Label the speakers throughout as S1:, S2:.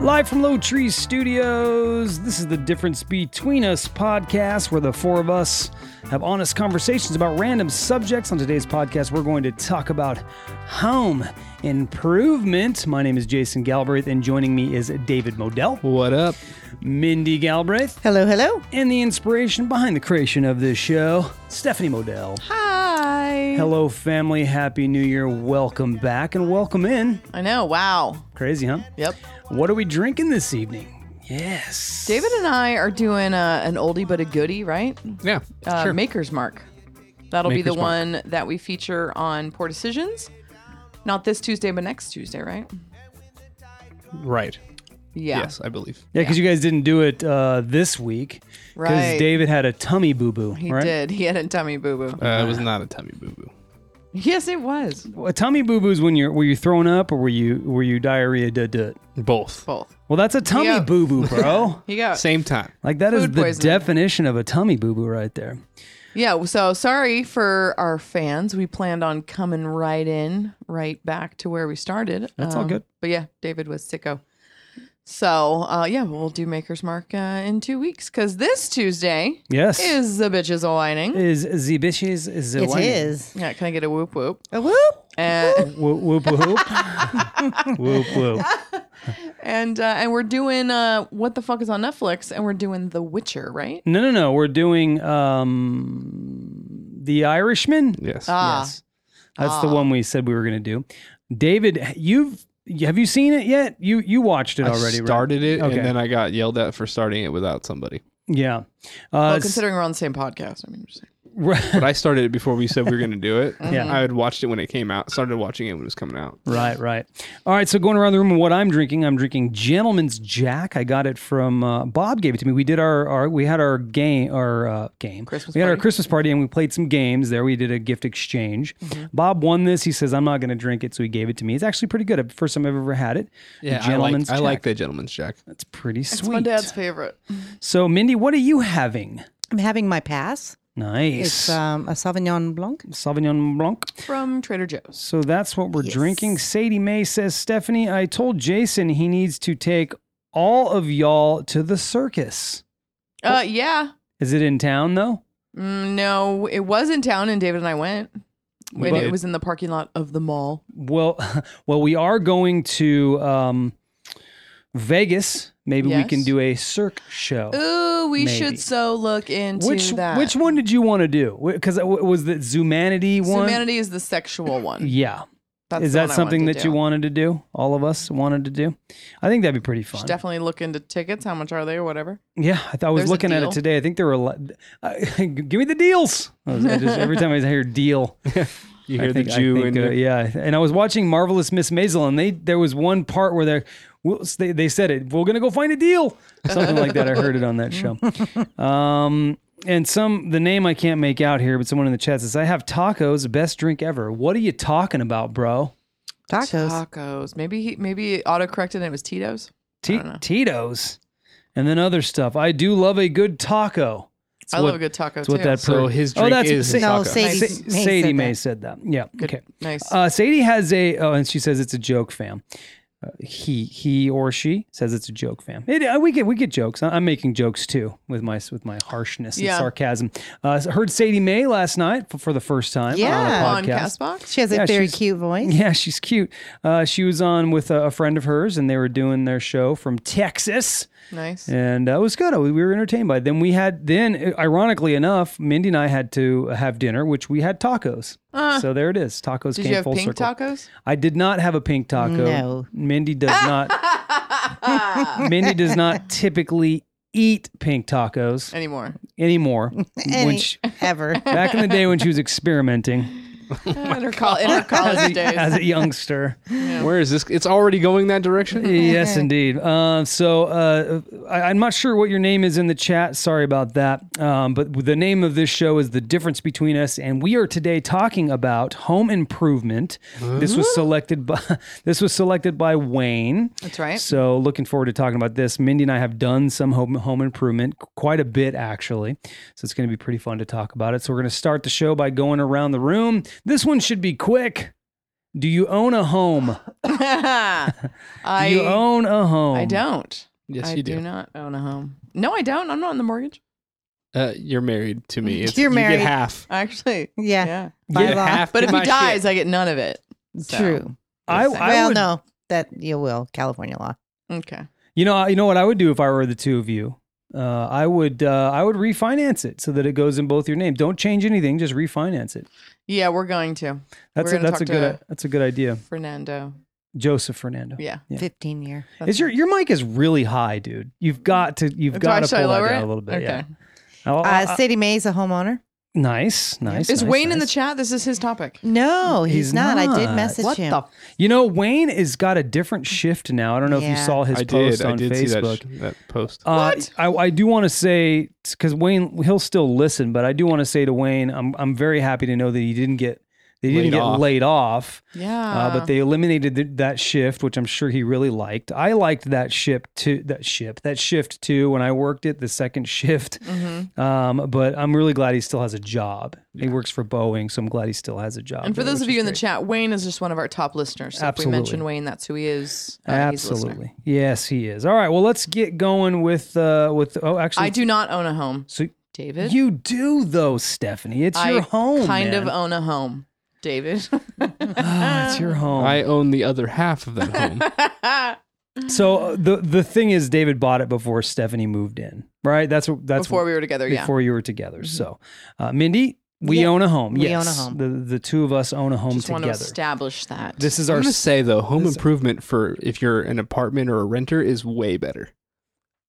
S1: Live from Low Tree Studios, this is the Difference Between Us podcast, where the four of us have honest conversations about random subjects. On today's podcast, we're going to talk about home improvement. My name is Jason Galbraith, and joining me is David Modell,
S2: What up?
S1: Mindy Galbraith,
S3: Hello, hello.
S1: and the inspiration behind the creation of this show, Stephanie Modell.
S3: Hi.
S1: Hello, family. Happy New Year. Welcome back and welcome in.
S3: I know. Wow.
S1: Crazy, huh?
S3: Yep.
S1: What are we drinking this evening? Yes.
S3: David and I are doing uh, an oldie but a goodie, right?
S2: Yeah,
S3: Uh,
S2: sure.
S3: Maker's Mark. That'll be the
S2: Maker's Mark.
S3: one that we feature on Poor Decisions. Not this Tuesday, but next Tuesday, right?
S2: right.
S3: Yeah.
S2: Yes, I believe.
S1: Yeah, because you guys didn't do it uh, this week. Because
S3: Right.
S1: David had a tummy boo boo.
S3: He
S1: right?
S3: did. He had a tummy boo boo.
S2: Uh, it was not a tummy boo boo.
S3: yes, it was.
S1: A tummy boo boo is when you're were you thrown up or were you were you diarrhea did did.
S2: Both.
S3: Both.
S1: Well, that's a tummy
S3: Yeah.
S1: boo boo, bro.
S3: He got.
S2: Same time.
S1: like that is
S3: Food
S1: the
S3: poisoning.
S1: definition of a tummy boo boo right there.
S3: Yeah. So sorry for our fans. We planned on coming right in, right back to where we started.
S1: That's all good.
S3: But yeah, David was sicko. So uh, yeah, we'll do Maker's Mark uh, in two weeks because this Tuesday
S1: Yes.
S3: is the bitches aligning.
S1: is the bitches is the
S4: It
S1: wine.
S4: is. Oh,
S3: Yeah, can I get a whoop whoop?
S4: A whoop.
S3: And
S1: Whoop whoop whoop. whoop whoop.
S3: and uh, and we're doing uh, what the fuck is on Netflix, and we're doing The Witcher, right?
S1: No, no, no. We're doing um The Irishman.
S2: Yes.
S3: Ah.
S1: Yes. That's the one we said we were going to do. David, you've have you seen it yet? You you watched it
S2: I
S1: already, right?
S2: started it,
S1: Okay.
S2: and then I got yelled at for starting it without somebody.
S1: Yeah.
S3: Well,
S1: Uh,
S3: considering we're on the same podcast, I mean, just-
S1: right,
S2: But I started it before we said we were going to do it.
S1: Yeah.
S2: I had watched it when it came out. Started watching it when it was coming out.
S1: right, right. All right. So going around the room, and what I'm drinking, I'm drinking Gentleman's Jack. I got it from uh, Bob. Gave it to me. We did our, our we had our game our uh, game.
S3: Christmas
S1: we had our
S3: party?
S1: Christmas party and we played some games. There we did a gift exchange. Bob won this. He says I'm not going to drink it, so he gave it to me. It's actually pretty good. First time I've ever had it. Gentleman's
S2: I like, I like
S1: Jack.
S2: the gentleman's jack.
S1: That's pretty
S3: it's my
S1: sweet.
S3: dad's favorite.
S1: So Mindy, what are you having?
S4: I'm having my pass.
S1: Nice.
S4: It's um, a Sauvignon Blanc.
S1: Sauvignon Blanc.
S3: from Trader Joe's.
S1: So that's what we're
S4: Yes.
S1: drinking. Sadie Mae says, Stephanie, I told Jason he needs to take all of y'all to the circus.
S3: Uh, yeah.
S1: Is it in town though?
S3: Mm, no, it was in town, and David and I went.
S2: We
S3: When it
S2: did.
S3: was in the parking lot of the mall.
S1: Well, well, we are going to um, Vegas. Maybe we can
S3: Yes.
S1: do a circ show.
S3: Ooh, we
S1: Maybe.
S3: should so look into
S1: which
S3: that.
S1: which one did you want to do? Because was the Zumanity one?
S3: Humanity is the sexual one.
S1: Yeah.
S3: That's
S1: Is
S3: the
S1: that
S3: one I
S1: something
S3: wanted
S1: that
S3: to
S1: you
S3: do.
S1: wanted to do? All of us wanted to do. I think that'd be pretty fun.
S3: Should definitely look into tickets. How much are they or whatever?
S1: Yeah, I, th- I was
S3: There's a
S1: looking at it
S3: deal.
S1: today. I think there were. a lot- I- give me the deals. I was- I just- every time I hear deal,
S2: You
S1: I
S2: hear
S1: think,
S2: the
S1: I
S2: Jew
S1: think,
S2: in
S1: uh,
S2: there?
S1: yeah. And I was watching Marvelous Miss Maisel, and they there was one part where they're, we'll- they they said it. We're gonna go find a deal, something like that. I heard it on that show. Um, and some the name I can't make out here, but someone in the chat says I have tacos, best drink ever. What are you talking about, bro?
S4: Tacos.
S3: Tacos. Maybe he, maybe it autocorrected and it was Tito's.
S1: T-
S3: don't know.
S1: Tito's, and then other stuff. I do love a good taco.
S3: I
S1: what-
S3: love a good taco
S1: That's what
S3: too.
S1: that
S2: So
S1: pro-
S2: his
S1: oh,
S2: drink
S1: that's
S2: is
S4: No,
S2: Taco.
S4: Sadie
S1: Sa-
S4: May
S1: Sadie
S4: said
S1: May
S4: that.
S1: said that. Yeah. Okay.
S3: nice.
S1: Uh, Sadie has a, oh, and she says it's a joke, fam. Uh, he he or she says it's a joke, fam. It, uh, we get we get jokes. I- I'm making jokes too with my with my harshness and
S3: Yeah.
S1: sarcasm. Uh, heard Sadie Mae last night for, for the first time
S4: Yeah.
S1: on
S3: on
S1: the podcast.
S3: Castbox.
S4: She has a
S1: Yeah,
S4: very
S1: she's-
S4: cute voice.
S1: Yeah, she's cute. Uh, she was on with a, a friend of hers, and they were doing their show from Texas
S3: Nice.
S1: and uh, it was good. We were entertained by it. Then we had then, uh, ironically enough, Mindy and I had to have dinner, which we had tacos. so there it is. Tacos
S3: Ah, Did
S1: came
S3: you have
S1: full
S3: pink
S1: circle.
S3: tacos?
S1: I did not have a pink taco.
S4: No.
S1: Mindy does not. Mindy does not typically eat pink tacos
S3: Anymore.
S1: anymore. When
S4: Any-
S1: she-
S4: ever.
S1: back in the day when she was experimenting Oh
S3: in, her col- in her college
S1: as a,
S3: days.
S1: as a youngster.
S2: Where is this? It's already going that direction.
S1: yes, indeed. Uh, so uh, I, I'm not sure what your name is in the chat. Sorry about that. Um, but the name of this show is The Difference Between Us, and we are today talking about home improvement. This was selected by this was selected by Wayne.
S3: That's right.
S1: So looking forward to talking about this. Mindy and I have done some home home improvement, quite a bit actually. So it's going to be pretty fun to talk about it. So we're going to start the show by going around the room. This one should be quick. Do you own a home? Do you
S3: I
S1: own a home?
S3: I don't.
S2: Yes,
S3: I
S2: you do.
S3: not own a home. No, I don't. I'm not on the mortgage.
S2: Uh, you're married to me. It's,
S4: You're
S2: You
S4: married.
S2: get half.
S3: Actually,
S4: Yeah.
S3: yeah.
S2: You
S4: By
S2: get
S4: law.
S2: half
S3: But if
S2: my
S3: he
S2: shit.
S3: dies, I get none of it. So,
S4: True.
S1: I, I
S4: well,
S1: would,
S4: no, that you will. California law.
S3: Okay.
S1: You know, you know what I would do if I were the two of you. Uh, I would uh, I would refinance it so that it goes in both your name. Don't change anything. Just refinance it.
S3: Yeah, we're going to
S1: That's a,
S3: We're gonna
S1: that's a
S3: talk
S1: good
S3: to-
S1: that's a good idea.
S3: Fernando.
S1: Joseph Fernando.
S3: Yeah.
S1: Yeah.
S4: 15 year.
S3: that's
S1: Is your your mic is really high, dude? You've got to you've
S3: That's
S1: got
S3: why-
S1: to
S3: should I
S1: pull that
S3: lower
S1: down
S3: it?
S1: a little bit.
S3: Okay.
S1: Yeah. I'll- I'll-
S4: Uh, Sadie Mae is a homeowner.
S1: nice, nice.
S3: Is
S1: nice,
S3: Wayne in the
S1: nice.
S3: chat? This is his topic.
S4: No, he's,
S1: He's
S4: not. I
S1: not.
S4: did message
S3: What
S4: him.
S3: the? F-
S1: You know, Wayne has got a different shift now. I don't know if you
S4: Yeah.
S1: saw his
S2: I
S1: post
S2: did.
S1: on
S2: I did see that,
S1: Facebook.
S2: sh- that post.
S1: Uh,
S3: What?
S1: I, I do want to say because Wayne he'll still listen, but I do want to say to Wayne, I'm I'm very happy to know that he didn't get they didn't
S2: Laid
S1: get
S2: off.
S1: laid off, uh,
S3: yeah.
S1: but they eliminated th- that shift, which I'm sure he really liked. I liked that shift too. That shift that shift too when I worked it the second shift.
S3: hmm
S1: Um, but I'm really glad he still has a job. He works for Boeing, so I'm glad he still has a job.
S3: And for
S1: there,
S3: those of
S1: which is
S3: you in the
S1: great.
S3: chat, Wayne is just one of our top listeners. So
S1: Absolutely.
S3: if we mention Wayne, that's who he is. Uh, he's a listener.
S1: absolutely, yes, he is. All right, well, let's get going with uh, with oh, actually,
S3: I do not own a home,
S1: So
S3: David.
S1: You do though, Stephanie. It's
S3: I
S1: your home.
S3: kind
S1: man.
S3: of own a home, David.
S1: Ah, it's your home.
S2: I own the other half of that home.
S1: so uh, the the thing is, David bought it before Stephanie moved in. Right. That's what. That's
S3: Before
S1: what-
S3: we were together, yeah. Mm-hmm.
S1: before you were together. So, uh, Mindy, we
S4: Yeah,
S1: own a home.
S4: we own a
S1: yes,
S4: home.
S1: The the two of us own a home
S3: Just want to
S1: together.
S3: establish that.
S1: This is
S2: I'm
S1: our.
S2: gonna say though, home
S1: this-
S2: improvement for if you're an apartment or a renter is way better.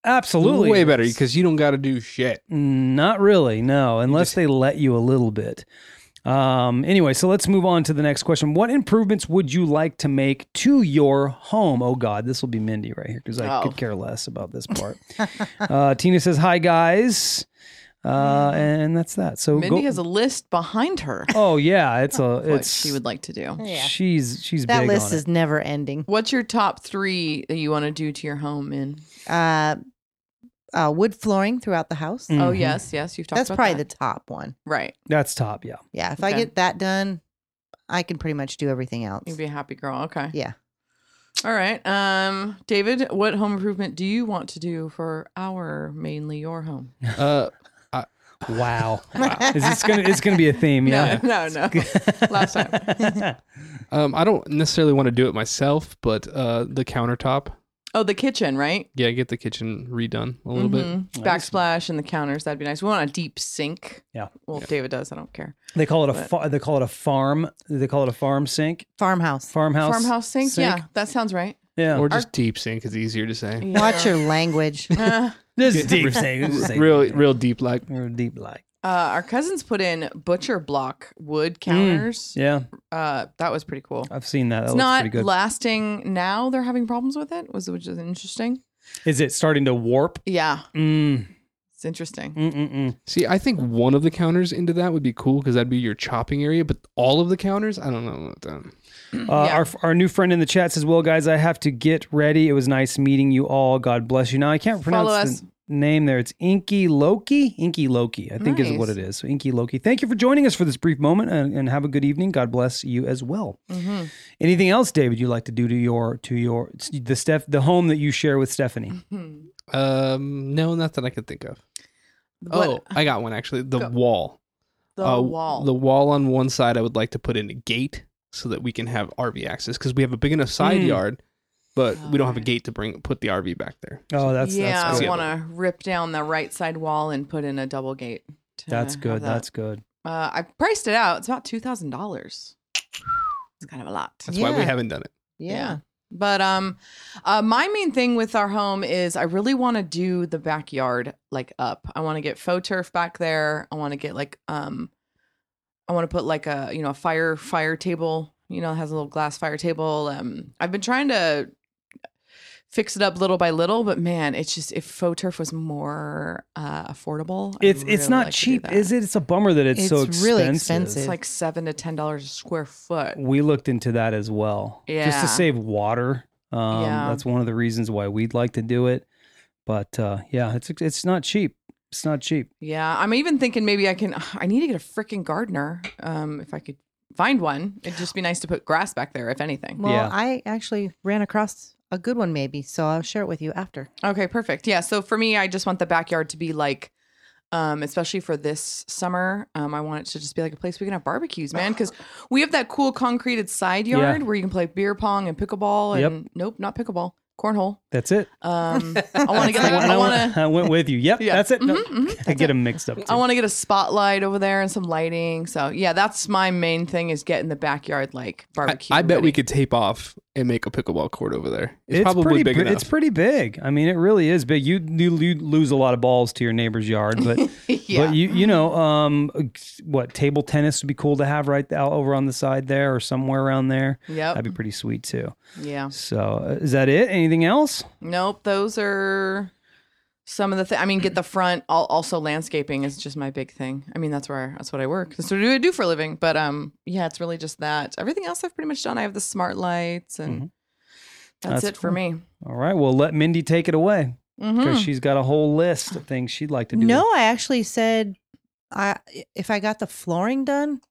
S1: absolutely
S2: way better because you don't got to do shit.
S1: Not really, no, unless
S2: just-
S1: they let you a little bit. Um, anyway, so let's move on to the next question. What improvements would you like to make to your home? Oh God, this will be Mindy right here because I
S3: Oh.
S1: could care less about this part. uh, Tina says, "Hi guys," uh, and that's that. So
S3: Hmm. Mindy
S1: go-
S3: has a list behind her.
S1: oh yeah, it's a
S3: What
S1: it's
S3: she would like to do.
S4: Yeah.
S1: she's she's
S4: That
S1: big
S4: list
S1: on it.
S4: is never ending.
S3: What's your top three that you want to do to your home? In
S1: Mm-hmm.
S4: Uh, uh, wood flooring throughout the house.
S1: Mm.
S3: oh
S1: Mhm.
S3: yes, yes, you've talked
S4: That's
S3: about
S4: probably
S3: that.
S4: the top one.
S3: right.
S1: That's top, yeah.
S4: Yeah. If I
S3: Okay.
S4: get that done, I can pretty much do everything else.
S3: You'd be a happy girl. Okay.
S4: Yeah.
S3: All right. Um, David, what home improvement do you want to do for our mainly your home?
S2: Uh,
S1: Wow, is this gonna it's gonna be a theme? Yeah,
S3: No, no, no. Last
S1: time.
S2: um, I don't necessarily want to do it myself, but uh, the countertop.
S3: Oh, the kitchen, right?
S2: Yeah, get the kitchen redone a little bit.
S3: Mhm. Backsplash and the counters. That'd be nice. We want a deep sink.
S1: Yeah.
S3: Well, if David does. I don't care.
S1: They call it a
S3: But-
S1: fa- they call it a farm. They call it a farm sink,
S4: Farmhouse.
S1: farmhouse,
S3: Farmhouse sink? Yeah, that sounds right.
S1: yeah.
S2: Or just deep sink is easier to say.
S4: Watch your language.
S3: Uh,
S1: this is
S2: Get-
S1: deep sink. This is deep.
S2: Real, real deep like.
S1: Real deep like.
S3: uh, our cousins put in butcher block wood counters.
S1: Mm. Yeah,
S3: Uh, that was pretty cool.
S1: I've seen that. That
S3: It's
S1: looks
S3: not
S1: pretty good.
S3: lasting now. They're having problems with it, was which is interesting.
S1: is it starting to warp?
S3: Yeah,
S1: Mm.
S3: it's interesting.
S1: Mm, mm, mm.
S2: See, I think one of the counters into that would be cool because that'd be your chopping area. But all of the counters, I don't know about that.
S1: Uh,
S3: Mm, Yeah.
S1: Our our new friend in the chat says, "Well, guys, I have to get ready. It was nice meeting you all. God bless you." Now I can't pronounce
S3: Follow
S1: the name there. It's Inky Loki. Inky Loki, I think, is what it
S3: Nice.
S1: is. So Inky Loki. Thank you for joining us for this brief moment, and, and have a good evening. God bless you as well.
S3: hmm
S1: Anything else, David? You like to do to your to your the Steph the home that you share with Stephanie?
S2: Um, no, not that I could think of. Oh, I got one actually. The
S3: Go.
S2: wall.
S3: the
S2: uh,
S3: wall.
S2: The wall on one side, I would like to put in a gate so that we can have RV access because we have a big enough side
S1: Mm.
S2: yard, but we don't have a
S3: Alright.
S2: gate to bring put the RV back there.
S1: Oh, that's
S3: yeah,
S1: that's
S2: good.
S3: I
S1: good.
S3: want to rip down the right side wall and put in a double gate. to
S1: That's
S3: have
S1: good.
S3: that.
S1: That's good.
S3: uh, I priced it out. It's about two thousand dollars. It's kind of a lot.
S2: That's why we
S4: Yeah.
S2: haven't done it.
S4: Yeah.
S3: But um, uh, my main thing with our home is I really want to do the backyard like up. I want to get faux turf back there. I want to get like um, I want to put like a you know a fire fire table. You know, it has a little glass fire table. Um, I've been trying to fix it up little by little, but man, it's just if faux turf was more uh, affordable, I'd
S1: It's it's
S3: really
S1: not
S3: like to do
S1: cheap,
S3: that.
S1: is it? It's a bummer that it's, so
S4: It's
S1: expensive.
S4: really
S3: It's
S4: expensive.
S3: like seven to ten dollars a square foot.
S1: We looked into that as well, just
S3: Yeah.
S1: to save water. Um,
S3: Yeah.
S1: That's one of the reasons why we'd like to do it. But uh, yeah, it's it's not cheap. It's not cheap.
S3: Yeah, I'm even thinking maybe I can. I need to get a freaking gardener. Um, if I could find one. It'd just be nice to put grass back there, if anything.
S4: Well,
S1: Yeah.
S4: I actually ran across a good one, maybe. So I'll share it with you after.
S3: Okay, perfect. Yeah. So for me, I just want the backyard to be like, um, especially for this summer, um, I want it to just be like a place we can have barbecues, man. Because we have that cool concreted side
S1: Yeah.
S3: yard where you can play beer pong and pickleball.
S1: Yep.
S3: And nope, not pickleball, cornhole.
S1: That's it.
S3: Um, I want to get.
S1: That's
S3: Like,
S1: the one
S3: I
S1: I,
S3: want
S1: went,
S3: to.
S1: I went with you. Yep,
S3: Yeah.
S1: that's it. No,
S3: Mhm, mhm.
S1: I get them mixed up. Too.
S3: I want to get a spotlight over there and some lighting. So yeah, that's my main thing is getting the backyard like
S2: I,
S3: barbecue.
S2: I bet we
S3: ready.
S2: could tape off and make a pickleball court over there. It's,
S1: It's
S2: probably
S1: pretty
S2: big
S1: bi-
S2: enough.
S1: It's pretty big. I mean, it really is big. You you, you lose a lot of balls to your neighbor's yard, but
S3: yeah.
S1: but you you know um what table tennis would be cool to have right out over on the side there or somewhere around there.
S3: yep.
S1: That'd be pretty sweet too.
S3: yeah.
S1: So uh, is that it? Anything else?
S3: Nope, those are some of the things. I mean, get the front. Al- Also, landscaping is just my big thing. I mean, that's where that's what I work. That's what I do for a living. But um, yeah, it's really just that. Everything else I've pretty much done. I have the smart lights, and that's,
S1: That's
S3: it for
S1: cool.
S3: me.
S1: All right. Well, let Mindy take it away because
S3: Mhm.
S1: she's got a whole list of things she'd like to do.
S4: No, I actually said I if I got the flooring done,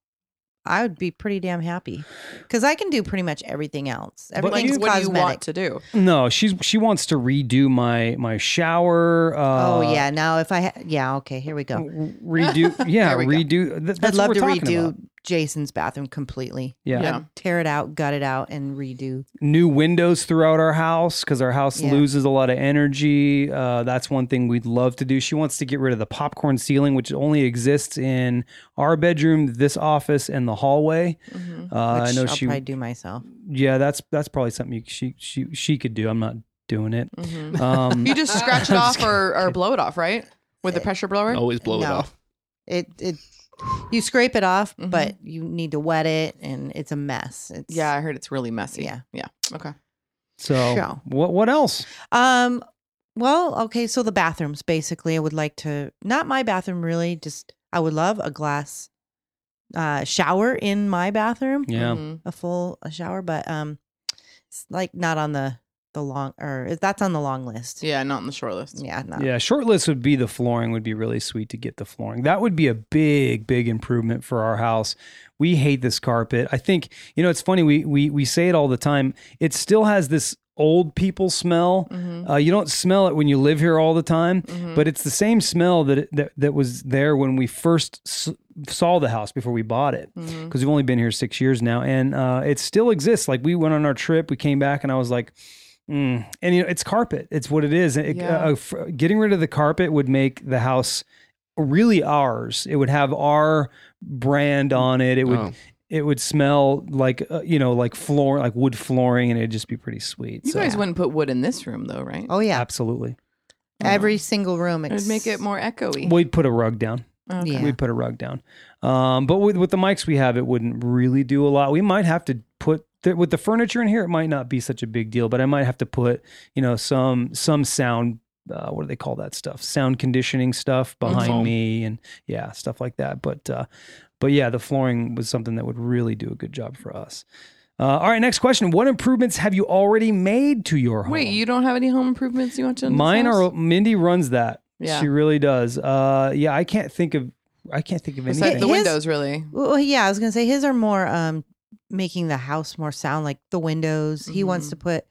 S4: I would be pretty damn happy because I can do pretty much everything else.
S1: But
S3: Like,
S4: Everything's
S3: what do you
S4: cosmetic.
S3: want to do?
S1: no. She's she wants to redo my my shower. Uh,
S4: oh yeah, now if I ha- yeah okay here we
S1: r-
S4: go.
S1: Redo. Yeah,
S3: There we go.
S1: redo. Th-
S4: I'd
S1: that's
S4: love
S1: what
S4: to
S1: we're talking
S4: redo
S1: about.
S4: Jason's bathroom completely.
S1: Yeah.
S3: Yeah.
S4: I'd tear it out, gut it out, and redo.
S1: new windows throughout our house because our house
S4: Yeah.
S1: loses a lot of energy. Uh, that's one thing we'd love to do. She wants to get rid of the popcorn ceiling, which only exists in our bedroom, this office, and the hallway.
S3: Mhm.
S1: Uh,
S4: Mm-hmm. Which
S1: I know
S4: I'll
S1: she.
S4: probably do myself.
S1: Yeah, that's that's probably something you, she she she could do. I'm not doing it.
S3: Mhm.
S1: Um,
S3: You just scratch it
S1: I'm just
S3: off or, or blow it off, right? With the pressure blower.
S2: Always blow it
S4: No.
S2: off.
S4: It it you scrape it off,
S1: Mm-hmm.
S3: Mhm.
S4: but you need to wet it, and it's a mess. It's
S3: Yeah, I heard it's really messy.
S4: Yeah.
S3: yeah. Okay.
S1: so
S4: Show.
S1: what what else?
S4: Um, well, okay, so the bathrooms basically I would like to not my bathroom really, just I would love a glass uh shower in my bathroom,
S1: Yeah,
S3: Mhm.
S4: a full a shower, but um it's like not on the the long or that's on the long list.
S3: Yeah, not on the short list.
S4: Yeah, no.
S1: yeah. Short list would be the flooring. Would be really sweet to get the flooring. That would be a big big improvement for our house. We hate this carpet. I think you know it's funny. We we we say it all the time. It still has this old people smell.
S3: Mhm.
S1: Uh, you don't smell it when you live here all the time,
S3: Mhm.
S1: but it's the same smell that it, that that was there when we first s- saw the house before we bought it.
S3: Mhm.
S1: because we've only been here six years now, and uh, it still exists. Like we went on our trip, we came back, and I was like, mm. and you know, it's carpet. It's what it is. It-
S3: Yeah.
S1: uh, f- getting rid of the carpet would make the house really ours. It would have our brand on it. It would.
S2: Oh.
S1: It would smell like uh, you know, like floor, like wood flooring, and it'd just be pretty sweet.
S3: You
S1: so,
S3: guys wouldn't put wood in this room though, right?
S4: Oh yeah.
S1: absolutely.
S4: Every single room
S3: It would make it more echoey.
S1: We'd put a rug down.
S3: Okay.
S4: Yeah.
S1: We'd put a rug down. Um, but with, with the mics we have, it wouldn't really do a lot. We might have to put th- with the furniture in here. It might not be such a big deal, but I might have to put you know some some sound. Uh, what do they call that stuff? Sound conditioning stuff behind
S2: Foam.
S1: me and yeah, stuff like that. But uh, but yeah, the flooring was something that would really do a good job for us. Uh, all right, next question. What improvements have you already made to your home?
S3: Wait, you don't have any home improvements you want to?
S1: Mine are Mindy runs that.
S3: Yeah.
S1: She really does. Uh, yeah, I can't think of I can't think of
S3: besides
S1: anything.
S3: the
S4: His-
S3: windows, really.
S4: Well, yeah, I was gonna say his are more um making the house more sound like the windows. He wants
S3: Mhm.
S4: to put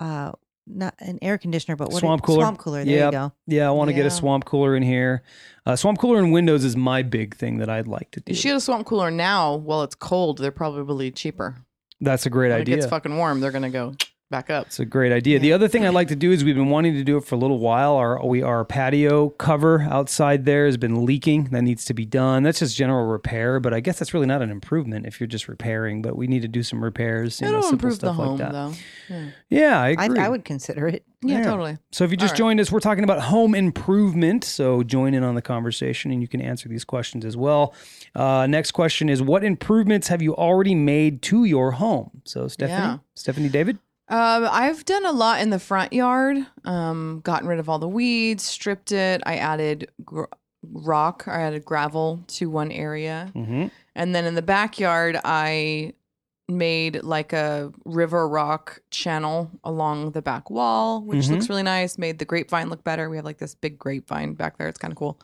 S4: uh not an air conditioner, but what
S1: Swamp cooler.
S4: Swamp cooler. There
S1: Yep.
S4: you go.
S1: Yeah, I want to get
S3: Yeah.
S1: a swamp cooler in here. Uh, swamp cooler and windows is my big thing that I'd like to do.
S3: If she had a swamp cooler now, while it's cold, they're probably cheaper.
S1: That's a great
S3: When it
S1: idea.
S3: gets fucking warm, they're gonna go back up.
S1: It's a great idea. The other thing I'd like to do is we've been wanting to do it for a little while. Our we our patio cover outside there has been leaking. That needs to be done. That's just general repair, but I guess that's really not an improvement if you're just repairing. But we need to do some repairs. You know,
S3: It'll
S1: simple
S3: improve the
S1: stuff like
S3: home,
S1: that.
S3: though. Yeah,
S1: Yeah, I
S4: I,
S1: agree.
S4: I would consider it.
S3: yeah,
S1: Yeah.
S3: totally.
S1: So if you just
S3: All right.
S1: joined us, we're talking about home improvement. So join in on the conversation and you can answer these questions as well. Uh, next question is what improvements have you already made to your home? So Stephanie,
S3: Yeah.
S1: Stephanie David.
S3: Um, I've done a lot in the front yard. Um, gotten rid of all the weeds, stripped it. I added gr- rock. I added gravel to one area.
S1: Mm-hmm.
S3: And then in the backyard, I made like a river rock channel along the back wall, which
S1: Mhm.
S3: looks really nice. Made the grapevine look better. We have like this big grapevine back there. It's kind of cool.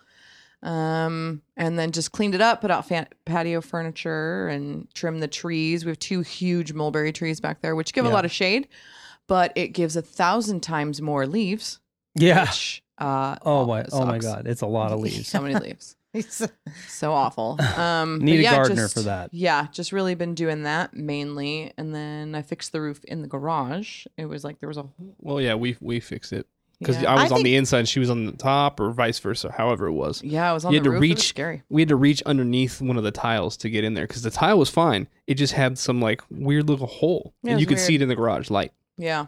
S3: Um, and then just cleaned it up, put out fan- patio furniture and trimmed the trees. We have two huge mulberry trees back there, which give a
S1: Yeah.
S3: lot of shade, but it gives a thousand times more leaves.
S1: Yeah.
S3: Which, uh,
S1: Oh my! Oh my
S3: sucks.
S1: God! It's a lot of leaves.
S3: So many leaves.
S4: It's-
S3: So awful. Um, but
S1: Need a
S3: yeah,
S1: gardener
S3: just-
S1: for that.
S3: Yeah, just really been doing that mainly, and then I fixed the roof in the garage. It was like there was a whole
S2: Well, yeah, we we fixed it because
S3: yeah.
S2: I was
S4: I
S2: on
S4: think-
S2: the inside, and she was on the top, or vice versa, however it was.
S3: yeah, I was on the
S2: You had to
S3: roof. It was
S2: reach-
S3: scary.
S2: We had to reach underneath one of the tiles to get in there because the tile was fine. It just had some like weird little hole,
S3: Yeah, it
S2: and you
S3: was
S2: could see it
S3: weird.
S2: in the garage light.
S3: Yeah.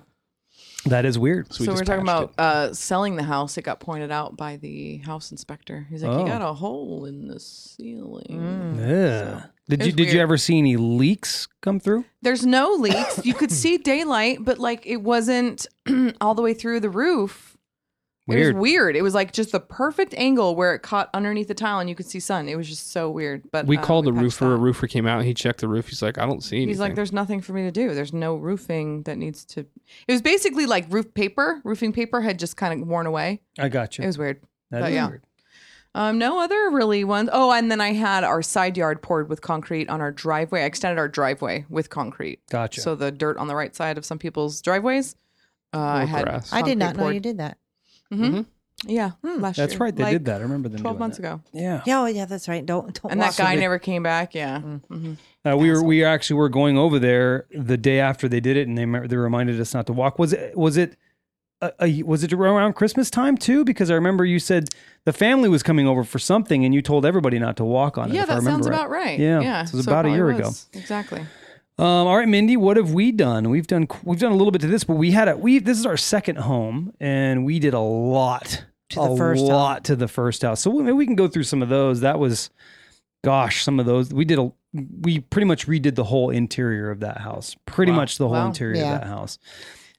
S1: That is weird.
S3: So,
S2: So, we
S3: we
S2: just
S3: are talking
S2: patched
S3: about uh, selling the house. It got pointed out by the house inspector. He's like,
S1: Oh.
S3: "You got a hole in the ceiling."
S4: Mm.
S1: Yeah. Did
S3: Hmm.
S1: you
S3: It was
S1: did you
S3: weird.
S1: ever see any leaks come through?
S3: There's no leaks. you could see daylight, but like it wasn't all the way through the roof. It
S1: Weird.
S3: was weird. It was like just the perfect angle where it caught underneath the tile and you could see sun. It was just so weird. But
S2: we
S3: uh,
S2: called the
S3: patched
S2: roofer.
S3: that.
S2: A roofer came out. He checked the roof. He's like, I don't see anything.
S3: He's like, there's nothing for me to do. There's no roofing that needs to. It was basically like roof paper. Roofing paper had just kind of worn away.
S1: I got you.
S3: It was weird.
S1: That
S3: but
S1: is
S3: yeah.
S1: weird.
S3: Um, no other really ones. Oh, and then I had our side yard poured with concrete on our driveway. I extended our driveway with concrete.
S1: Gotcha.
S3: So the dirt on the right side of some people's driveways. Uh, I
S2: Or
S3: had.
S2: grass.
S4: I did
S3: concrete
S4: not know
S3: poured.
S4: you did that.
S3: Mhm. Yeah,
S4: Hmm.
S3: last
S1: Mm-hmm. That's
S3: year.
S1: right. They
S3: Like
S1: did that. I remember them.
S3: Twelve
S1: doing
S3: months
S1: that.
S3: ago.
S1: Yeah.
S4: Yeah, oh yeah, that's right. Don't don't.
S3: And that
S4: walk
S3: guy
S4: in
S3: never came back. Yeah. Mhm.
S1: Uh, we were
S3: Asshole.
S1: we actually were going over there the day after they did it, and they me- they reminded us not to walk. Was it was it uh, uh, was it around Christmas time too? Because I remember you said the family was coming over for something, and you told everybody not to walk on it.
S3: Yeah,
S1: if I
S3: that
S1: remember
S3: sounds
S1: right.
S3: about right.
S1: Yeah,
S3: yeah.
S1: so it was about a
S3: probably
S1: year ago.
S3: was. Exactly.
S1: Um, all right, Mindy, what have we done? We've done we've done a little bit to this, but we had a we this is our second home, and we did a lot
S4: To
S1: a
S4: the first house.
S1: lot to the first house. So we- maybe we can go through some of those. That was, gosh, some of those we did a we pretty much redid the whole interior of that house, pretty
S2: Wow.
S1: much the whole
S3: Wow.
S1: interior
S4: Yeah.
S1: of that house.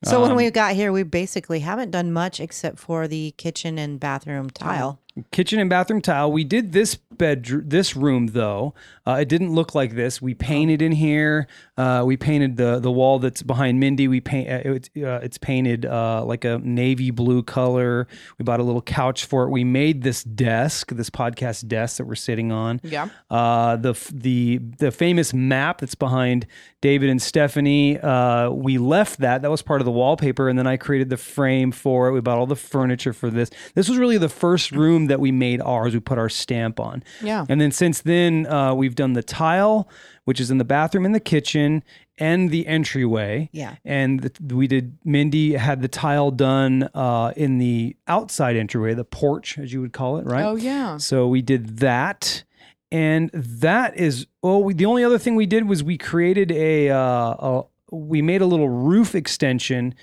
S4: So when
S1: Um,
S4: we got here, we basically haven't done much except for the kitchen and
S1: Oh,
S4: bathroom tile.
S1: kitchen and bathroom tile. We did this bedroom, this room though. Uh, it didn't look like this. We painted in here. Uh, we painted the the wall that's behind Mindy. We paint. Uh, it's, uh, it's painted uh, like a navy blue color. We bought a little couch for it. We made this desk, this podcast desk that we're sitting on.
S3: Yeah.
S1: Uh, the f- the the famous map that's behind David and Stephanie. Uh, we left that. That was part of the wallpaper, and then I created the frame for it. We bought all the furniture for this. This was really the first room that we made ours. We put our stamp on.
S3: Yeah.
S1: And then since then, uh, we've done the tile, which is in the bathroom and the kitchen and the entryway.
S4: Yeah.
S1: And the, we did, Mindy had the tile done uh, in the outside entryway, the porch, as you would call it, right?
S3: Oh yeah.
S1: So we did that, and that is oh. We, the only other thing we did was we created a, uh, a we made a little roof extension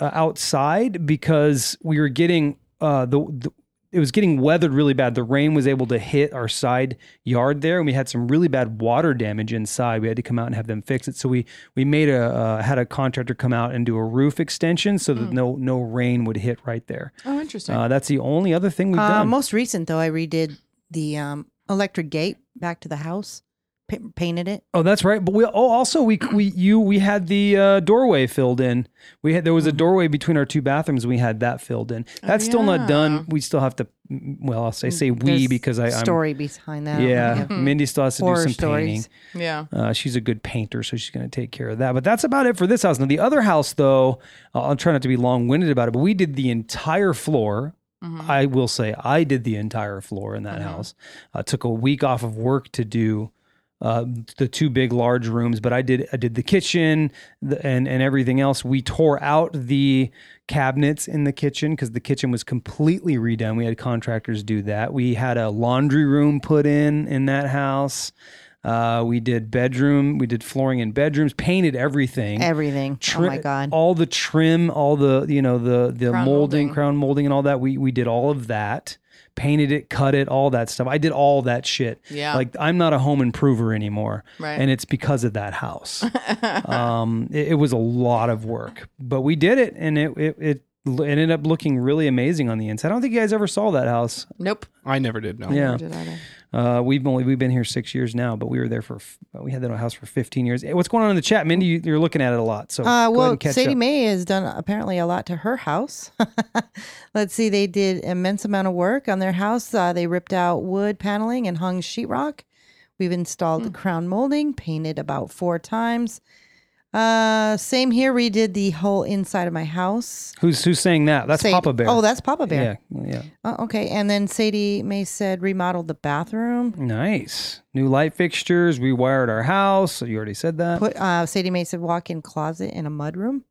S1: uh, outside because we were getting uh, the. the it was getting weathered really bad. The rain was able to hit our side yard there, and we had some really bad water damage inside. We had to come out and have them fix it. So we we made a uh, had a contractor come out and do a roof extension so that no no rain would hit right there.
S3: Oh, interesting.
S1: Uh, that's the only other thing we've
S4: Uh,
S1: done.
S4: most recent though, I redid the um, electric gate back to the house, pa- painted it.
S1: Oh, that's right. But we oh, also we we you we had the uh, doorway filled in. We had there was a
S4: Mm-hmm.
S1: doorway between our two bathrooms. We had that filled in.
S4: Oh,
S1: That's still not
S3: yeah.
S1: done. We still have to. mm, Well, I'll say say we
S4: There's
S1: because I I'm,
S4: story behind that. Mm-hmm.
S1: yeah. Mindy still has to do
S4: Horror
S1: some painting.
S4: stories.
S3: yeah.
S1: Uh, she's a good painter, so she's going to take care of that. But that's about it for this house. Now, the other house, though, uh, I'll try not to be long winded about it, but we did the entire floor.
S4: Mm-hmm.
S1: I will say I did the entire floor in
S4: Uh-huh.
S1: that house. Uh, took a week off of work to do uh, the two big large rooms, but I did I did the kitchen the, and and everything else. We tore out the cabinets in the kitchen because the kitchen was completely redone. We had contractors do that. We had a laundry room put in in that house. Uh, we did bedroom, we did flooring in bedrooms, painted everything.
S4: Everything. oh
S1: Tri-
S4: my god.
S1: All the trim, all the you know the the
S3: Crown
S1: molding,
S3: molding.
S1: crown molding, and all that. We we did all of that, painted it, cut it, all that stuff. I did all that shit.
S3: Yeah.
S1: Like I'm not a home improver anymore,
S3: Right.
S1: and it's because of that house. um, it, it was a lot of work, but we did it, and it it. it l- ended up looking really amazing on the inside. I don't think you guys ever saw that house.
S3: Nope.
S2: I never did know.
S1: Yeah.
S3: Did I
S1: Uh, we've only we've been here six years now, but we were there for f- we had that house for 15 years. Hey, What's going on in the chat, Mindy? You, you're looking at it a lot, so
S4: Uh,
S1: go ahead
S4: well,
S1: and catch
S4: Sadie
S1: up.
S4: Mae has done apparently a lot to her house. Let's see, they did immense amount of work on their house. Uh, they ripped out wood paneling and hung sheetrock. We've installed
S1: Hmm.
S4: the crown molding, painted about four times. Uh, same here. Redid the whole inside of my house.
S1: who's who's saying that? That's
S4: Sadie-
S1: Papa Bear.
S4: Oh, that's Papa Bear.
S1: Yeah, yeah.
S4: Oh, okay. And then Sadie Mae said remodeled the bathroom.
S1: Nice. New light fixtures. Rewired our house. So you already said that.
S4: Put uh, Sadie Mae said walk-in closet and a mudroom.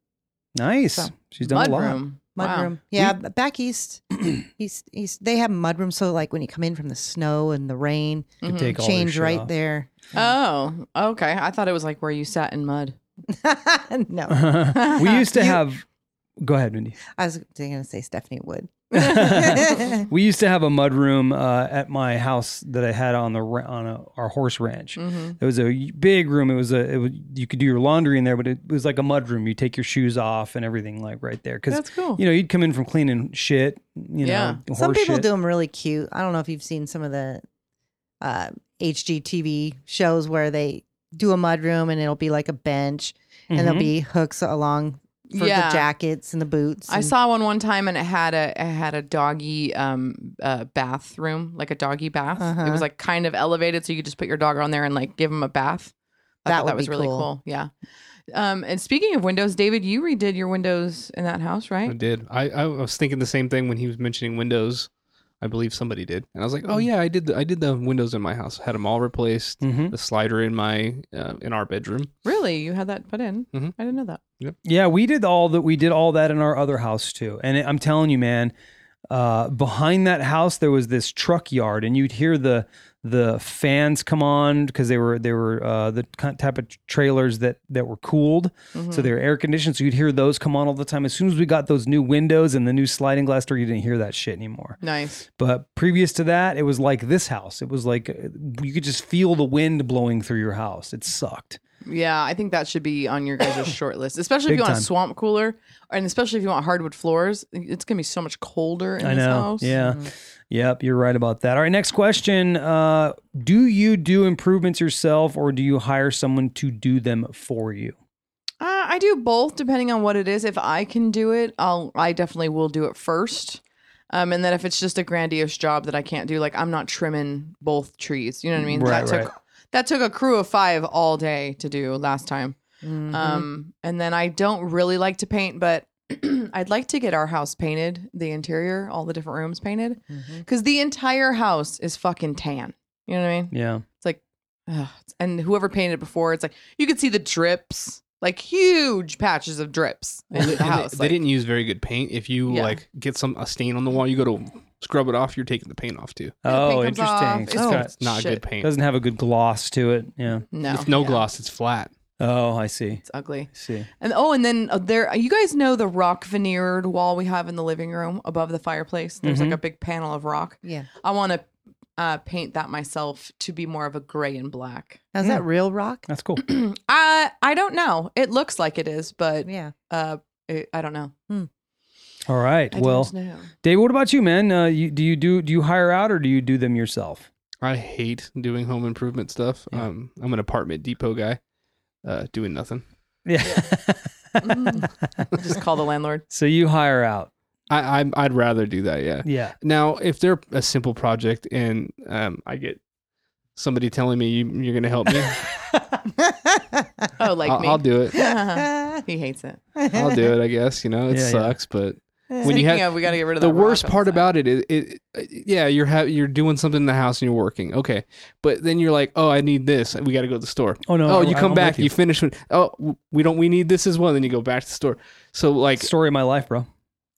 S1: nice.
S4: so,
S1: She's done a lot.
S3: Mudroom. Wow.
S4: Mudroom. Yeah, b- back east, east, east. They have mudroom, so like when you come in from the snow and the rain,
S1: You
S3: Mhm.
S1: take all your
S4: Mm-hmm. change
S1: shit
S4: right
S1: off.
S4: there.
S3: Oh, okay. I thought it was like where you sat in mud.
S4: no,
S1: we used to
S4: You-
S1: have. Go ahead, Mindy.
S4: I was going to say Stephanie Wood. Uh.
S1: we used to have a mud room uh, at my house that I had on the ra- on a, our horse ranch.
S4: Mm-hmm.
S3: hmm
S1: It was a big room. It was a it was, you could do your laundry in there, but it was like a mud room. You take your shoes off and everything like right there because
S3: That's cool.
S1: you know you'd come in from cleaning shit. You
S3: Yeah.
S1: know,
S4: Some
S1: horse
S4: people
S1: shit.
S4: do them really cute. I don't know if you've seen some of the uh, HGTV shows where they do a mudroom and it'll be like a bench and there'll
S1: Mhm.
S4: be hooks along for
S3: Yeah.
S4: the jackets and the boots.
S3: I
S4: and-
S3: saw one one time and it had a it had a doggy um uh, bathroom like a doggy bath. It
S4: Uh-huh.
S3: was like kind of elevated, so you could just put your dog on there and like give him a bath. I
S4: That
S3: thought
S4: would
S3: that was
S4: be
S3: really cool.
S4: cool.
S3: Yeah. Um, and speaking of windows, David, you redid your windows in that house,
S2: I
S3: right?
S2: did. I, I was thinking the same thing when he was mentioning windows. I believe somebody did, and I was like, "Oh yeah, I did. The, I did the windows in my house. Had them all replaced.
S3: Mm-hmm.
S1: Mhm.
S2: The slider in my uh, in our bedroom.
S3: Really, you had that put in?
S1: Mm-hmm.
S2: Mhm.
S3: I didn't know that.
S1: Yeah, we did all that. We did all that in our other house too. And I'm telling you, man, uh, behind that house there was this truck yard, and you'd hear the the fans come on because they were they were uh, the kind- type of trailers that that were cooled, so they were air conditioned. So you'd hear those come on all the time. As soon as we got those new windows and the new sliding glass door, you didn't hear that shit anymore.
S3: Nice.
S1: But previous to that, it was like this house. It was like uh, you could just feel the wind blowing through your house. It sucked.
S3: Yeah, I think that should be on your guys' short list, especially if
S1: Big
S3: you want
S1: time.
S3: a swamp cooler, and especially if you want hardwood floors. It's gonna be so much colder in
S1: I
S3: this
S1: know.
S3: house. Mm-hmm.
S1: Yeah. Yep, you're right about that. All right, next question. Uh, do you do improvements yourself or do you hire someone to do them for you?
S3: Uh, I do both, depending on what it is. If I can do it, I'll I definitely will do it first. Um, and then if it's just a grandiose job that I can't do, like I'm not trimming both trees. You know what I mean?
S1: Right,
S3: that took that took a crew of five all day to do last time.
S1: Mm-hmm.
S4: Mhm.
S3: Um, and then I don't really like to paint, but I'd like to get our house painted, the interior, all the different rooms painted,
S4: Mhm.
S3: because the entire house is fucking tan. You know what I mean?
S1: Yeah.
S3: It's like, ugh. and whoever painted it before, it's like you could see the drips, like huge patches of drips in
S2: And they-
S3: the house.
S2: they
S3: like-
S2: didn't use very good paint. If you
S3: Yeah.
S2: like get some a stain on the wall, you go to scrub it off. You're taking the paint off too.
S3: the paint
S1: Oh,
S3: comes off,
S1: interesting.
S3: it's
S1: It's
S3: Oh,
S1: got-
S2: It's not
S3: shit.
S2: good paint.
S1: doesn't have a good gloss to it. Yeah.
S3: No,
S2: It's no
S3: Yeah.
S2: gloss. It's flat.
S1: Oh, I see.
S3: It's ugly.
S1: I see.
S3: And oh, and then uh, there, you guys know the rock veneered wall we have in the living room above the fireplace. There's
S2: Mm-hmm.
S1: Mhm.
S3: like a big panel of rock.
S4: Yeah.
S3: I want to uh, paint that myself to be more of a gray and black.
S4: Now, is that real rock?
S1: That's cool.
S3: I I don't know. It looks like it is, but
S4: Yeah.
S3: uh, it, I don't know.
S1: All right.
S3: I
S1: well,
S3: don't know.
S1: Dave, what about you, man? Uh, you, do you do do you hire out or do you do them yourself?
S2: I hate doing home improvement stuff.
S1: Yeah.
S2: Um, I'm an apartment depot guy, uh, doing nothing.
S1: Yeah.
S3: just call the landlord.
S1: so you hire out.
S2: I, I I'd rather do that. Yeah.
S1: Yeah.
S2: Now, if they're a simple project and um, I get somebody telling me you, you're going to help me,
S3: Oh, like
S2: I'll,
S3: me.
S2: I'll do it.
S4: Uh,
S3: he hates it.
S2: I'll do it. I guess you know it
S1: Yeah, yeah.
S2: sucks, but
S4: When
S2: when you
S3: Eh, Speaking
S2: have
S3: of, we got to get rid of
S2: the
S3: that
S2: worst
S3: rock
S2: part
S3: outside.
S2: about it is, it, yeah, you're ha- you're doing something in the house and you're working, okay, but then you're like, oh, I need this. We got to go to the store.
S1: Oh no.
S2: oh,
S1: I-
S2: you
S1: I-
S2: come
S1: I'm
S2: back,
S1: with
S2: you. finish. With, oh, w- we don't. We need this as well. Then you go back to the store. So like,
S1: Story of my life, bro.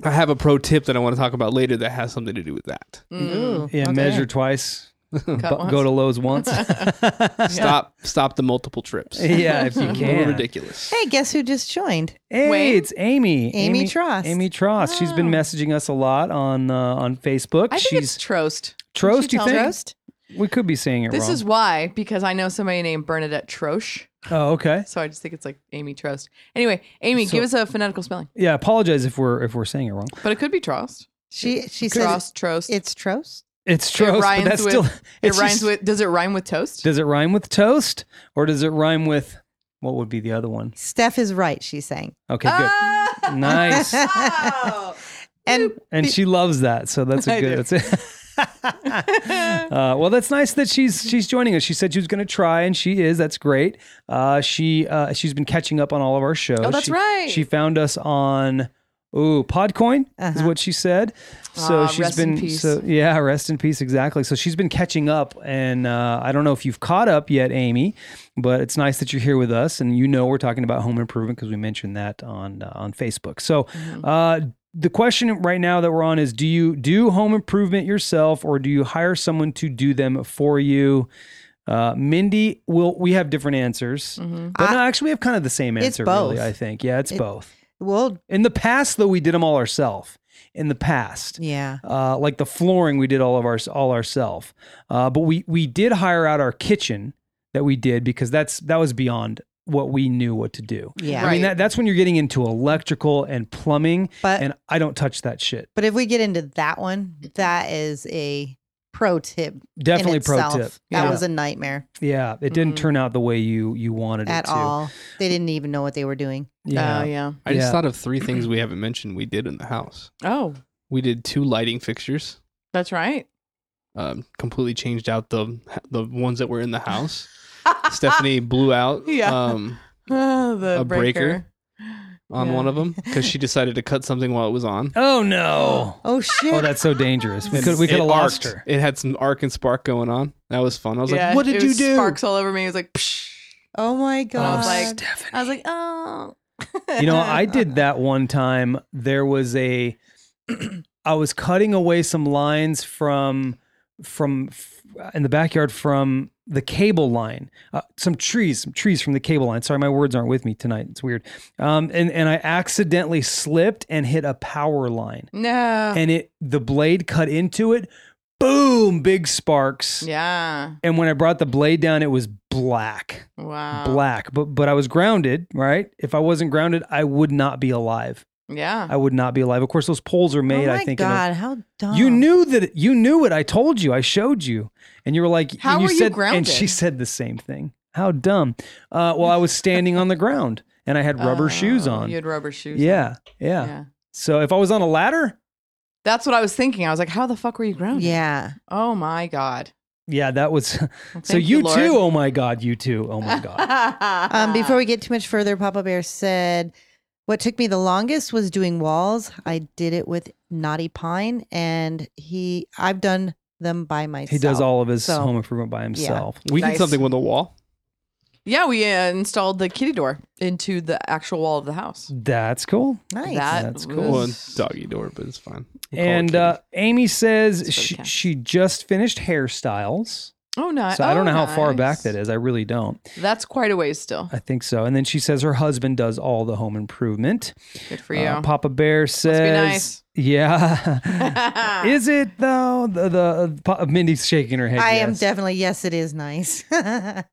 S2: I have a pro tip that I want to talk about later that has something to do with that.
S3: Mm.
S1: Yeah.
S4: Okay.
S1: Measure twice.
S3: Cut
S1: bu-
S3: once.
S1: go to Lowe's once.
S2: Stop stop the multiple trips.
S1: yeah, if you
S2: A
S1: can.
S2: little ridiculous.
S4: Hey, guess who just joined?
S1: Hey,
S3: Wayne?
S1: it's Amy.
S4: Amy Trost.
S1: Amy Trost. She's been
S3: Oh.
S1: messaging us a lot on uh, on Facebook.
S3: I think
S1: She's
S3: it's Trost.
S1: Trost.
S3: she
S1: You
S3: tell
S1: think
S4: Roast?
S1: we could be saying it
S3: This
S1: wrong?
S3: is why, because I know somebody named Bernadette Trosh.
S1: oh, okay.
S3: So I just think it's like Amy Trost. Anyway, Amy,
S1: So-
S3: give us a phonetical spelling.
S1: Yeah, apologize if we're if we're saying it wrong.
S3: But it could be Trost.
S4: She she says
S3: Trost, Trost.
S4: it's Trost.
S1: It's true, but
S3: rhymes
S1: that's
S3: with-
S1: still
S3: It
S1: it's
S3: rhymes
S1: just-
S3: with. Does it rhyme with toast?
S1: Does it rhyme with toast or does it rhyme with what would be the other one?
S4: Steph is right, she's saying.
S1: Okay, good.
S3: Ah!
S1: Nice.
S3: Oh.
S4: And
S1: and she loves that, so that's a
S3: I
S1: good.
S3: do.
S1: That's it. uh, well, that's nice that she's she's joining us. She said she was going to try, and she is. That's great. Uh, she uh, she's been catching up on all of our shows.
S3: Oh, that's
S1: She-
S3: right.
S1: She found us on ooh Podcoin is
S4: Uh-huh.
S1: what she said. So
S3: Ah,
S1: she's
S3: rest in
S1: been
S3: peace.
S1: so yeah, rest in peace. Exactly. So she's been catching up, and uh, I don't know if you've caught up yet, Amy, but it's nice that you're here with us, and you know we're talking about home improvement because we mentioned that on uh, on Facebook. So.
S4: Mm-hmm.
S1: Uh, the question right now that we're on is do you do home improvement yourself or do you hire someone to do them for you uh, mindy will we have different answers
S3: Mhm.
S1: but
S4: Mm. I-
S1: no actually we have kind of the same
S4: It's
S1: answer
S4: both.
S1: really i think yeah it's
S4: It-
S1: both
S4: well,
S1: in the past though we did them all ourselves in the past
S4: yeah.
S1: uh, like the flooring we did all of our all ourselves uh, but we we did hire out our kitchen that we did because that's that was beyond what we knew what to do
S4: Yeah.
S1: i mean
S3: Right.
S1: that, that's when you're getting into electrical and plumbing
S4: But
S1: and I don't touch that shit.
S4: but if we get into that one, that is a pro tip. in
S1: Definitely pro
S4: itself.
S1: tip.
S4: That
S1: yeah.
S4: was a nightmare
S1: yeah, it didn't
S3: Mhm.
S1: turn out the way you you wanted it
S4: at
S1: to.
S4: all. They didn't even know what they were doing.
S1: Yeah.
S3: Oh yeah.
S2: I just
S1: Yeah.
S2: thought of three things we haven't mentioned we did in the house.
S3: Oh,
S2: We did two lighting fixtures.
S3: that's right.
S2: Um, completely changed out the the ones that were in the house. Stephanie blew out
S3: Yeah.
S2: um,
S3: Ah, the
S2: a breaker. on
S3: Yeah.
S2: one of them because she decided to cut something while it was on.
S1: Oh no!
S4: Oh shit.
S1: Oh, that's so dangerous. We
S2: And
S1: could we
S2: it
S1: could have lost
S2: arced.
S1: her.
S2: It had some arc and spark going on. That was fun. I was
S3: Yeah,
S2: like, "What did
S3: it
S2: you
S3: was
S2: do?"
S3: Sparks all over me. It was like. Psh.
S4: oh my
S1: Oh,
S4: god.
S3: like-
S1: Stephanie.
S3: I was like, oh.
S1: you know, I did that one time. There was a, I was cutting away some lines from, from f- in the backyard from the cable line, uh, some trees, some trees from the cable line. Sorry, my words aren't with me tonight. It's weird. Um, and and I accidentally slipped and hit a power line,
S3: no.
S1: and it the blade cut into it. Boom! Big sparks.
S3: yeah.
S1: And when I brought the blade down, it was black
S3: Wow.
S1: black but but i was grounded right if i wasn't grounded i would not be alive
S3: Yeah.
S1: i would not be alive of course those poles are made
S4: oh
S1: i
S4: my
S1: think in a-
S4: god, how dumb.
S1: you knew that it- you knew it i told you i showed you and you were like
S3: How
S1: and you
S3: were you
S1: said and
S3: grounded?
S1: she said the same thing how dumb uh, well i was standing on the ground and i had rubber shoes
S3: Oh,
S1: on
S3: You had rubber shoes.
S1: yeah, yeah
S3: on.
S1: so if i was on a ladder
S3: That's what I was thinking. I was like, how the fuck were you grounded?
S4: Yeah.
S3: Oh my god.
S1: yeah that was
S3: Well,
S1: so
S3: thank
S1: you,
S3: Lord.
S1: too oh my god you too oh my god
S3: Ah.
S4: Um, before we get too much further, Papa Bear said, "What took me the longest was doing walls. I did it with knotty pine, and he, I've done them by myself.
S1: he does all of his
S4: So-
S1: home improvement by himself
S2: We did
S3: Nice.
S2: something with a wall.
S3: Yeah, we uh, installed the kitty door into the actual wall of the house.
S1: that's cool
S4: Nice.
S3: That
S1: That's cool.
S2: Well,
S3: was-
S2: it's doggy door, but it's fine. We'll call it
S1: And
S2: kitty.
S1: uh, Amy says
S3: That's for the
S1: she,
S3: cats.
S1: she just finished hairstyles.
S3: oh no.
S1: So I don't know how far back
S3: that
S1: that
S3: is.
S1: is. I really don't.
S3: That's quite a ways still.
S1: I think so. And then she says her husband does all the home improvement.
S3: Good for you.
S1: Uh, Papa Bear says,
S3: nice.
S1: "Yeah, is it though?" The, the Pa- Mindy's shaking her head.
S4: I am
S1: yes.
S4: definitely yes. It is nice.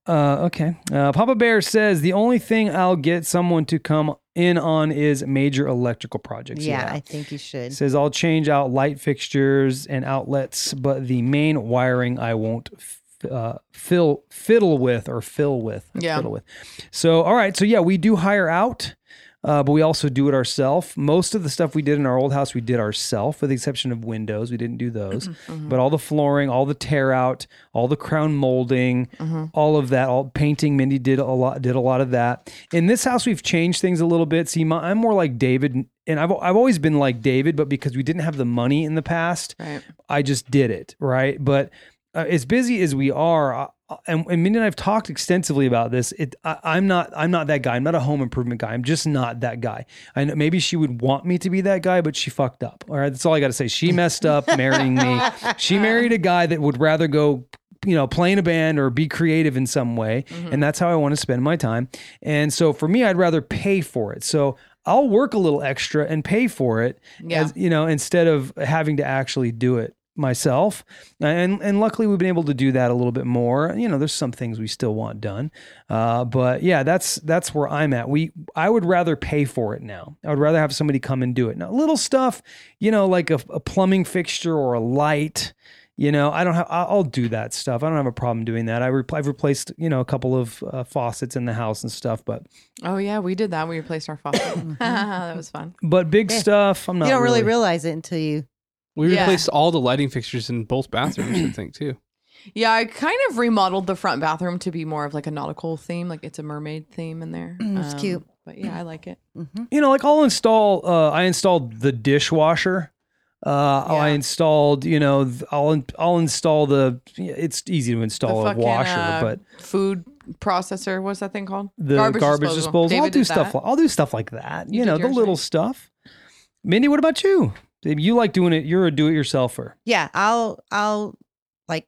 S1: Uh, okay. Uh, Papa Bear says the only thing I'll get someone to come in on is major electrical projects.
S4: yeah, I think you should.
S1: Says I'll change out light fixtures and outlets, but the main wiring I won't f- uh, fill fiddle with or fill with.
S3: Yeah.
S1: Fiddle with. So all right, so yeah, we do hire out, uh, but we also do it ourselves. Most of the stuff we did in our old house, we did ourselves, with the exception of windows. We didn't do those,
S3: Mm-hmm,
S1: but all the flooring, all the tear out, all the crown molding,
S3: Mm-hmm.
S1: all of that, all painting. Mindy did a lot, did a lot of that. In this house, we've changed things a little bit. See, my, I'm more like David, and I've I've always been like David, but because we didn't have the money in the past,
S3: right.
S1: I just did it, right? But uh, as busy as we are, I, I- and, and Mindy and I've talked extensively about this. It, I, I'm not, I'm not that guy. I'm not a home improvement guy. I'm just not that guy. I know maybe she would want me to be that guy, but she fucked up. All right, that's all I got to say. She messed up marrying me. She married a guy that would rather go, you know, play in a band or be creative in some way, and that's how I want to spend my time. And so for me, I'd rather pay for it. So. I'll work a little extra and pay for it
S3: Yeah.
S1: as- you know, instead of having to actually do it myself. And and luckily we've been able to do that a little bit more. You know, there's some things we still want done. Uh, but yeah, that's that's where I'm at. We I would rather pay for it now. I would rather have somebody come and do it. Now little stuff, you know, like a, a plumbing fixture or a light, You know, I don't have. I- I'll do that stuff. I don't have a problem doing that. I repl- I've replaced you know a couple of uh, faucets in the house and stuff, but
S3: Oh yeah, we did that. We replaced our
S1: Mm-hmm.
S3: faucet. that was fun.
S1: but big
S4: Yeah.
S1: stuff. I'm not.
S4: you don't really,
S1: really
S4: realize it until you.
S2: We
S3: Yeah.
S2: replaced all the lighting fixtures in both bathrooms, I think, too.
S3: Yeah, I kind of remodeled the front bathroom to be more of like a nautical theme. Like it's a mermaid theme in there. Um,
S4: Mm, it's cute.
S3: But yeah, I like it.
S4: Mhm.
S1: you know, like I'll install. Uh, I installed the dishwasher. Uh, I
S3: Yeah.
S1: installed. You know, th- I'll in- I'll install the. It's easy to install
S3: the
S1: a washer,
S3: uh,
S1: but
S3: food processor. What's that thing called?
S1: the garbage, disposal. I'll
S3: David
S1: do
S3: did
S1: stuff.
S3: that.
S1: I'll do stuff like that.
S3: You
S1: You, know,
S3: did
S1: the
S3: yours,
S1: little
S3: right?
S1: stuff. Mindy, what about you? Dave, You like doing it. You're a do-it-yourselfer.
S4: Yeah, I'll I'll like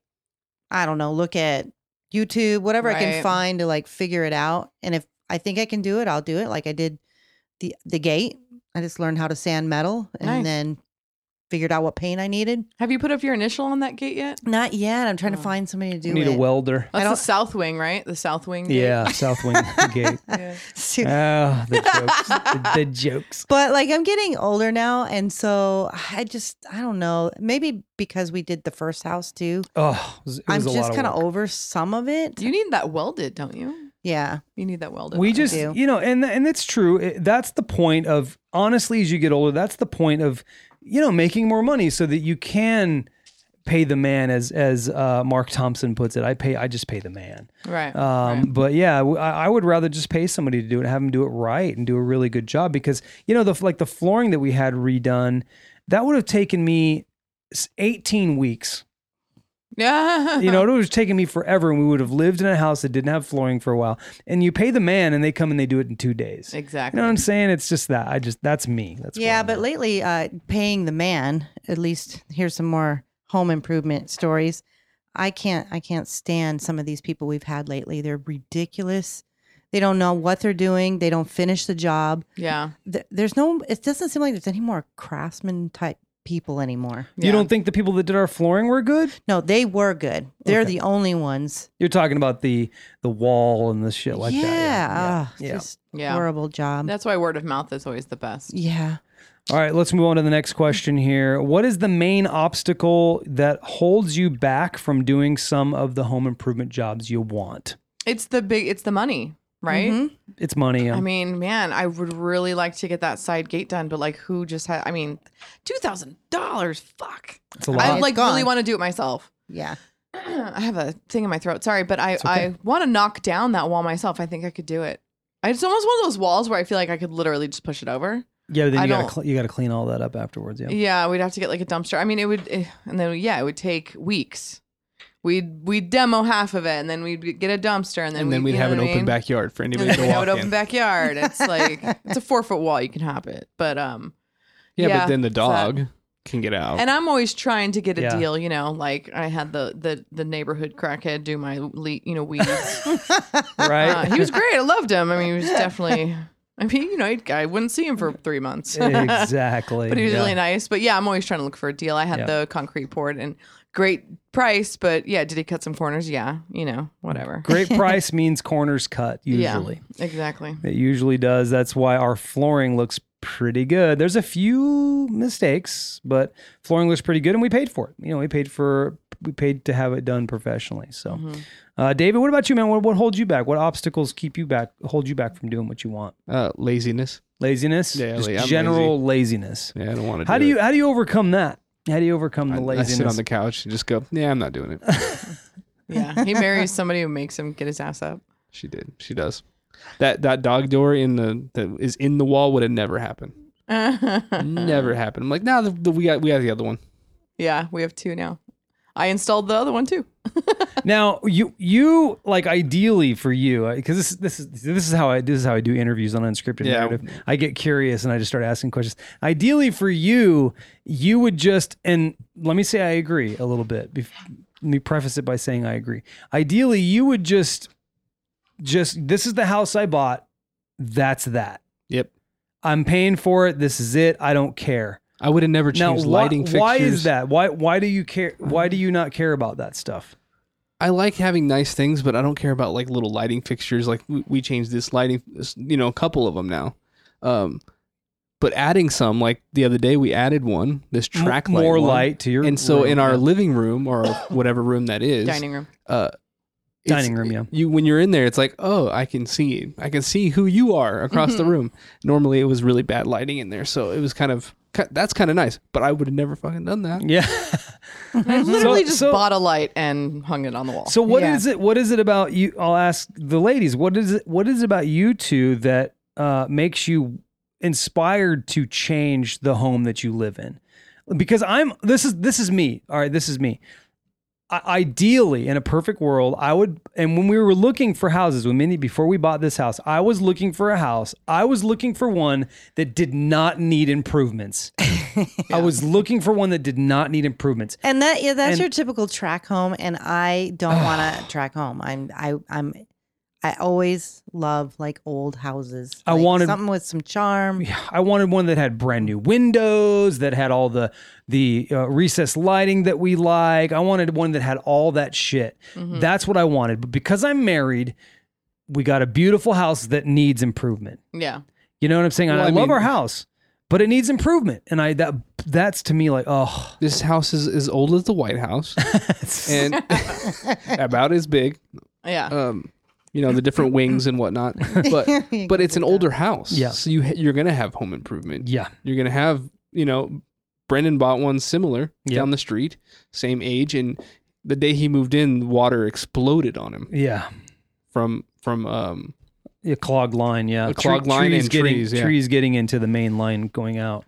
S4: I don't know, look at YouTube, whatever I can
S3: Right.
S4: find to like figure it out. And if I think I can do it, I'll do it. Like I did the the gate. I just learned how to sand metal and
S3: Nice.
S4: then figured out what paint I needed.
S3: Have you put up your initial on that gate yet?
S4: Not yet. I'm trying
S3: Oh.
S4: to find somebody to do
S1: You need
S4: it.
S1: a welder.
S4: I
S3: That's the
S4: don't-
S3: South Wing, right? The South Wing. gate.
S1: Yeah, South Wing gate.
S3: Yeah.
S4: So-
S1: Ah, the jokes. the, the jokes.
S4: But like I'm getting older now, and so I just I don't know. Maybe because we did the first house too,
S1: Oh, it was, it
S4: I'm
S1: was a lot
S4: just
S1: of
S4: kind
S1: work.
S4: of over some of it.
S3: You need that welded, don't you?
S4: Yeah,
S3: You need that welded.
S1: we
S3: on.
S1: just
S4: do.
S1: you know and and it's true It- that's the point of honestly as you get older that's the point of you know making more money so that you can pay the man as as uh, mark thompson puts it i pay i just pay the man
S3: right.
S1: um,
S3: right.
S1: but yeah w- I, I would rather just pay somebody to do it and have them do it right and do a really good job because you know the like the flooring that we had redone that would have taken me s- 18 weeks
S3: Yeah.
S1: you know, it would have taken me forever, and we would have lived in a house that didn't have flooring for a while. And you pay the man, and they come and they do it in two days. You
S3: Exactly.
S1: know what I'm saying? It's just that I just that's me. That's where
S4: yeah.
S1: I'm
S4: But
S1: at.
S4: lately, uh, paying the man. At least here's some more home improvement stories. I can't I can't stand some of these people we've had lately. They're ridiculous. They don't know what they're doing. They don't finish the job.
S3: yeah.
S4: Th- There's no. It doesn't seem like there's any more craftsman type people anymore.
S1: you don't think the people that did our flooring were good?
S4: No, they were good. They're
S1: Okay.
S4: the only ones
S1: You're talking about the the wall and the shit like
S4: yeah.
S1: that.
S4: ugh,
S1: Yeah.
S4: Just
S3: Yeah.
S4: horrible job.
S3: That's why word of mouth is always the best.
S4: yeah.
S1: All right, let's move on to the next question here. What is the main obstacle that holds you back from doing some of the home improvement jobs you want?
S3: It's the big. It's the money, right?
S4: Mhm.
S1: It's money.
S3: I
S1: um,
S3: mean, man, I would really like to get that side gate done, but like, who just had? I mean, two thousand dollars. Fuck.
S1: it's a
S3: I
S1: lot.
S4: It's
S3: like really
S4: gone.
S3: want to do it myself.
S4: Yeah.
S3: I have a thing in my throat. Sorry, but I
S1: okay.
S3: I want to knock down that wall myself. I think I could do it. It's almost one of those walls where I feel like I could literally just push it over.
S1: yeah, but then
S3: I
S1: you gotta
S3: don't-
S1: cl- you gotta clean all that up afterwards. Yeah.
S3: Yeah, we'd have to get like a dumpster. I mean, it would, eh, and then yeah, it would take weeks. We'd we'd demo half of it, and then we'd get a dumpster, and then
S2: And then
S3: we'd,
S2: we'd
S3: you
S2: have
S3: know
S2: an
S3: what I
S2: open
S3: mean?
S2: backyard for
S3: And
S2: anybody
S3: then
S2: to
S3: we'd have
S2: walk
S3: an open
S2: in.
S3: backyard. It's like it's a four foot wall. You can hop it, but um,
S2: Yeah,
S3: Yeah,
S2: but then the
S3: that.
S2: dog can get out.
S3: and I'm always trying to get a
S1: Yeah.
S3: deal. You know, like I had the the the neighborhood crackhead do my le- you know weeds.
S1: Right.
S3: Uh, he was great. I loved him. I mean, he was definitely. I mean, you know, he'd- I wouldn't see him for three months.
S1: exactly.
S3: but he was
S1: yeah.
S3: really nice. But yeah, I'm always trying to look for a deal. I had
S1: Yeah.
S3: the concrete poured and great price, but yeah, did he cut some corners? Yeah, you know, whatever.
S1: Great price means corners cut usually.
S3: Yeah, exactly.
S1: It usually does. That's why our flooring looks pretty good. There's a few mistakes, but flooring looks pretty good and we paid for it. You know, we paid for we paid to have it done professionally. So, uh, David, what about you, man? What, what holds you back? What obstacles keep you back, hold you back from doing what you want?
S2: uh, laziness.
S1: Laziness?
S2: Yeah,
S1: Just
S2: like, I'm
S1: general laziness.
S2: Yeah, I don't want to.
S1: How do
S2: it.
S1: you how do you overcome that? How do you overcome the
S2: I, I
S1: laziness?
S2: sit on the couch and just go, yeah, I'm not doing it.
S3: Yeah, he marries somebody who makes him get his ass up.
S2: She did. She does. That that dog door in the that is in the wall would have never happened. never happened. I'm like, now the, the, we got we got the other one.
S3: yeah, we have two now. I installed the other one too.
S1: Now you you like ideally for you because this this is this is how I this is how I do interviews on unscripted
S2: Yeah.
S1: narrative. I get curious and I just start asking questions. Ideally for you, you would just and let me say I agree a little bit. Bef- let me preface it by saying I agree. Ideally, you would just just this is the house I bought. That's that.
S2: Yep.
S1: I'm paying for it. This is it. I don't care.
S2: I would have never
S1: Now,
S2: changed
S1: why,
S2: lighting fixtures.
S1: why is that? Why why do you care? Why do you not care about that stuff?
S2: I like having nice things, but I don't care about like little lighting fixtures. Like we, we changed this lighting, this- you know, a couple of them now. Um, but adding some like the other day we added one this
S1: M-
S2: track light
S1: more
S2: one.
S1: light to your
S2: and so
S1: room,
S2: in our
S1: yeah.
S2: living room or whatever room that is
S3: dining room.
S2: uh it's-
S1: Dining room, yeah.
S2: you when you're in there it's like oh i can see i can see who you are across the
S3: Mhm.
S2: room normally it was really bad lighting in there so it was kind of ki- that's kind of nice but i would have never fucking done that
S1: yeah
S3: I literally
S1: So-
S3: just
S1: so-
S3: bought a light and hung it on the wall.
S1: so what is
S4: Yeah.
S1: it what is it about you i'll ask the ladies what is it what is it about you two that uh makes you inspired to change the home that you live in because i'm this is this is me all right this is me I, ideally in a perfect world i would and when we were looking for houses when many before we bought this house i was looking for a house i was looking for one that did not need improvements i was looking for one that did not need improvements
S4: And that yeah, that's
S1: And-
S4: your typical track home, and I don't want to track home. I'm I I'm I always love like old houses.
S1: I
S4: Like,
S1: wanted-
S4: something with some charm.
S1: Yeah, I wanted one that had brand new windows, that had all the the uh, recessed lighting that we like. I wanted one that had all that shit.
S2: Mm-hmm.
S1: That's what I wanted. But because I'm married, we got a beautiful house that needs improvement.
S3: yeah.
S1: You know what I'm saying? And
S2: Well,
S1: I,
S2: I
S1: love
S2: mean-
S1: our house, but it needs improvement. And I that that's to me like oh,
S2: this house is as old as the white house and about as big
S3: Yeah.
S2: um you know the different wings and whatnot but but it's an older house
S1: Yeah.
S2: so you ha- you're gonna have home improvement
S1: yeah,
S2: you're gonna have you know brendan bought one similar
S1: Yeah.
S2: down the street same age and the day he moved in water exploded on him
S1: yeah,
S2: from from um
S1: a clogged line. Yeah,
S2: A clogged line
S1: trees
S2: and
S1: getting,
S2: trees, yeah.
S1: getting into the main line going out.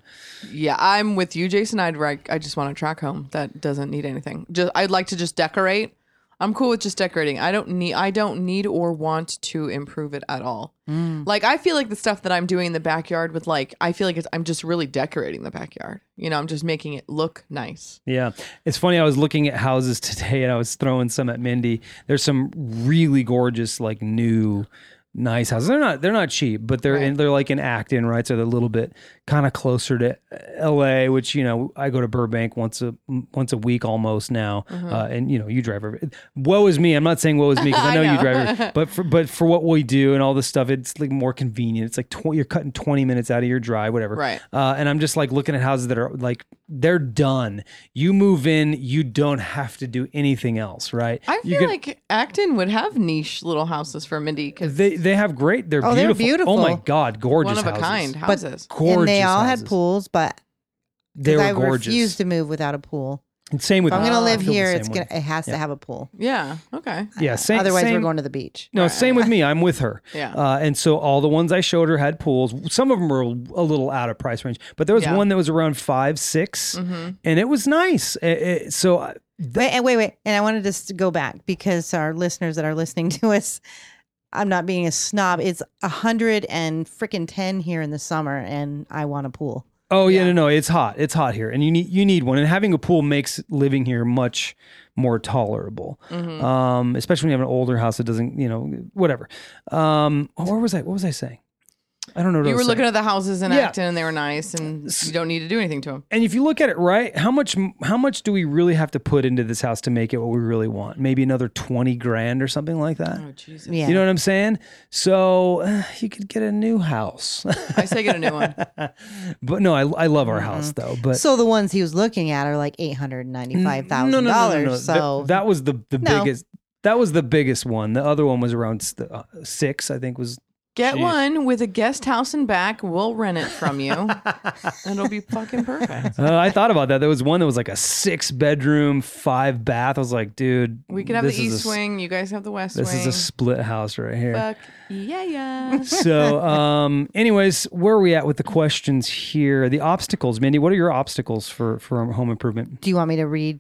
S3: Yeah, I'm with you, Jason. I'd rec- I just want a track home that doesn't need anything. Just I'd like to just decorate. I'm cool with just decorating. I don't need I don't need or want to improve it at all.
S1: Mm.
S3: Like I feel like the stuff that I'm doing in the backyard with like I feel like it's, I'm just really decorating the backyard. You know, I'm just making it look nice.
S1: Yeah. It's funny. I was looking at houses today and I was throwing some at Mindy. There's some really gorgeous, like new, nice houses. They're not, they're not cheap, but they're in, they're like in Acton, right? So they're a little bit kind of closer to LA, which, you know, I go to Burbank once a, once a week almost now.
S3: Mm-hmm.
S1: Uh, and you know, you drive over. Woe is me. I'm not saying woe is me because I,
S3: I
S1: know you
S3: know.
S1: drive over, but for, but for what we do and all this stuff, it's like more convenient. It's like tw- you're cutting 20 minutes out of your drive, whatever.
S3: Right.
S1: Uh, and I'm just like looking at houses that are like they're done. You move in, you don't have to do anything else, right?
S3: I
S1: You
S3: feel like Acton would have niche little houses for Mindy cuz
S1: they they have great. They're,
S4: Oh, they're
S1: beautiful. Oh my
S4: beautiful.
S1: god, gorgeous
S3: one of a
S1: houses.
S3: kind houses.
S1: Gorgeous.
S4: and they all
S1: houses.
S4: had pools, but 'cause
S1: They were
S4: I
S1: gorgeous.
S4: refuse to move without a pool.
S1: And same with Oh,
S4: If I'm going to
S3: Ah, I
S4: live
S1: feel the
S4: here,
S1: same
S4: it's
S1: way.
S4: gonna, it has
S1: Yeah.
S4: to have a pool.
S3: yeah, okay.
S1: yeah. Same,
S4: Otherwise,
S1: same,
S4: we're going to the beach.
S1: No, same with me. I'm with her.
S3: Yeah.
S1: Uh, and so all the ones I showed her had pools. Some of them were a little out of price range, but there was
S3: Yeah.
S1: one that was around five, six,
S4: Mm.
S3: Mm-hmm.
S1: and it was nice. It- it- so I-
S4: Wait, and wait, wait. And I wanted to s- go back because our listeners that are listening to us, I'm not being a snob. It's a hundred and freaking ten here in the summer, and I want a pool.
S1: Oh yeah.
S3: Yeah.
S1: no, no, it's hot. It's hot here, and you need you need one. And having a pool makes living here much more tolerable,
S3: Mhm.
S1: um, especially when you have an older house that doesn't, you know, whatever. Um, oh, where was I? What was I saying? I don't know. What I
S3: You were
S1: was
S3: looking
S1: saying.
S3: at the houses in
S1: Yeah.
S3: Acton and they were nice and you don't need to do anything to them.
S1: and if you look at it right, how much how much do we really have to put into this house to make it what we really want? Maybe another twenty grand or something like that.
S3: Oh Jesus.
S4: Yeah,
S1: You know what I'm saying? So eh, you could get a new house,
S3: I say get a new one.
S1: but no, I, I love our house
S3: Mm-hmm.
S1: though. But
S4: So the ones he was looking at are like eight hundred ninety-five thousand dollars.
S1: Th-
S4: So
S1: that, was the the
S4: No.
S1: biggest. That was the biggest one. The other one was around s- uh, six, I think. Was
S3: Get
S1: Jeez.
S3: one with a guest house and back. We'll rent it from you. It'll be fucking perfect.
S1: uh, I thought about that. There was one that was like a six bedroom, five bath. I was like, dude,
S3: We can have
S1: this
S3: the
S1: is a s-
S3: east wing. You guys have the west
S1: This
S3: wing.
S1: is a split house right here.
S3: Fuck yeah, yeah.
S1: so, um, anyways, where are we at with the questions here? The obstacles, Mindy. What are your obstacles for for home improvement?
S4: do you want me to read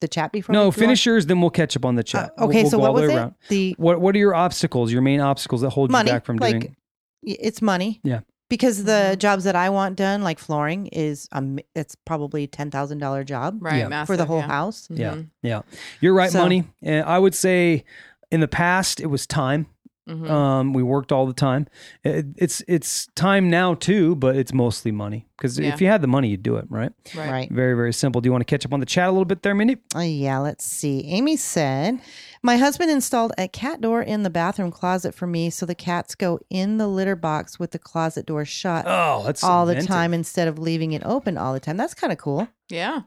S4: the chat before?
S1: No,
S4: we go on?
S1: finish yours, then we'll catch up on the
S4: Uh,
S1: chat. We'll-
S4: okay,
S1: we'll
S4: so
S1: go all the
S4: what was
S1: way
S4: it?
S1: around.
S4: The
S1: What What are your obstacles? Your main obstacles that hold
S4: money,
S1: you back from
S4: like
S1: doing?
S4: y- it's money.
S1: Yeah.
S4: Because
S3: Mm-hmm.
S4: the jobs that I want done, like flooring, is um, it's probably ten thousand dollar job
S3: Right,
S1: Yeah.
S3: massive,
S4: for the whole
S3: yeah.
S4: house.
S1: Yeah.
S3: Mhm.
S1: Yeah. You're right,
S4: So-
S1: money. And I would say in the past it was time.
S3: Mhm.
S1: Um, we worked all the time. It, it's it's time now too, but it's mostly money because
S3: Yeah.
S1: if you had the money, you'd do it, right?
S3: right.
S4: Right.
S1: Very very simple. Do you want to catch up on the chat a little bit there, Mindy?
S4: Uh, yeah, let's see. Amy said, My husband installed a cat door in the bathroom closet for me so the cats go in the litter box with the closet door shut
S1: Oh, that's
S4: all the
S1: inventive.
S4: time instead of leaving it open all the time. That's kind of cool.
S3: Yeah.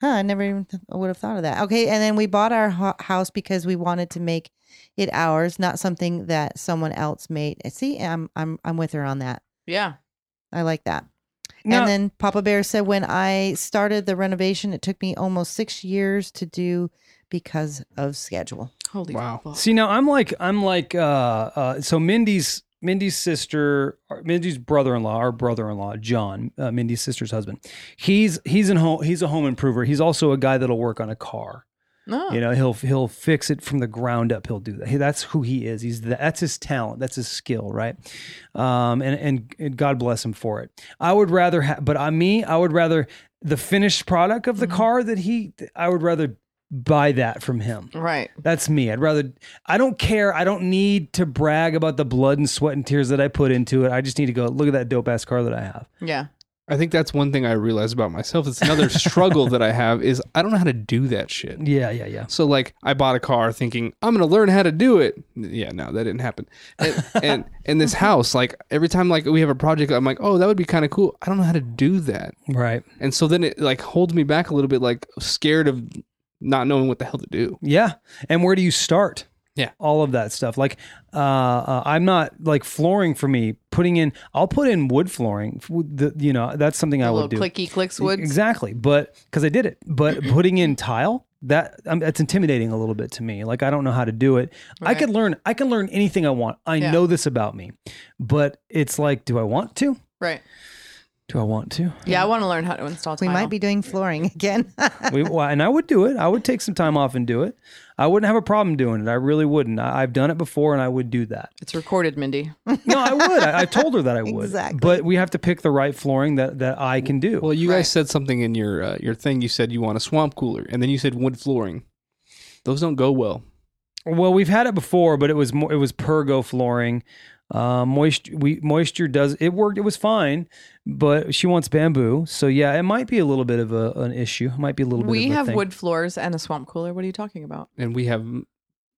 S4: Huh, I never even th- would have thought of that. Okay, and then we bought our ho- house because we wanted to make it ours, not something that someone else made. Eh, See, I'm I'm I'm with her on that.
S3: Yeah.
S4: I like that.
S1: Now-
S4: And then Papa Bear said, when I started the renovation, it took me almost six years to do because of schedule.
S3: Holy
S2: Wow.
S3: fuck.
S1: See now I'm like I'm like uh, uh so Mindy's Mindy's sister or Mindy's brother-in-law our brother-in-law John uh, Mindy's sister's husband he's he's in home he's a home improver he's also a guy that'll work on a car
S3: No.
S1: you know he'll he'll fix it from the ground up he'll do that He- that's who he is he's the, that's his talent that's his skill right um and, and and God bless him for it I would rather ha- but on me I would rather the finished product of the car that he I would rather buy that from him
S3: Right.
S1: that's me. I'd rather, I don't care. I don't need to brag about the blood and sweat and tears that I put into it. I just need to go, look at that dope ass car that I have.
S3: Yeah.
S2: I think that's one thing I realized about myself. It's another struggle that I have is I don't know how to do that shit.
S1: Yeah, yeah, yeah.
S2: So like I bought a car thinking I'm gonna learn how to do it. Yeah, no, that didn't happen. And and, and this house, like every time like we have a project, I'm like, oh, that would be kind of cool. I don't know how to do that,
S1: Right.
S2: and so then it like holds me back a little bit, like scared of not knowing what the hell to do.
S1: Yeah. And where do you start?
S2: Yeah.
S1: All of that stuff. Like, uh, uh, I'm not like flooring for me, putting in, I'll put in wood flooring. F- with The, you know, that's something I
S3: A
S1: would do.
S3: little clicky clicks woods.
S1: Exactly. But because I did it, but putting in tile, that um, that's intimidating a little bit to me. Like I don't know how to do it. I
S3: Right.
S1: could learn. I can learn anything I want. I
S3: Yeah.
S1: know this about me, but it's like, do I want to?
S3: Right.
S1: Do I want to?
S3: Yeah. I want to learn how to install.
S4: We
S3: tile.
S4: might be doing flooring again.
S1: we, well, and I would do it. I would take some time off and do it. I wouldn't have a problem doing it. I really wouldn't. I, I've done it before, and I would do that.
S3: It's recorded, Mindy.
S1: No, I would. I, I told her that I would.
S4: Exactly.
S1: But we have to pick the right flooring that that I can do.
S2: Well, you
S3: Right.
S2: guys said something in your uh, your thing. You said you want a swamp cooler, and then you said wood flooring. Those don't go well.
S1: Well, we've had it before, but it was more, it was Pergo flooring. Uh, moist we moisture does it worked. It was fine, but she wants bamboo, so yeah, it might be a little bit of a, an issue. It might be a little bit.
S3: We
S1: of a
S3: have
S1: thing.
S3: wood floors and a swamp cooler. What are you talking about?
S2: and we have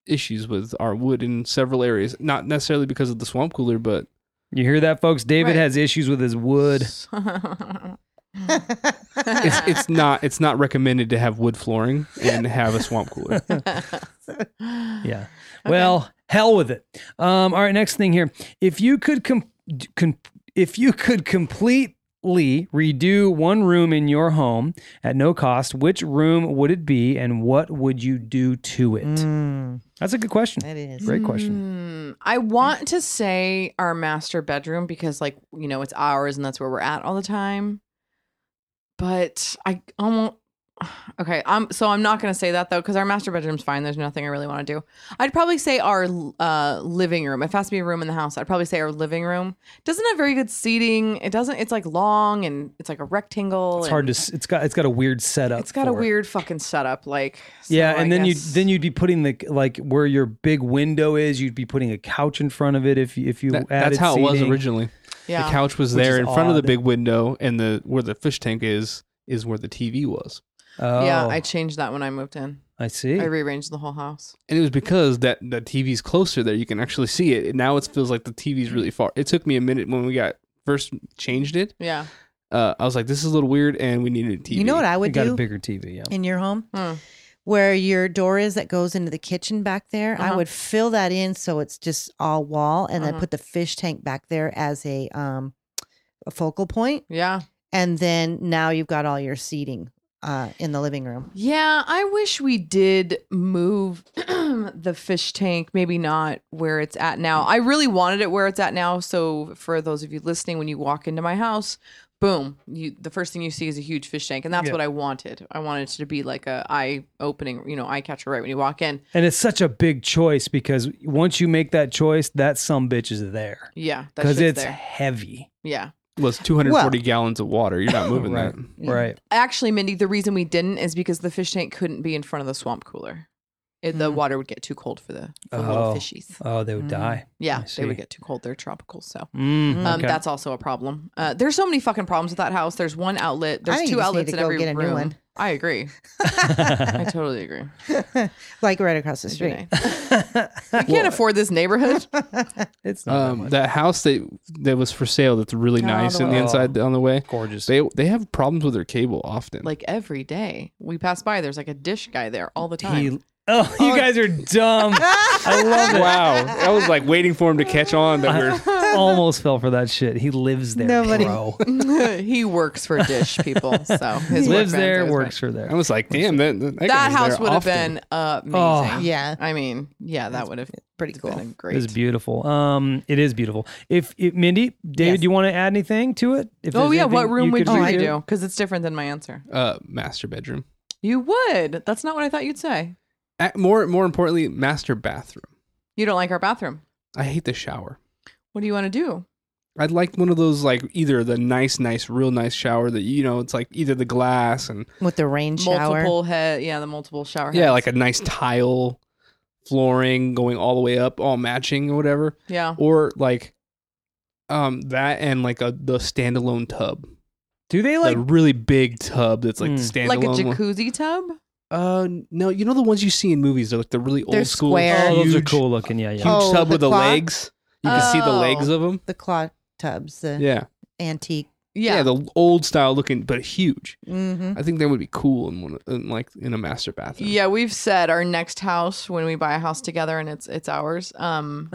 S2: issues with our wood in several areas. Not necessarily because of the swamp cooler, but
S1: You hear that, folks? David
S3: Right.
S1: has issues with his wood.
S2: it's it's not it's not recommended to have wood flooring and have a swamp cooler.
S1: Yeah. Well, hell with it. Um, all right, next thing here. If you could com- d- com- if you could completely redo one room in your home at no cost, which room would it be, and what would you do to it?
S4: Mm,
S1: That's a good question.
S4: that is.
S1: Great question.
S3: Hmm. I want to say our master bedroom because, like, you know, it's ours and that's where we're at all the time. But I almost okay. I'm so I'm not gonna say that though because our master bedroom's fine. There's nothing I really want to do. I'd probably say our uh, living room. If it has to be a room in the house, I'd probably say our living room doesn't have very good seating. It doesn't. It's like long and it's like a rectangle.
S1: It's hard to. s- It's got. It's got a weird setup.
S3: It's got a
S1: for it.
S3: weird fucking setup. Like so
S1: Yeah, and
S3: I
S1: then you
S3: guess-
S1: then you'd be putting the like where your big window is. You'd be putting a couch in front of it if you- if you
S2: That-
S1: added
S2: that's how it was
S1: seating.
S2: originally.
S3: yeah
S2: The couch was
S1: Which
S2: there
S1: is
S2: in front of the
S1: odd.
S2: big window, and the where the fish tank is is where the TV was.
S1: Oh,
S3: yeah. I
S1: I,
S3: changed that when I moved in.
S1: see.
S3: I rearranged the whole house.
S2: And it was because that the TV's closer there, you can actually see it. And now it feels like the TV's really far. It took me a minute when we got first changed it.
S3: Yeah.
S2: Uh, I was like, this is a little weird, and we needed a TV.
S4: You know what I
S1: You
S4: would
S1: got a
S4: do
S1: bigger TV. Yeah.
S4: in your home?
S3: Hmm.
S4: Where your door is that goes into the kitchen back there, I
S3: Uh-huh.
S4: would fill that in so it's just all wall, and then
S3: Uh-huh.
S4: put the fish tank back there as a um a focal point.
S3: Yeah.
S4: and then now you've got all your seating uh, in the living room.
S3: Yeah. I wish we did move the fish tank, maybe not where it's at now. I really wanted it where it's at now. So, for those of you listening, when you walk into my house, boom, you, the first thing you see is a huge fish tank. And that's
S1: Yeah.
S3: what I wanted. I wanted it to be like a eye opening, you know, eye catcher right when you walk in.
S1: And it's such a big choice because once you make that choice, that some bitch is there
S3: Yeah. that
S1: because
S3: shit's
S1: it's
S3: there.
S1: heavy,
S3: Yeah.
S2: was 240
S4: Well-
S2: gallons of water. You're not moving
S1: Right.
S2: that.
S1: right?
S3: Actually, Mindy, the reason we didn't is because the fish tank couldn't be in front of the swamp cooler. It, the
S4: Mm.
S3: water would get too cold for the for little
S1: Oh.
S3: fishies.
S1: Oh, they would
S4: Mm.
S1: die.
S3: Yeah,
S1: I
S3: they
S1: see.
S3: would get too cold. They're tropical, so
S1: Mm,
S3: um,
S1: okay.
S3: that's also a problem. Uh, there's so many fucking problems with that house. There's one outlet. There's
S4: think
S3: two
S4: you just need
S3: outlets
S4: to
S3: in
S4: go
S3: every
S4: get a new
S3: room.
S4: one.
S3: I agree. I totally agree.
S4: like right across the
S3: It'd be
S4: street.
S3: nice. I can't afford this neighborhood.
S1: it's not that
S2: Um,
S1: much.
S2: that house that that was for sale that's really
S4: Oh,
S2: nice
S4: the
S2: on the
S1: one-
S2: inside on the way.
S1: gorgeous.
S2: They they have problems with their cable often.
S3: like every day we pass by, there's like a dish guy there all the time.
S1: He- oh, you guys are dumb. I love it.
S2: wow, I was like waiting for him to catch on that we're
S1: Almost fell for that shit. He lives there,
S4: Nobody-
S1: bro.
S3: he works for Dish people, so his
S1: lives
S3: work
S1: there,
S3: benefits,
S1: works for
S2: I
S1: there.
S2: was like, damn, that that,
S3: but-
S2: guy
S3: That
S2: was
S3: house
S2: there
S3: would have
S2: often.
S3: been amazing.
S1: Oh.
S4: Yeah.
S3: I mean, yeah, that would have
S4: Pretty
S3: been
S4: cool.
S3: great.
S1: It's beautiful. Um, it is beautiful. If, if Mindy, David,
S3: Yes.
S1: do you want to add anything to it? If
S3: oh
S1: there's
S3: yeah, what
S1: anything
S3: room would
S1: could
S3: you
S1: redo?
S3: redo? Because it's different than my answer.
S2: uh, master bedroom.
S3: You would. That's not what I thought you'd say.
S2: Uh, more more importantly, master bathroom.
S3: You don't like our bathroom.
S2: I hate the shower.
S3: What do you want to do?
S2: I'd like one of those like either the nice, nice, real nice shower that you know it's like either the glass and
S4: With the rain shower.
S3: Multiple head. Yeah, the multiple shower.
S2: yeah,
S3: heads.
S2: like a nice tile flooring going all the way up, all matching or whatever,
S3: yeah.
S2: or like um that and like a the standalone tub,
S1: Do they like?
S2: like a really big tub that's like
S1: Mm.
S2: standalone.
S3: Like a
S2: one.
S3: jacuzzi tub.
S2: Uh, no, you know the ones you see in movies. They're like the really
S4: They're
S2: old school.
S4: square.
S1: oh,
S2: Huge,
S1: those are cool looking. Yeah,
S2: Huge
S1: yeah.
S4: Oh,
S2: tub
S4: the
S2: with the
S4: clock?
S2: legs. You can see the
S3: Oh.
S2: legs of them.
S4: the claw tubs, the
S2: Yeah.
S4: antique.
S2: yeah,
S3: Yeah.
S2: the old style looking, but huge.
S4: Mm-hmm.
S2: I think that would be cool in one, of- in like in a master bathroom.
S3: Yeah, we've said our next house when we buy a house together and it's it's ours. Um,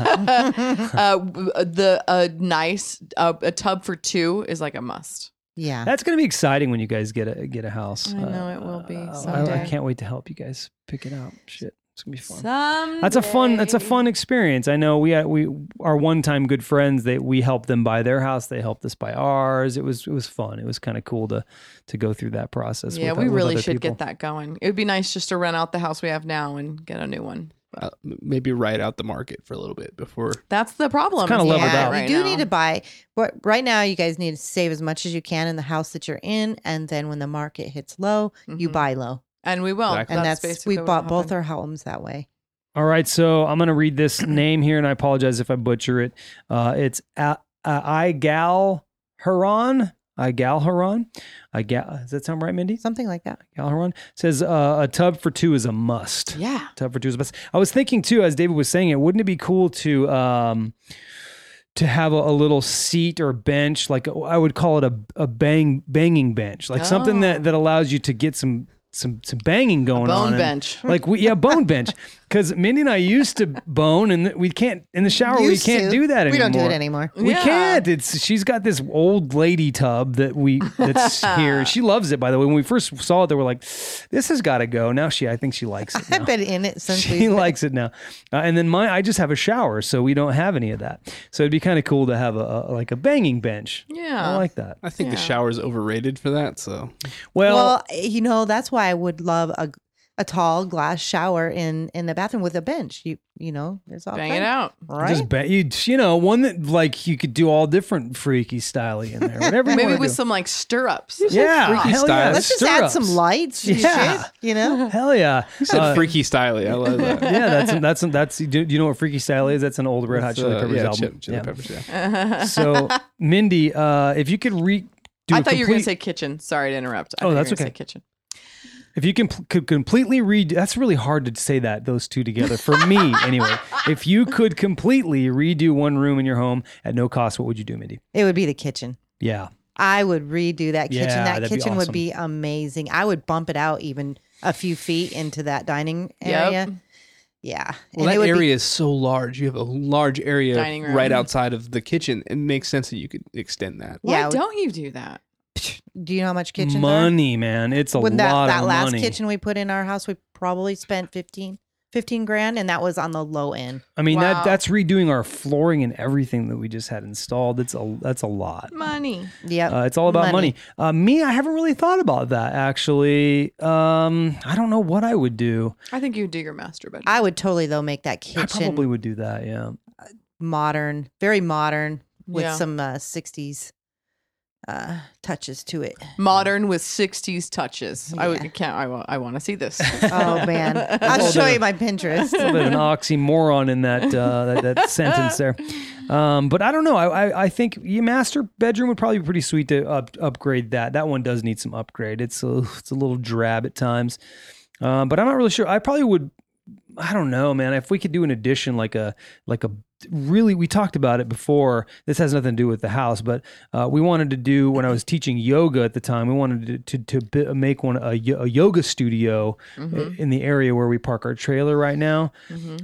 S3: uh, w- the a nice uh, a tub for two is like a must.
S4: Yeah.
S1: That's gonna be exciting when you guys get a get a house. Uh,
S3: I know it will be
S1: I- I,
S3: someday.
S1: can't wait to help you guys pick it out. Shit, it's gonna be fun.
S3: Some
S1: That's a fun. That's a fun experience. I know we had, we are one time good friends. That we helped them buy their house. They helped us buy ours. It was it was fun. It was kind of cool to to go through that process.
S3: Yeah,
S1: with- uh,
S3: we
S1: with
S3: really
S1: other
S3: should
S1: people.
S3: get that going. It would be nice just to rent out the house we have now and get a new one.
S2: Uh, m- maybe ride out the market for a little bit before.
S3: That's the problem.
S1: kinda
S3: is
S1: leveled
S3: that
S1: out.
S4: you
S3: right
S4: do
S3: now.
S4: need to buy. But right now, you guys need to save as much as you can in the house that you're in, and then when the market hits low, you
S3: Mhm.
S4: buy low,
S3: and we will.
S2: Exactly.
S4: and that's,
S3: basically
S4: we
S3: what
S4: bought both
S3: happened.
S4: our homes that way.
S1: All right, so I'm gonna read this name here, and I apologize if I butcher it. Uh, it's a- a- Igal Haran. Igal Haran. Igal. Does that sound right, Mindy?
S4: Something like that.
S1: Igal Haran says uh, a tub for two is a must.
S3: Yeah,
S1: Tough for two is best. I was thinking too, as David was saying it, wouldn't it be cool to um to have a, a little seat or bench, like oh, I would call it a a bang banging bench, like something
S3: Oh.
S1: that that allows you to get some some some banging going on.
S3: bone
S1: and-
S3: bench.
S1: like we yeah bone bench because Mindy and I used to bone and we can't in the shower we
S4: Used
S1: Oh, can't
S4: to.
S1: do that anymore.
S4: We don't do it anymore.
S1: We
S3: Yeah.
S1: can't. It's she's got this old lady tub that we that's here. She loves it. By the way, when we first saw it, they were like, "This has got to go." Now she, I think she likes it.
S4: I've
S1: now.
S4: been in it since
S1: She
S4: we.
S1: likes it now. Uh, and then my, I just have a shower, so we don't have any of that. So it'd be kind of cool to have a, a like a banging bench.
S3: Yeah.
S1: I like that.
S2: I think the
S3: Yeah.
S2: shower's overrated for that. So
S1: Well,
S4: Well, you know that's why I would love a a tall glass shower in in the bathroom with a bench. You you know, there's all
S3: Bang
S4: kind-
S3: it out.
S4: right?
S1: just ba- you, you know one that like you could do all different freaky styly in there, whatever. you
S3: Maybe
S1: wanna
S3: with
S1: do.
S3: some like stirrups.
S1: yeah,
S2: freaky
S1: hell yeah,
S2: style.
S4: Let's just add
S1: stirrups.
S4: some lights. and
S1: Yeah.
S4: shit, you know.
S1: Hell yeah,
S2: you said
S1: Uh,
S2: freaky styly. I love that.
S1: yeah, that's that's that's. Do, do you know what freaky style is? That's an old Red Hot
S2: It's,
S1: Chili
S2: uh,
S1: Peppers
S2: yeah,
S1: album.
S2: Chili, Chili
S1: Yeah.
S2: Peppers. Yeah.
S1: So, Mindy, uh, if you could re, do
S3: I
S1: a
S3: thought you were
S1: complete-
S3: going to say kitchen. Sorry to interrupt. I
S1: Oh,
S3: thought you
S1: that's
S3: were gonna
S1: okay.
S3: Say kitchen.
S1: If you can pl- could completely read, that's really hard to say that those two together for me anyway. If you could completely redo one room in your home at no cost, what would you do, Mindy?
S4: It would be the kitchen.
S1: Yeah,
S4: I would redo that kitchen.
S1: Yeah,
S4: that
S1: that'd be
S4: kitchen
S1: awesome.
S4: would be amazing. I would bump it out even a few feet into that dining
S3: Yep.
S4: area. Yeah.
S2: Well,
S4: it
S2: that
S4: would
S2: area is so large. You have a large area
S3: Dining room.
S2: right outside of the kitchen. It makes sense that you could extend that.
S4: Yeah,
S3: Why
S4: it would-
S3: don't you do that?
S4: Be, do you know how much kitchen
S1: money, man, it's a
S4: When that,
S1: lot
S4: that
S1: of
S4: last
S1: money.
S4: kitchen we put in our house, we probably spent 15, 15 grand, and that was on the low end.
S1: I mean, that
S3: Wow.
S1: that's redoing our flooring and everything that we just had installed. That's a that's a lot.
S3: Money.
S4: Yep.
S1: Uh, it's all about money.
S4: Oh, Money.
S1: Uh, me, I haven't really thought about that actually. Um, I don't know what I would do.
S3: I think you would do your master bedroom.
S4: I would totally though make that
S1: I
S4: kitchen
S1: probably would do that. Yeah.
S4: modern, very modern with
S3: Yeah.
S4: some uh, 60s uh, touches to it.
S3: Modern with 60s touches. I would- can't. I, wa- I want to see this.
S4: Oh man, I'll show you my Pinterest.
S1: a little bit of an oxymoron in that uh, that, that sentence there. Um, but I don't know. I, I, I think your master bedroom would probably be pretty sweet to up, upgrade that. That one does need some upgrade. It's a, it's a little drab at times. Um, but I'm not really sure. I probably would. I don't know, man. If we could do an addition, like a like a really, we talked about it before. This has nothing to do with the house, but uh, we wanted to do when I was teaching yoga at the time. We wanted to to, to bi- make one a, yo- a yoga studio
S3: Mm-hmm,
S1: in the area where we park our trailer right now.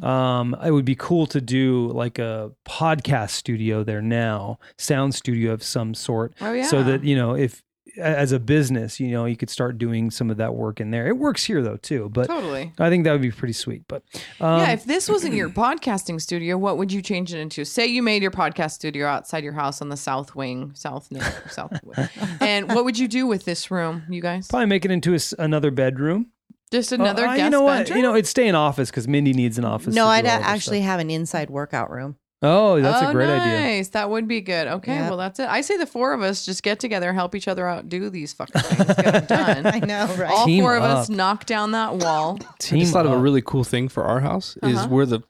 S1: Um, it would be cool to do like a podcast studio there now, sound studio of some sort,
S3: Oh, yeah.
S1: so that you know if as a business, you know, you could start doing some of that work in there. It works here though too, but
S3: Totally.
S1: I think that would be pretty sweet. But um,
S3: yeah, if this wasn't your podcasting studio, what would you change it into? Say you made your podcast studio outside your house on the south wing, south no, south wing. and what would you do with this room, you guys?
S1: probably make it into a s another bedroom.
S3: Just another
S1: Uh, uh,
S3: guest
S1: you know what?
S3: bedroom?
S1: You know, it'd stay in office because Mindy needs an office.
S4: No,
S1: to
S4: I'd
S1: do all this
S4: actually
S1: stuff.
S4: have an inside workout room.
S1: Oh, that's
S3: Oh,
S1: a great
S3: nice.
S1: idea.
S3: That would be good. Okay,
S4: Yep.
S3: well that's it. I say the four of us just get together, help each other out, do these fucking things, get them done.
S4: I know, right?
S3: All
S1: Team
S3: four of us
S1: up.
S3: knock down that wall.
S1: Team
S2: I just thought of
S1: up.
S2: a really cool thing for our house is
S3: Uh-huh.
S2: where the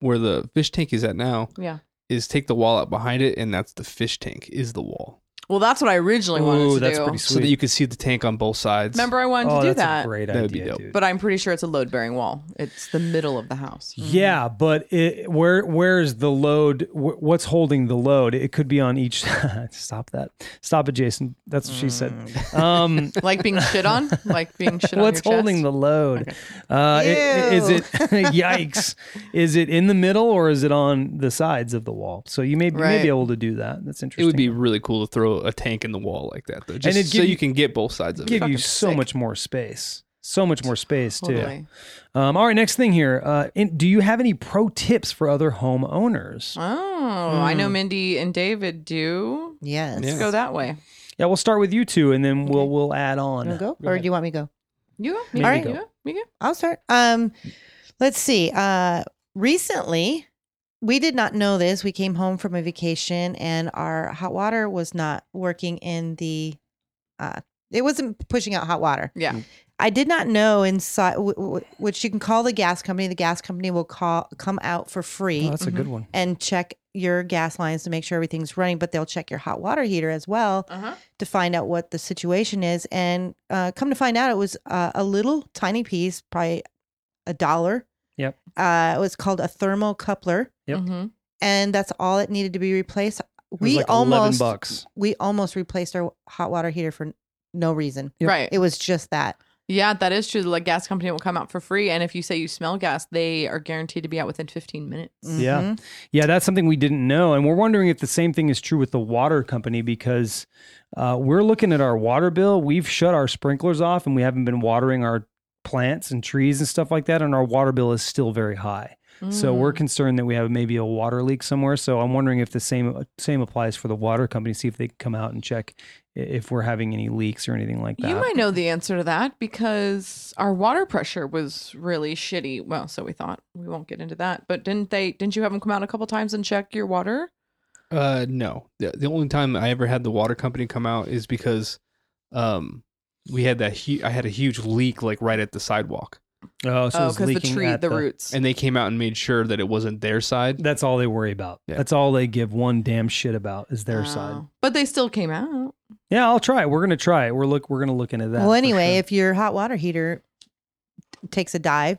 S2: where the fish tank is at now
S3: Yeah.
S2: is take the wall out behind it and that's the fish tank is the wall
S3: Well, that's what I originally wanted
S1: Ooh,
S3: to
S1: that's
S3: do.
S1: pretty
S2: so
S1: Sweet.
S2: that you could see the tank on both sides.
S3: Remember, I wanted
S1: oh,
S3: to do
S1: that's
S3: that,
S1: a great
S2: That would be
S1: idea,
S2: dope.
S1: dude.
S3: but I'm pretty sure it's a load bearing wall. It's the middle of the house.
S1: Yeah, but it, where where is the load? Wh- what's holding the load? It could be on each. stop that! Stop it, Jason. That's what she said. Um,
S3: Like being shit Mm. on, like being shit on.
S1: what's
S3: your
S1: holding
S3: chest.
S1: the load? Uh, i- i- is
S4: Ew.
S1: it yikes? Is it in the middle or is it on the sides of the wall? So you may, you may
S3: Right.
S1: be able to do that. That's interesting.
S2: It would be really cool to throw a tank in the wall like that, though, just
S1: it'd
S2: so
S1: give
S2: you
S1: you-
S2: can get both sides of it.
S1: give you so much more space. So much more space too.
S3: Totally.
S1: Um, all right, next thing here. Uh, in, do you have any pro tips for other homeowners?
S3: Oh, I know Mindy and David do.
S4: Yes.
S2: Yeah.
S3: Go that way.
S1: Hmm. Yeah, we'll start with you two, and then we'll we'll add on.
S4: You wanna go, or do you want me to go?
S3: You go.
S1: Maybe
S3: All
S1: go.
S3: You go. You go.
S4: I'll start. Um, let's see. Uh, recently, we did not know this. We came home from a vacation, and our hot water was not working in the. Uh, it wasn't pushing out hot water.
S3: Yeah.
S4: I did not know inside, w- w- which you can call the gas company. The gas company will call come out for free
S1: Oh, that's a
S3: Mm-hmm.
S1: good one.
S4: and check your gas lines to make sure everything's running, but they'll check your hot water heater as well
S3: Uh-huh.
S4: to find out what the situation is. And uh, come to find out, it was uh, a little tiny piece, probably a dollar.
S1: Yep.
S4: Uh, it was called a thermocoupler,
S1: Yep.
S3: hmm
S4: and that's all it needed to be replaced.
S1: It was
S4: We
S1: like
S4: almost
S1: eleven bucks.
S4: we almost replaced our hot water heater for n- no reason.
S1: Yep.
S3: Right.
S4: It was just that.
S3: Yeah, that is true. The like, gas company will come out for free, and if you say you smell gas, they are guaranteed to be out within 15 minutes.
S1: Yeah.
S4: Mhm.
S1: Yeah, that's something we didn't know. And we're wondering if the same thing is true with the water company because uh, we're looking at our water bill. We've shut our sprinklers off and we haven't been watering our plants and trees and stuff like that. And our water bill is still very high. So
S3: Mm.
S1: we're concerned that we have maybe a water leak somewhere. So I'm wondering if the same same applies for the water company. See if they can come out and check i- if we're having any leaks or anything like that.
S3: You might know the answer to that because our water pressure was really shitty. Well, so we thought. We won't get into that. But didn't they? Didn't you have them come out a couple times and check your water?
S2: Uh, no. The, the only time I ever had the water company come out is because, um, we had that. Hu- I had a huge leak like right at the sidewalk,
S1: oh, so
S3: oh,
S1: it's
S3: because the
S1: leaking
S3: tree,
S1: at
S3: the, roots.
S2: and they came out and made sure that it wasn't their side.
S1: That's all they worry about.
S2: Yeah.
S1: That's all they give one damn shit about is their
S3: Oh.
S1: side.
S3: But they still came out.
S1: Yeah, I'll try. it. We're gonna try. it. We're look. We're gonna look into that.
S4: Well,
S1: for
S4: anyway,
S1: sure.
S4: if your hot water heater t- takes a dive,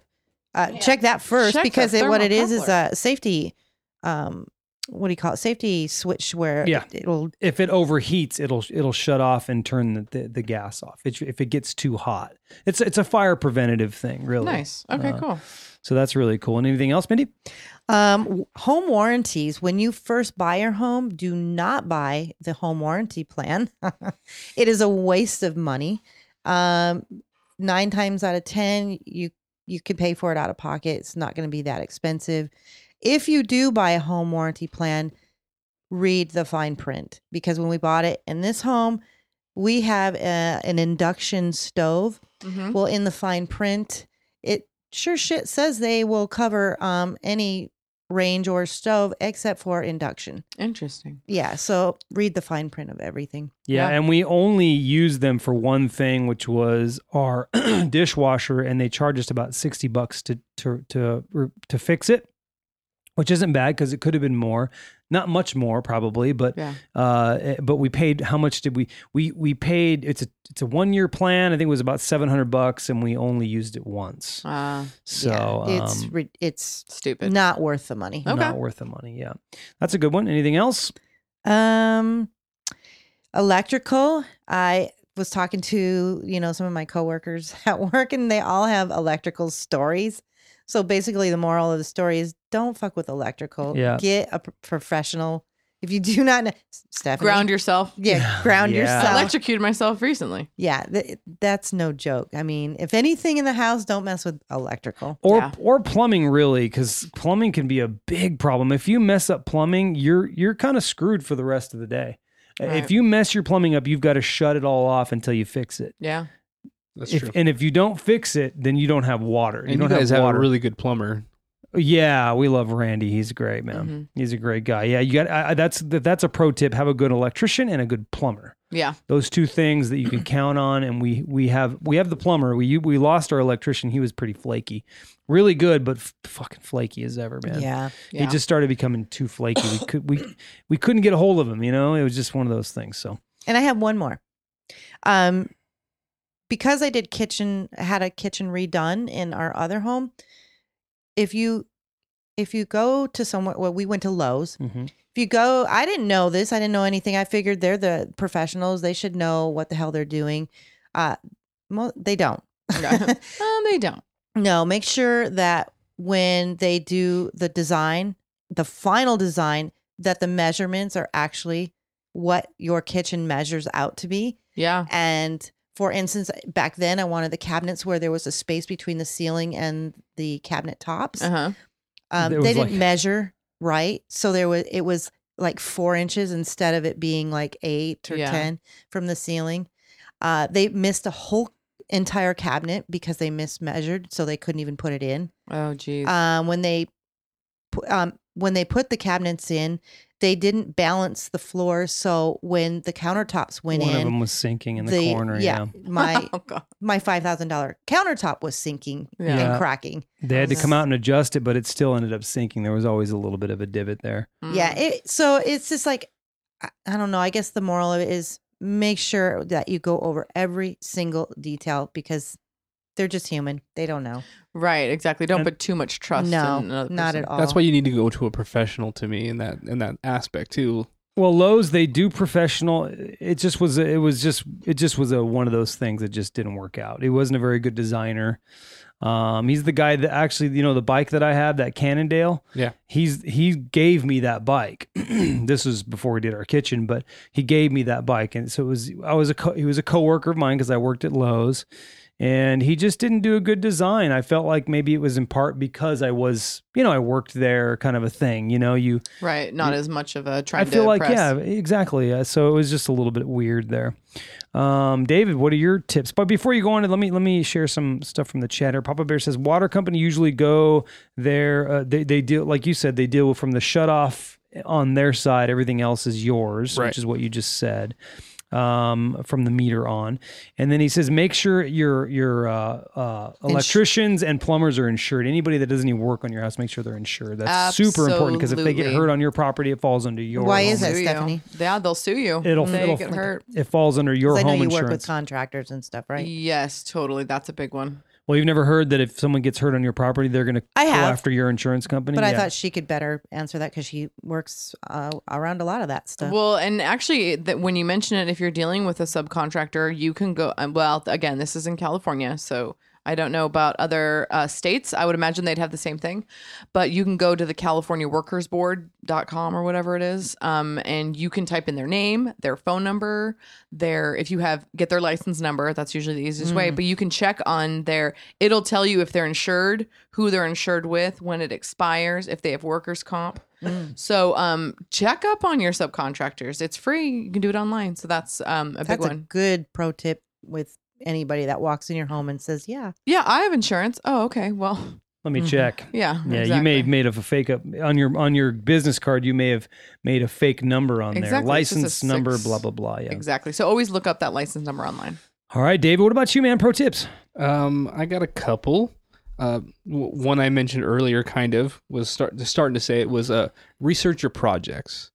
S4: uh, check that first
S3: Check the
S4: because it, what it is is
S3: thermocoupler.
S4: a safety. Um, what do you call it? Safety switch where
S1: Yeah.
S4: it, will
S1: if it overheats, it'll it'll shut off and turn the, the, the gas off. It, if it gets too hot, it's it's a fire preventative thing, really.
S3: Nice. Okay,
S1: Uh,
S3: cool.
S1: So that's really cool. And anything else, Mindy?
S4: um, w- home warranties. When you first buy your home, do not buy the home warranty plan. it is a waste of money. Um, nine times out of ten, you you can pay for it out of pocket. It's not going to be that expensive. If you do buy a home warranty plan, read the fine print because when we bought it in this home, we have a, an induction stove
S1: Mm-hmm.
S3: hmm
S4: well in the fine print it sure shit says they will cover um any range or stove except for induction.
S3: Interesting.
S4: Yeah, so read the fine print of everything.
S1: Yeah,
S3: Yeah.
S1: and we only used them for one thing, which was our dishwasher, and they charged us about sixty bucks to to to to fix it, which isn't bad because it could have been more, not much more probably, but
S3: Yeah.
S1: uh, eh, but we paid how much did we we we paid? It's a it's a one year plan. I think it was about seven hundred bucks, and we only used it once.
S3: Uh,
S1: So
S4: yeah, it's
S1: um,
S4: re- it's
S3: stupid.
S4: not worth the money.
S3: Okay.
S1: not worth the money. Yeah, that's a good one. Anything else? Oh.
S4: Um, electrical. I was talking to you know some of my coworkers at work, and they all have electrical stories. So basically, the moral of the story is don't fuck with electrical.
S1: Yeah.
S4: get a p- professional. If you do not, know, Stephanie,
S3: Ground yourself.
S4: Yeah, ground
S1: Yeah.
S4: yourself.
S3: Electrocuted myself recently.
S4: yeah, th- that's no joke. I mean, if anything in the house, don't mess with electrical.
S1: or
S3: Yeah.
S1: or plumbing really because plumbing can be a big problem if you mess up plumbing you're you're kind of screwed for the rest of the day if
S3: Right.
S1: you mess your plumbing up you've got to shut it all off until you fix it
S3: Yeah.
S2: That's
S1: if,
S2: true.
S1: and if you don't fix it then you don't have water
S2: And
S1: you
S2: you,
S1: don't
S2: guys have,
S1: water
S2: a really good plumber.
S1: yeah we love randy he's great man
S4: Mm-hmm.
S3: Mhm.
S1: he's a great guy yeah you got I, I- that's that's a pro tip have a good electrician and a good plumber
S3: Yeah.
S1: those two things that you can count on and we we have we have the plumber we we lost our electrician he was pretty flaky really good but f- fucking flaky as ever man
S4: Yeah,
S3: Yeah.
S1: he just started becoming too flaky we could we we couldn't get a hold of him you know it was just one of those things so
S4: and I have one more. Um, because I did kitchen had a kitchen redone in our other home. If you if you go to somewhere, well, we went to Lowe's. If you go, I didn't know this. I didn't know anything. I figured they're the professionals. They should know what the hell they're doing. Uh, mo- they don't.
S3: Yeah. um, they don't.
S4: No, make sure that when they do the design, the final design, that the measurements are actually what your kitchen measures out to be.
S3: Yeah.
S4: And for instance, back then I wanted the cabinets where there was a space between the ceiling and the cabinet tops.
S3: Uh huh.
S4: Um,
S1: There
S4: they
S1: was,
S4: didn't
S1: like-
S4: measure right, so there was it was like four inches instead of it being like eight or
S3: Yeah.
S4: ten from the ceiling. Uh, they missed a whole entire cabinet because they mismeasured, so they couldn't even put it in.
S3: Oh, geez.
S4: Um, when they pu- um, when they put the cabinets in, they didn't balance the floor, so when the countertops went
S1: one
S4: in,
S1: of them was sinking in the, corner yeah.
S4: my
S3: oh, God.
S4: my five thousand dollar countertop was sinking
S3: Yeah.
S1: Yeah.
S4: and cracking.
S1: they had to
S3: Oh,
S1: come
S3: that's-
S1: out and adjust it but it still ended up sinking there was always a little bit of a divot there
S3: Mm.
S4: Yeah, it, so it's just like I, I don't know. I guess the moral of it is make sure that you go over every single detail because they're just human. They don't know.
S3: Right. Exactly. Don't
S1: And-
S3: put too much trust
S4: no,
S3: in another
S4: not at
S3: person.
S4: all.
S2: That's why you need to go to a professional to me in that in that aspect too.
S1: well lowes they do professional it just was it was just it just was a one of those things that just didn't work out he wasn't a very good designer um he's the guy that actually you know the bike that i have that cannondale
S2: Yeah.
S1: he's he gave me that bike. this was before we did our kitchen, but he gave me that bike, and so it was I was a co- he was a coworker of mine because I worked at Lowe's, and he just didn't do a good design. I felt like maybe it was in part because I was you know I worked there, kind of a thing. You know, you
S3: Right. Not as much of a trying
S1: Mm. I feel
S3: to
S1: like
S3: impress.
S1: yeah, exactly. Uh, so it was just a little bit weird there. Um, David, what are your tips? But before you go on, let me let me share some stuff from the chat here. Papa Bear says water company usually go there. Uh, they they deal like you said they deal from the shut off on their side. Everything else is yours,
S2: Right.
S1: which is what you just said um, from the meter on. And then he says, make sure your your uh, uh, electricians and plumbers are insured. Anybody that does any work on your house, make sure they're insured. That's super important because if they get
S3: Absolutely.
S1: hurt on your property, it falls under your.
S4: Why
S1: home.
S4: is that,
S3: Sue you.
S4: Stephanie?
S3: Yeah, they'll sue you.
S1: It'll,
S3: they
S1: it'll
S3: get hurt.
S1: It falls under your
S4: 'Cause I
S1: home
S4: know you
S1: insurance.
S4: work with contractors and stuff, right?
S3: Yes, totally. That's a big one.
S1: well, you've never heard that if someone gets hurt on your property, they're going to
S4: I
S1: go
S4: have.
S1: after your insurance company.
S4: But I
S1: Yeah.
S4: thought she could better answer that because she works uh, around a lot of that stuff.
S3: Well, and actually, that when you mention it, if you're dealing with a subcontractor, you can go. um, Well, again, this is in California, so I don't know about other uh, states. I would imagine they'd have the same thing, but you can go to the CaliforniaWorkersBoard.com or whatever it is, um, and you can type in their name, their phone number, their if you have get their license number. That's usually the easiest way. But you can check on their. It'll tell you if they're insured, who they're insured with, when it expires, if they have workers comp.
S4: Mm.
S3: So um check up on your subcontractors. It's free. You can do it online. So that's um a big
S4: That's a
S3: one.
S4: good pro tip with anybody that walks in your home and says, "Yeah,
S3: Yeah, I have insurance. Oh, okay. Well,
S1: Let me check.
S3: Yeah.
S1: Yeah, you
S3: exactly.
S1: may have made a fake up on your on your business card. You may have made a fake number on there,
S3: Exactly, it's just a
S1: license number,
S3: six.
S1: blah blah blah. Yeah.
S3: Exactly. So always look up that license number online.
S1: All right, David. What about you, man? Pro tips.
S2: Um, I got a couple. Uh, w- one I mentioned earlier, kind of was start starting to say it was uh, research your projects.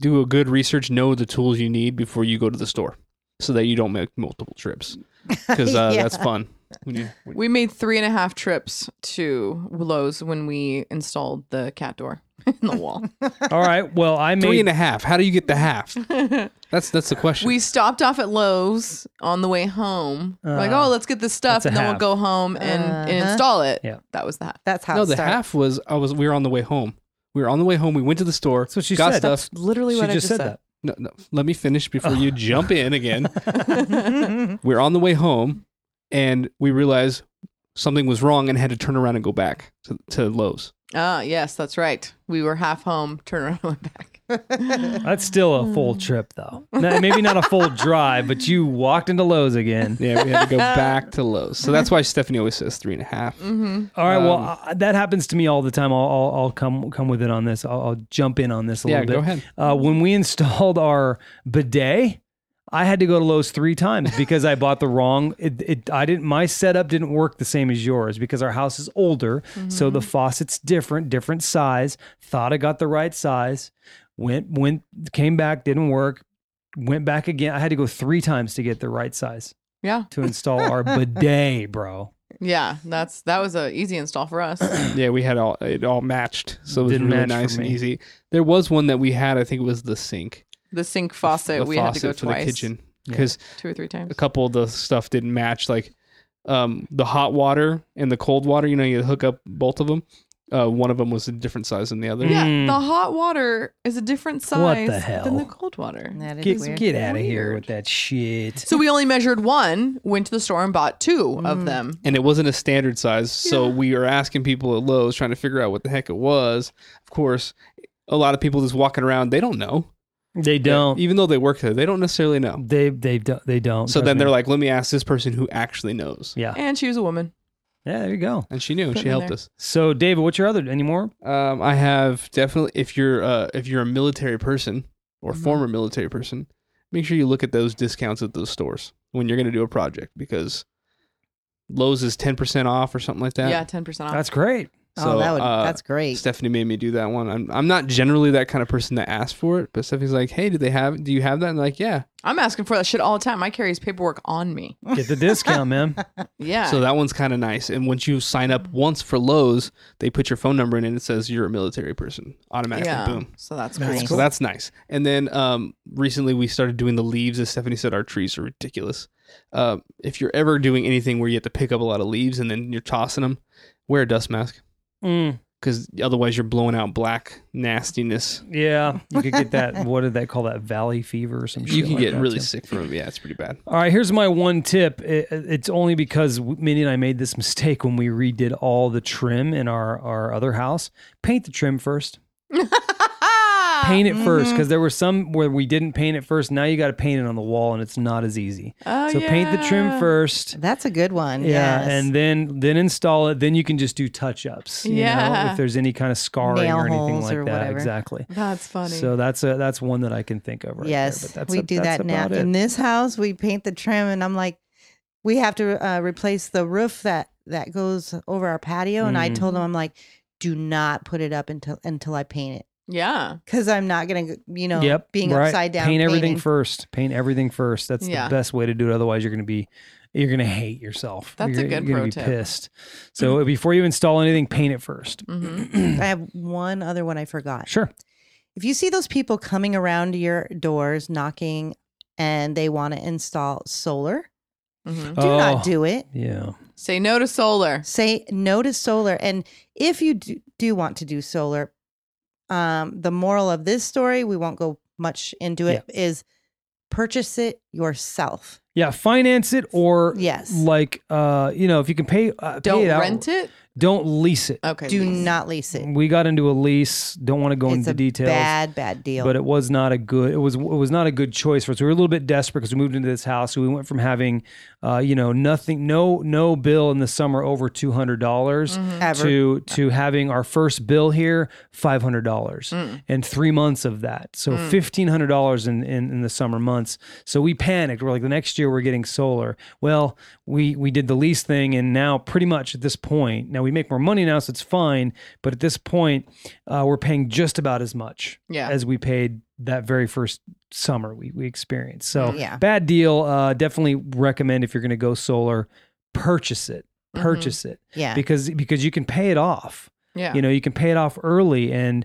S2: Do a good research. Know the tools you need before you go to the store, so that you don't make multiple trips. Because uh,
S4: Yeah.
S2: that's fun. When you, when-
S3: We made three and a half trips to Lowe's when we installed the cat door in the wall.
S1: All right. Well, I made
S2: three and a half. How do you get the half? That's that's the question.
S3: we stopped off at Lowe's on the way home. We're like,
S1: Uh,
S3: oh, let's get this stuff,
S1: that's a
S3: and then
S1: half.
S3: we'll go home and, and
S4: Uh-huh.
S3: install it.
S1: Yeah.
S3: That was that.
S4: That's how
S2: no,
S4: it
S2: the
S4: started.
S2: half was I was we were on the way home. We were on the way home. We went to the store.
S1: That's what she
S2: got
S1: said.
S2: stuff.
S3: Literally
S1: She
S3: what
S1: just,
S3: I just
S1: said,
S3: said.
S1: that.
S2: No, no, let me finish before you jump in again. we're on the way home, and we realized something was wrong and had to turn around and go back to, to Lowe's.
S3: Ah, yes, that's right. We were half home, turn around, went back.
S1: That's still a full trip, though. Now, Maybe not a full drive, but you walked into Lowe's again.
S2: Yeah, we had to go back to Lowe's. So that's why Stephanie always says three and a half.
S3: hmm
S1: All right. well,
S2: Um,
S1: uh, that happens to me all the time. I'll, I'll, I'll come come with it on this. I'll, I'll jump in on this a
S2: Yeah,
S1: little bit.
S2: go ahead.
S1: Uh, when we installed our bidet, I had to go to Lowe's three times because I bought the wrong. It, it, I didn't. My setup didn't work the same as yours because our house is older, so
S2: Mm-hmm.
S1: the faucet's different, different size. Thought I got the right size. Went went came back, didn't work. Went back again. I had to go three times to get the right size
S3: Yeah.
S1: to install our bidet, bro.
S3: Yeah. That's that was a easy install for us.
S2: Yeah, we had all it all matched, so it was
S1: Didn't
S2: really
S1: match for
S2: nice and
S1: me.
S2: easy. There was one that we had. I think it was the sink,
S3: the sink faucet,
S2: the
S3: we had to
S2: faucet
S3: go
S2: for
S3: twice.
S2: the kitchen because
S3: Two or three times.
S2: a couple of the stuff didn't match. Like um, the hot water and the cold water. You know, you hook up both of them. Uh, one of them was a different size than the other.
S3: Yeah,
S1: Mm.
S3: the hot water is a different
S1: What
S3: size
S1: the
S3: than the
S1: hell?
S3: cold water.
S4: That is
S1: Get
S4: weird.
S1: get out of here
S3: Weird.
S1: with that shit.
S3: So we only measured one, went to the store and bought two of
S4: Mm.
S3: them.
S2: and it wasn't a standard size. So
S3: Yeah.
S2: we were asking people at Lowe's trying to figure out what the heck it was. Of course, a lot of people just walking around, they don't know.
S1: They don't.
S2: Even though they work there, they don't necessarily know.
S1: They they don't. They don't.
S2: So
S1: trust
S2: then
S1: me.
S2: they're like, let me ask this person who actually knows.
S1: yeah,
S3: And she was a woman.
S1: yeah. There you go.
S2: And she knew, and
S3: Put
S2: she
S3: me
S2: helped
S3: there.
S2: us.
S1: So David, what's your other? Any more?
S2: Um, I have definitely if you're uh, if you're a military person or
S3: Mm-hmm.
S2: former military person, make sure you look at those discounts at those stores when you're going to do a project because Lowe's is 10% off or something like that.
S3: Yeah, ten
S4: Uh.
S3: percent off.
S1: That's great.
S2: So,
S4: oh, that would,
S2: uh,
S4: that's great.
S2: Stephanie made me do that one. I'm, I'm not generally that kind of person that asks for it, but Stephanie's like, "Hey, do they have? Do you have that?" And like, "Yeah."
S3: I'm asking for that shit all the time. I carry his paperwork on me.
S1: Get the discount, man.
S3: Yeah. Mm-hmm.
S2: So that one's kind of nice. And once you sign up once for Lowe's, they put your phone number in, and it says you're a military person automatically.
S3: yeah.
S2: Boom.
S3: So that's cool.
S4: That's
S2: So that's nice. And then um, recently we started doing the leaves. As Stephanie said, our trees are ridiculous. Uh, if you're ever doing anything where you have to pick up a lot of leaves and then you're tossing them, wear a dust mask
S1: Mm,
S2: because otherwise you're blowing out black nastiness.
S1: yeah, you could get that. What did they call that? Valley fever or some shit.
S2: You can
S1: like
S2: get
S1: that,
S2: really
S1: too.
S2: sick from it. Yeah, it's pretty bad.
S1: All right, here's my one tip. It, it's only because Minnie and I made this mistake when we redid all the trim in our our other house. Paint the trim first.
S4: Ah,
S1: Paint it first
S4: mm-hmm.
S1: because there were some where we didn't paint it first. Now you got to paint it on the wall, and it's not as easy.
S3: Oh,
S1: so paint the trim
S3: yeah.
S1: first.
S4: that's a good one.
S1: Yeah,
S4: yes.
S1: and then then install it. Then you can just do touch ups.
S3: Yeah.
S1: if there's any kind of scarring
S4: Nail
S1: or anything
S4: holes
S1: like
S4: or
S1: that.
S4: whatever.
S1: Exactly.
S3: That's funny.
S1: So that's a that's one that I can think of. Right
S4: yes,
S1: there, but that's
S4: we
S1: a-
S4: do
S1: that's
S4: that now.
S1: about it.
S4: In this house, we paint the trim, and I'm like, we have to uh, replace the roof that that goes over our patio. And I
S1: Mm.
S4: told him, I'm like, do not put it up until until I paint it,
S3: yeah.
S4: because I'm not gonna, you know,
S1: yep,
S4: being
S1: right.
S4: upside down.
S1: Paint everything
S4: painting.
S1: first. Paint everything first. That's
S3: Yeah.
S1: the best way to do it. Otherwise, you're going to be you're going to hate yourself.
S3: That's a
S1: You're-
S3: good
S1: you're
S3: pro
S1: gonna
S3: tip.
S1: be pissed. So before you install anything, paint it first.
S3: hmm
S4: I have one other one I forgot.
S1: Sure.
S4: If you see those people coming around your doors knocking, and they want to install solar,
S3: hmm
S4: do
S1: Oh.
S4: not do it.
S1: Yeah.
S3: Say no to solar.
S4: say no to solar and if you do, do want to do solar um the moral of this story we won't go much into it. Is purchase it yourself
S1: Yeah. Finance it or
S4: yes
S1: like uh you know if you can pay uh, pay
S3: Don't
S1: it out-
S3: rent it.
S1: Don't lease it.
S3: Okay.
S4: Do
S3: lease.
S4: not lease it.
S1: We got into a lease. Don't want to go
S4: It's
S1: into
S4: a
S1: details.
S4: bad, bad deal.
S1: But it was not a good. It was it was not a good choice for us. We were a little bit desperate because we moved into this house. So we went from having, uh, you know, nothing, no, no bill in the summer over two hundred dollars
S4: Mm,
S3: Mm-hmm.
S4: Ever.
S1: to to having our first bill here five hundred dollars
S3: Mm-hmm.
S1: and three months of that. So fifteen hundred dollars in, in in the summer months. So we panicked. We're like, the next year we're getting solar. Well, we we did the lease thing, and now pretty much at this point, now we make more money now, so it's fine. But at this point, uh, we're paying just about as much
S3: Yeah.
S1: as we paid that very first summer we we experienced. So
S4: Yeah.
S1: bad deal. Uh, definitely recommend if you're going to go solar, purchase it. Purchase it
S4: Yeah.
S1: because because you can pay it off.
S3: Yeah.
S1: You know, you can pay it off early, and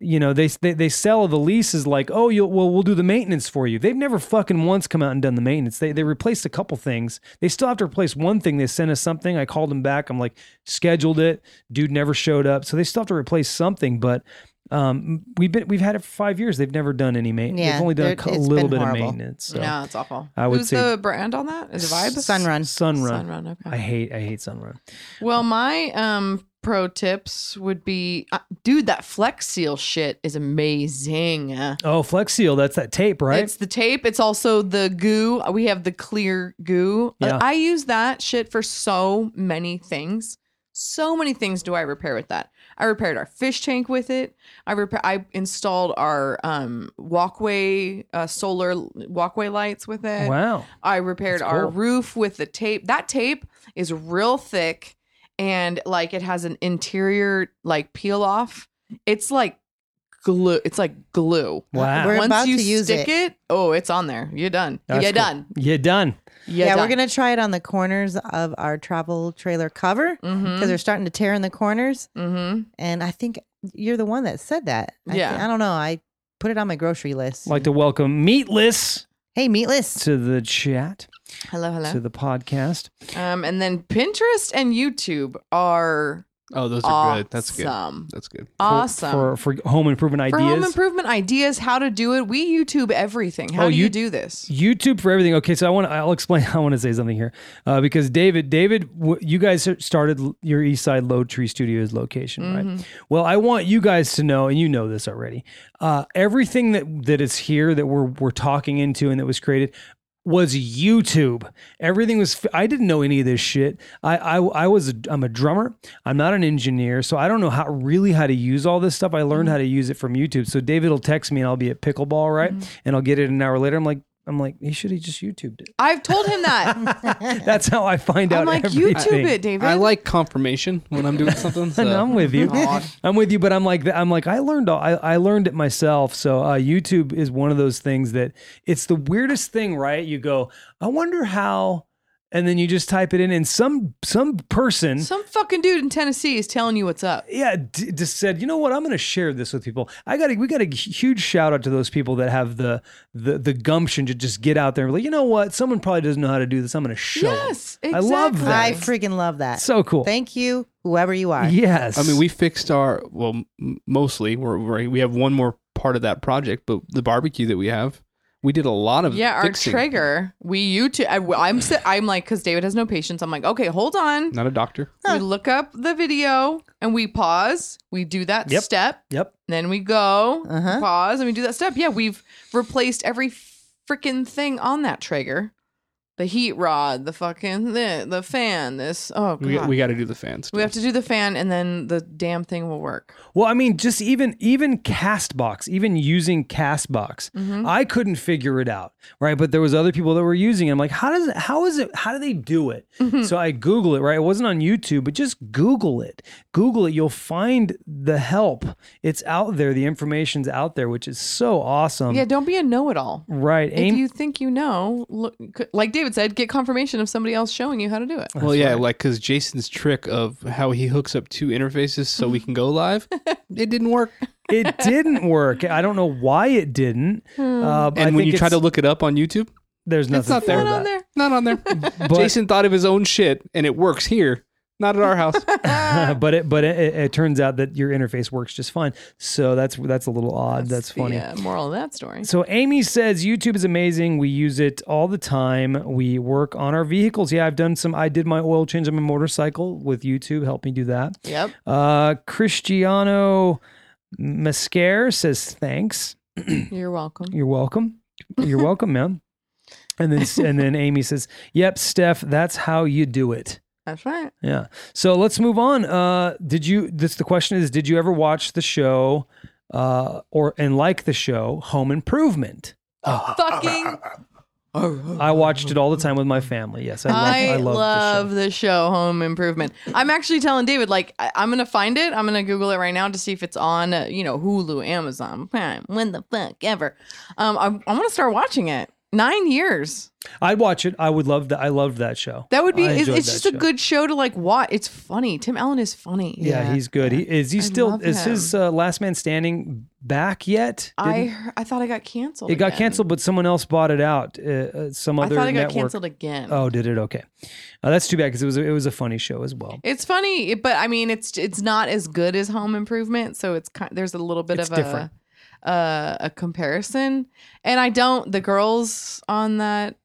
S1: you know they they, they sell the leases like, oh, you'll, well, we'll do the maintenance for you. They've never fucking once come out and done the maintenance. They they replaced a couple things. They still have to replace one thing. They sent us something. I called them back. I'm like, scheduled it. Dude never showed up. So they still have to replace something, but. Um, we've been we've had it for five years. They've never done any maintenance.
S4: Yeah,
S1: They've only done a
S4: they're-
S1: cou-
S4: it's
S1: little bit
S4: been horrible.
S1: of maintenance. So.
S3: No, it's awful.
S1: I would
S3: Who's
S1: say-
S3: the brand on that? Is it Vibe?
S4: Sunrun.
S1: Sunrun.
S3: Sunrun. Okay.
S1: I hate I hate Sunrun.
S3: Well, my um pro tips would be, uh, dude, that Flex Seal shit is amazing.
S1: Oh, Flex Seal. That's that tape, right?
S3: It's the tape. It's also the goo. We have the clear goo. Uh,
S1: Yeah.
S3: I use that shit for so many things. So many things do I repair with that. I repaired our fish tank with it. I repair. I installed our um, walkway uh, solar walkway lights with it.
S4: Uh,
S1: wow.
S3: I repaired
S1: That's
S3: our
S1: cool.
S3: roof with the tape. That tape is real thick and like it has an interior like peel off. It's like glue. It's like glue.
S1: Wow.
S4: We're
S3: Once
S4: about
S3: you
S4: to use
S3: stick it. oh, it's on there. You're done.
S1: That's
S3: You're
S1: cool.
S3: done.
S1: You're done.
S3: You're
S4: yeah,
S3: done.
S4: we're gonna try it on the corners of our travel trailer cover because
S3: Mm-hmm.
S4: they're starting to tear in the corners.
S3: Mm-hmm.
S4: And I think you're the one that said that. I thi-
S3: Yeah.
S4: I don't know. I put it on my grocery list.
S1: like to welcome Meatless
S4: hey, meatless.
S1: to the chat,
S3: Hello,
S1: to
S3: hello.
S1: the podcast.
S3: Um, and then Pinterest and YouTube are
S2: Oh, those are
S3: awesome.
S2: good. That's good. That's good.
S1: for-
S3: Awesome.
S1: For, for, home improvement
S3: For
S1: ideas.
S3: home improvement ideas, how to do it. We YouTube everything. How
S1: Oh,
S3: do you,
S1: you-
S3: do this?
S1: YouTube for everything. Okay, so I want to. I'll explain. I want to say something here uh, because David, David, w- you guys started l- your East Side Low Tree Studios location, right? Well, I want you guys to know, and you know this already. Uh, everything that that is here that we're we're talking into and that was created was YouTube. Everything was. f- I didn't know any of this shit. I I, I was. A, I'm a drummer. I'm not an engineer, so I don't know how really how to use all this stuff. I learned how to use it from YouTube. So David will text me, and I'll be at pickleball, right? And I'll get it an hour later. I'm like. I'm like, he should have just YouTubed it.
S3: I've told him that.
S1: That's how I find out.
S3: I'm like,
S1: everything.
S3: YouTube it, David.
S2: I like confirmation when I'm doing something. So.
S1: And I'm with you. I'm with you, but I'm like, I'm like, I learned all, I, I learned it myself. So uh, YouTube is one of those things that it's the weirdest thing, right? You go, I wonder how, and then you just type it in, and some some person,
S3: Some fucking dude in Tennessee is telling you what's up.
S1: yeah, d- just said, you know what? I'm going to share this with people. I got to we got a huge shout out to those people that have the the the gumption to just get out there and be like, you know what? Someone probably doesn't know how to do this. I'm going to show. 'em."
S3: Yes,
S1: I love
S3: exactly.
S1: that.
S4: I freaking love that.
S1: So cool.
S4: Thank you, whoever you are.
S1: yes.
S2: I mean, we fixed our well, m- mostly. We're, we're we have one more part of that project, but the barbecue that we have, we did a lot of
S3: Yeah, our
S2: fixing.
S3: Traeger. We YouTube. I, I'm si- I'm like, because David has no patience. I'm like, okay, hold on.
S2: Not a doctor.
S3: We look up the video and we pause. We do that
S1: Yep.
S3: step.
S1: Yep.
S3: Then we go
S4: Uh-huh.
S3: pause and we do that step. Yeah, we've replaced every freaking thing on that Traeger. The heat rod, the fucking the, the fan. This oh god.
S2: We got, we got to do the fans.
S3: we have to do the fan and then the damn thing will work.
S1: Well, I mean, just even even Castbox, even using Castbox,
S3: Mm-hmm.
S1: I couldn't figure it out, right? But there was other people that were using it. I'm like, how does it? How is it? How do they do it?
S3: Mm-hmm.
S1: So I Google it, right? It wasn't on YouTube, but just Google it. Google it. You'll find the help. It's out there. The information's out there, which is so awesome.
S3: Yeah, don't be a know it all.
S1: Right. Aim.
S3: if you think you know, look, like David said, get confirmation of somebody else showing you how to do it.
S2: Well, yeah, like because Jason's trick of how he hooks up two interfaces so we can go live, it didn't work.
S1: it didn't work. I don't know why it didn't.
S3: Hmm.
S1: Uh, but I
S2: And when
S1: think
S2: you try to
S1: it's-
S2: look it up on YouTube,
S1: there's nothing.
S2: not
S1: for
S2: there.
S1: that.
S3: on there.
S2: not on there.
S1: But-
S2: Jason thought of his own shit, and it works here. Not at our house.
S1: but it but it, it, it turns out that your interface works just fine. So that's that's a little odd. That's, funny.
S3: Yeah, moral of that story.
S1: So Amy says YouTube is amazing. We use it all the time. We work on our vehicles. Yeah, I've done some. I did my oil change on my motorcycle with YouTube. Helped me do that.
S3: Yep.
S1: Uh, Cristiano Mascare says thanks.
S3: You're welcome.
S1: You're welcome. You're welcome, man. And then and then Amy says, "Yep, Steph, that's how you do it."
S3: That's right.
S1: Yeah. So let's move on. Uh, did you? This the question is: Did you ever watch the show, uh, or and like the show Home Improvement?
S3: Fucking.
S1: I watched it all the time with my family. Yes, I love. I,
S3: I,
S1: love,
S3: love
S1: The show.
S3: the show Home Improvement. I'm actually telling David, like, I, I'm gonna find it. I'm gonna Google it right now to see if it's on, uh, you know, Hulu, Amazon Prime. When the fuck ever? Um, I, I want to start watching it. Nine years.
S1: I'd watch it. I would love that. I loved that show.
S3: That would be.
S1: I
S3: It's,
S1: enjoyed
S3: it's
S1: that
S3: just a
S1: show.
S3: good show to like watch. It's funny. Tim Allen is funny.
S1: Yeah,
S4: Yeah.
S1: he's good. He, is he
S3: I
S1: still?
S3: love
S1: Is his uh, Last Man Standing back yet?
S3: I
S1: Didn't-
S3: heard, I thought I got canceled.
S1: it got
S3: again.
S1: canceled, but someone else bought it out. Uh, uh, some
S3: I
S1: other
S3: thought it got
S1: network.
S3: canceled again.
S1: Oh, did it? Okay, uh, that's too bad because it was a, it was a funny show as well.
S3: It's funny, it- but I mean, it's it's not as good as Home Improvement, so it's kind, there's a little bit
S1: It's
S3: of
S1: different.
S3: a uh, a comparison. And I don't the girls on that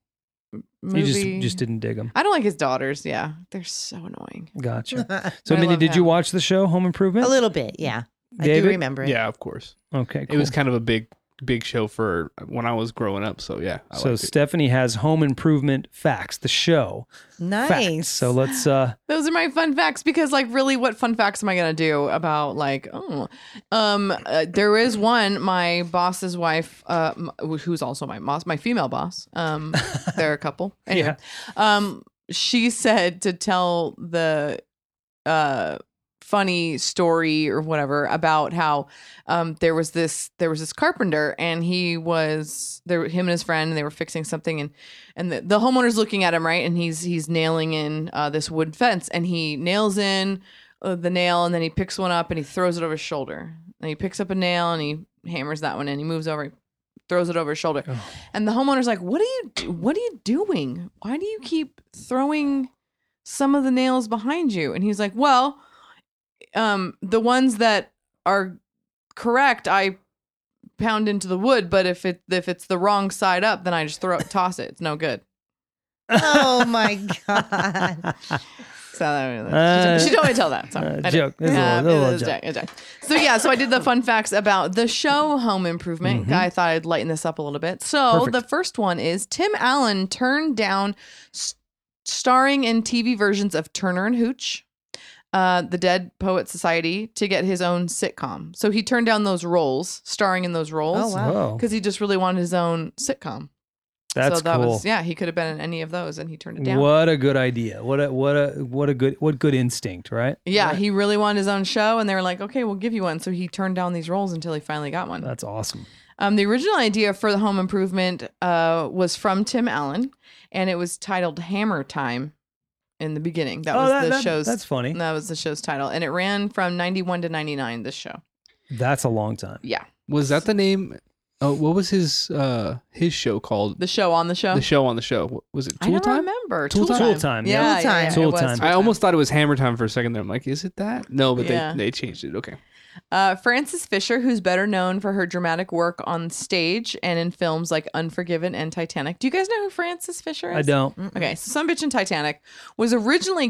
S3: movie.
S1: You just just didn't dig him.
S3: I don't like his daughters. Yeah, they're so annoying.
S1: Gotcha.
S4: a
S1: So,
S3: I
S1: Minnie,
S3: love
S1: did you
S3: him.
S1: watch the show Home Improvement?
S4: little bit, yeah. I do
S1: David?
S4: remember it.
S2: yeah, of course.
S1: Okay, cool.
S2: It was kind of a big, big show for when I was growing up. So yeah, I
S1: so
S2: liked it.
S1: Stephanie has Home Improvement facts, the show
S4: Nice.
S1: facts. So let's. uh
S3: Those are my fun facts because, like, really, what fun facts am I gonna do about like, oh, um, uh, there is one. My boss's wife, uh, m- who's also my boss, my female boss. Um, they're a couple. Anyway, um, she said to tell the, uh, funny story or whatever about how um there was this there was this carpenter and he was there him and his friend and they were fixing something and and the, the homeowner's looking at him right and he's he's nailing in uh, this wood fence and he nails in uh, the nail and then he picks one up and he throws it over his shoulder and he picks up a nail and he hammers that one in he moves over he throws it over his shoulder and the homeowner's like what are you do- what are you doing why do you keep throwing some of the nails behind you and he's like well um the ones that are correct i pound into the wood but if it if it's the wrong side up then i just throw toss it it's no good
S4: oh my god.
S3: So that,
S1: Uh,
S3: she, told me to tell that. Sorry.
S1: uh,
S3: I did.
S1: joke. It's a
S3: Yeah,
S1: little- little
S3: it was a
S1: joke.
S3: joke, it was a joke. So yeah, so I did the fun facts about the show Home Improvement. I thought I'd lighten this up a little bit. So
S1: Mm-hmm. Perfect.
S3: the first one is Tim Allen turned down s- starring in TV versions of Turner and Hooch. Uh, the Dead Poet Society to get his own sitcom. So he turned down those roles, starring in those roles,
S4: Oh, wow.
S1: Whoa,
S3: because he just really wanted his own sitcom.
S1: that's
S3: so that
S1: cool.
S3: was yeah, he could have been in any of those, and he turned it down.
S1: What a good idea. What a what a what a good what good instinct, right?
S3: Yeah, he really wanted his own show, and they were like, "Okay, we'll give you one." So he turned down these roles until he finally got one.
S1: That's awesome.
S3: Um, the original idea for the Home Improvement uh, was from Tim Allen, and it was titled "Hammer Time." In the beginning, that
S1: Oh,
S3: was
S1: that-
S3: the
S1: that-
S3: show's.
S1: that's funny.
S3: That was the show's title, and it ran from '91 to '99. This show,
S1: That's a long time.
S3: yeah,
S2: was that the name? Oh, what was his uh his show called?
S3: the show on the show.
S2: The show on the show What- was it
S3: I
S2: Tool
S3: don't
S2: Time?
S3: remember.
S1: Tool Time. Tool Time, yeah.
S3: Yeah,
S4: Tool Time.
S3: yeah, yeah,
S1: Tool
S3: it was
S1: Time.
S2: I almost thought it was Hammer Time for a second. There, I'm like, is it that? No, but
S3: Yeah.
S2: they they changed it. Okay,
S3: Uh, Frances Fisher, who's better known for her dramatic work on stage and in films like Unforgiven and Titanic. Do you guys know who Frances Fisher is?
S1: I don't.
S3: Okay, so some bitch in Titanic was originally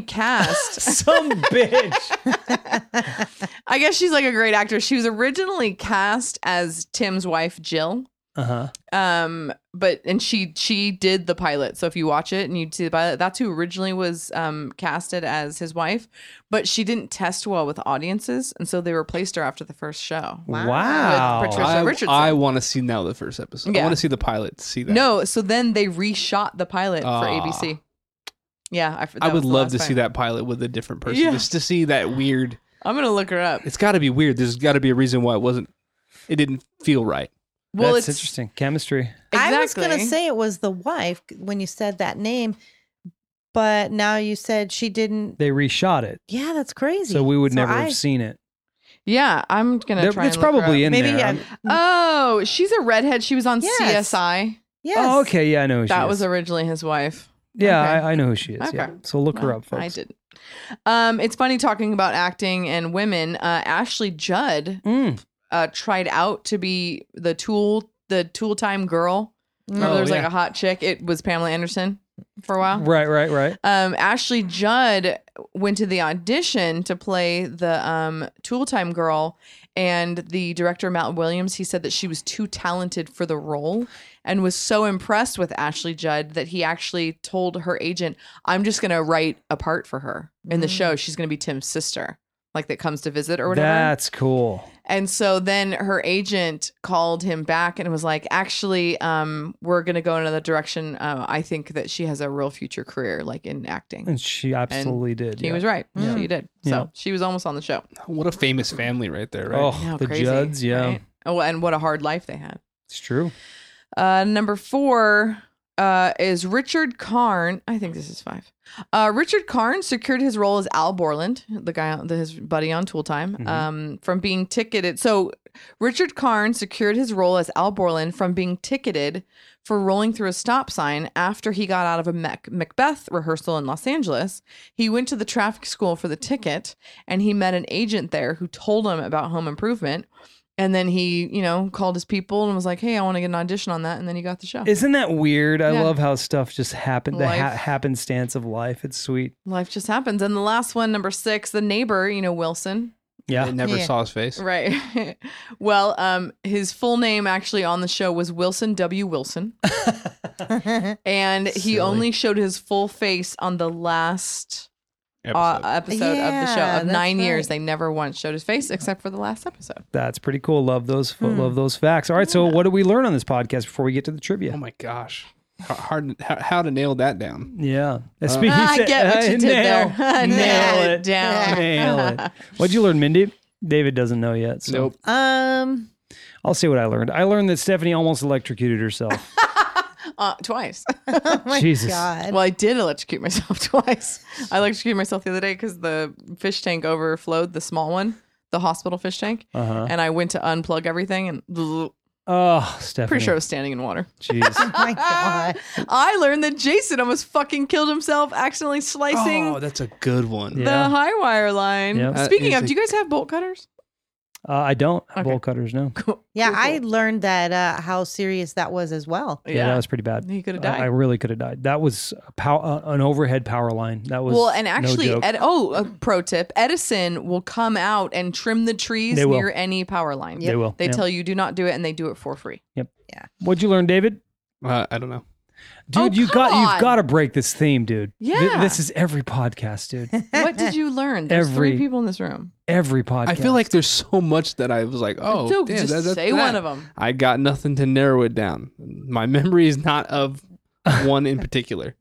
S3: cast.
S1: Some bitch.
S3: I guess she's like a great actress. She was originally cast as Tim's wife Jill.
S1: Uh huh.
S3: Um, but and she she did the pilot. So if you watch it and you see the pilot, that's who originally was um casted as his wife, but she didn't test well with audiences, and so they replaced her after the first show.
S1: Wow.
S3: With Patricia
S2: I,
S3: Richardson.
S2: I want to see now the first episode. I
S3: Yeah.
S2: want to see the pilot. See that?
S3: No, so then they reshot the pilot for
S2: Ah.
S3: ABC. Yeah, I,
S2: I
S3: that was
S2: would
S3: the
S2: love
S3: last
S2: to see
S3: pilot.
S2: that pilot with a different person,
S3: Yeah.
S2: just to see that weird.
S3: I'm gonna look her up.
S2: It's got to be weird. There's got to be a reason why it wasn't. It didn't feel right.
S3: Well,
S1: that's
S3: it's
S1: interesting. Chemistry.
S4: I was going to
S3: exactly.
S4: say it was the wife when you said that name, but now you said she didn't.
S1: They reshot it,
S4: Yeah, that's crazy.
S1: so we would
S4: So
S1: never
S4: I-
S1: have seen it.
S3: Yeah, I'm gonna
S1: There-
S3: try.
S1: it's
S3: and look her
S1: probably
S3: up.
S1: in
S4: Maybe
S1: there.
S4: yeah.
S3: Oh, she's a redhead. She was on
S4: Yes.
S3: CSI.
S4: Yes.
S1: Oh, okay. Yeah, I know who she
S3: That
S1: is.
S3: was originally his wife.
S1: Yeah,
S3: okay.
S1: I, I know who she is. Yeah.
S3: Okay.
S1: So look her
S3: Well,
S1: up, folks.
S3: I did. Um, it's funny talking about acting and women. Uh, Ashley Judd
S1: Mm.
S3: uh, tried out to be the tool, the tool time girl. Remember,
S2: Oh,
S3: there was like
S2: yeah.
S3: a hot chick. It was Pamela Anderson for a while.
S1: Right, right, right.
S3: Um, Ashley Judd went to the audition to play the um, tool time girl, and the director Matt Williams he said that she was too talented for the role, and was so impressed with Ashley Judd that he actually told her agent, "I'm just going to write a part for her in the
S4: Mm.
S3: show. She's going to be Tim's sister." Like that comes to visit or whatever.
S1: That's cool.
S3: And so then her agent called him back and was like, actually, um, we're going to go another direction. Uh, I think that she has a real future career, like in acting.
S1: And she absolutely did.
S3: He
S1: yeah.
S3: was right.
S4: Yeah.
S3: She did. So
S1: Yeah.
S3: she was almost on the show.
S2: What a famous family right there, right?
S1: Oh,
S3: How
S1: the
S3: crazy,
S1: Judds. Yeah,
S3: right? Oh, and what a hard life they had.
S1: it's true.
S3: Uh, number four uh, is Richard Karn. I think this is five. Uh, Richard Karn secured his role as Al Borland, the guy, the, his buddy on Tool Time,
S1: Mhm.
S3: um, from being ticketed. So Richard Karn secured his role as Al Borland from being ticketed for rolling through a stop sign after he got out of a Mac- Macbeth rehearsal in Los Angeles. He went to the traffic school for the ticket and he met an agent there who told him about home improvement. And then he, you know, called his people and was like, hey, I want to get an audition on that. And then he got the show.
S1: Isn't that weird? I
S3: Yeah.
S1: love how stuff just happened. The ha-
S3: Life.
S1: happenstance of life. It's sweet.
S3: Life just happens. And the last one, number six, the neighbor, you know, Wilson,
S2: I
S1: Yeah.
S2: never
S4: Yeah.
S2: saw his face.
S3: Right. well, um, his full name actually on the show was Wilson W. Wilson, and he
S2: Silly.
S3: only showed his full face on the last
S2: Episode.
S3: uh, episode of the
S4: Yeah,
S3: show. Of
S4: that's
S3: nine years,
S4: right.
S3: they never once showed his face except for the last episode.
S1: That's pretty cool. Love those fo-
S4: Hmm.
S1: love those facts. All right, so what did we learn on this podcast before we get to the
S2: oh
S3: Um,
S1: trivia?
S2: my gosh. How, hard, how, how to nail that down.
S1: Yeah. Uh,
S3: Ah, I get what you did
S1: nail,
S3: there.
S1: nail it.
S3: down.
S1: Nail it. What'd you learn, Mindy? David doesn't know yet. So
S2: Nope.
S4: um,
S1: I'll say what I learned. I learned that Stephanie almost electrocuted herself.
S3: Uh, twice.
S4: oh my
S1: Jesus.
S4: God.
S3: well, I did electrocute myself twice. I electrocuted myself the other day because the fish tank overflowed, the small one, the hospital fish tank,
S1: Uh-huh.
S3: and I went to unplug everything and
S1: Oh, Stephanie.
S3: pretty sure I was standing in water.
S1: Jeez.
S4: oh my God.
S3: I learned that Jason almost fucking killed himself accidentally slicing
S2: Oh, that's a good one.
S1: Yeah.
S3: the high wire line.
S1: Yep.
S2: That
S3: Speaking
S2: is
S3: of,
S2: a-
S3: do you guys have bolt cutters?
S1: Uh, I don't.
S3: Okay.
S1: Bowl cutters, no.
S4: Yeah,
S3: Cool,
S4: I learned that uh, how serious that was as well.
S1: Yeah, that was pretty bad.
S3: he could have
S1: I, I
S3: died.
S1: really could have died. That was a pow- uh, an overhead power line. That was
S3: well, and
S1: no
S3: actually,
S1: joke.
S3: Ed- oh, a pro tip: Edison will come out and trim the trees
S1: They will.
S3: near any power line.
S1: they will.
S3: They
S1: yeah.
S3: tell you do not do it, and they do it for free.
S1: What'd you learn, David?
S2: Uh, I don't know.
S1: Dude,
S3: Oh,
S1: you
S3: come
S1: got
S3: on.
S1: you've got to break this theme, dude. Th-
S3: Yeah.
S1: this is every podcast, dude.
S3: What did you learn? There's
S1: Every-
S3: three people in this room.
S1: Every podcast.
S2: I feel like there's so much that I was like, oh,
S3: so
S2: damn,
S3: just
S2: that- that-
S3: say
S2: that.
S3: one of them.
S2: I got nothing to narrow it down. My memory is not of one in particular.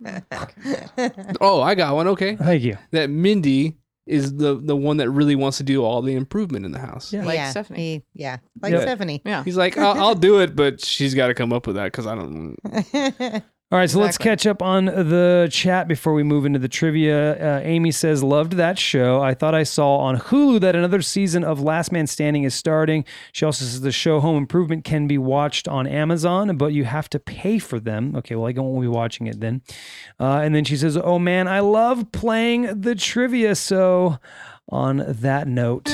S2: oh, I got one. Okay.
S1: Thank you.
S2: That Mindy is the, the one that really wants to do all the improvement in the house.
S1: Yeah.
S3: Like
S4: yeah,
S3: Stephanie.
S4: he- yeah, like
S1: Yeah.
S4: Stephanie.
S3: Yeah.
S2: He's like, I'll, I'll do it, but she's got to come up with that because I don't.
S1: All right, so let's catch up on the chat before we move into the trivia. Uh, Amy says, "Loved that show. I thought I saw on Hulu that another season of Last Man Standing is starting." She also says the show Home Improvement can be watched on Amazon, but you have to pay for them. Okay, well I won't be watching it then. Uh, and then she says, "Oh man, I love playing the trivia." So, on that note,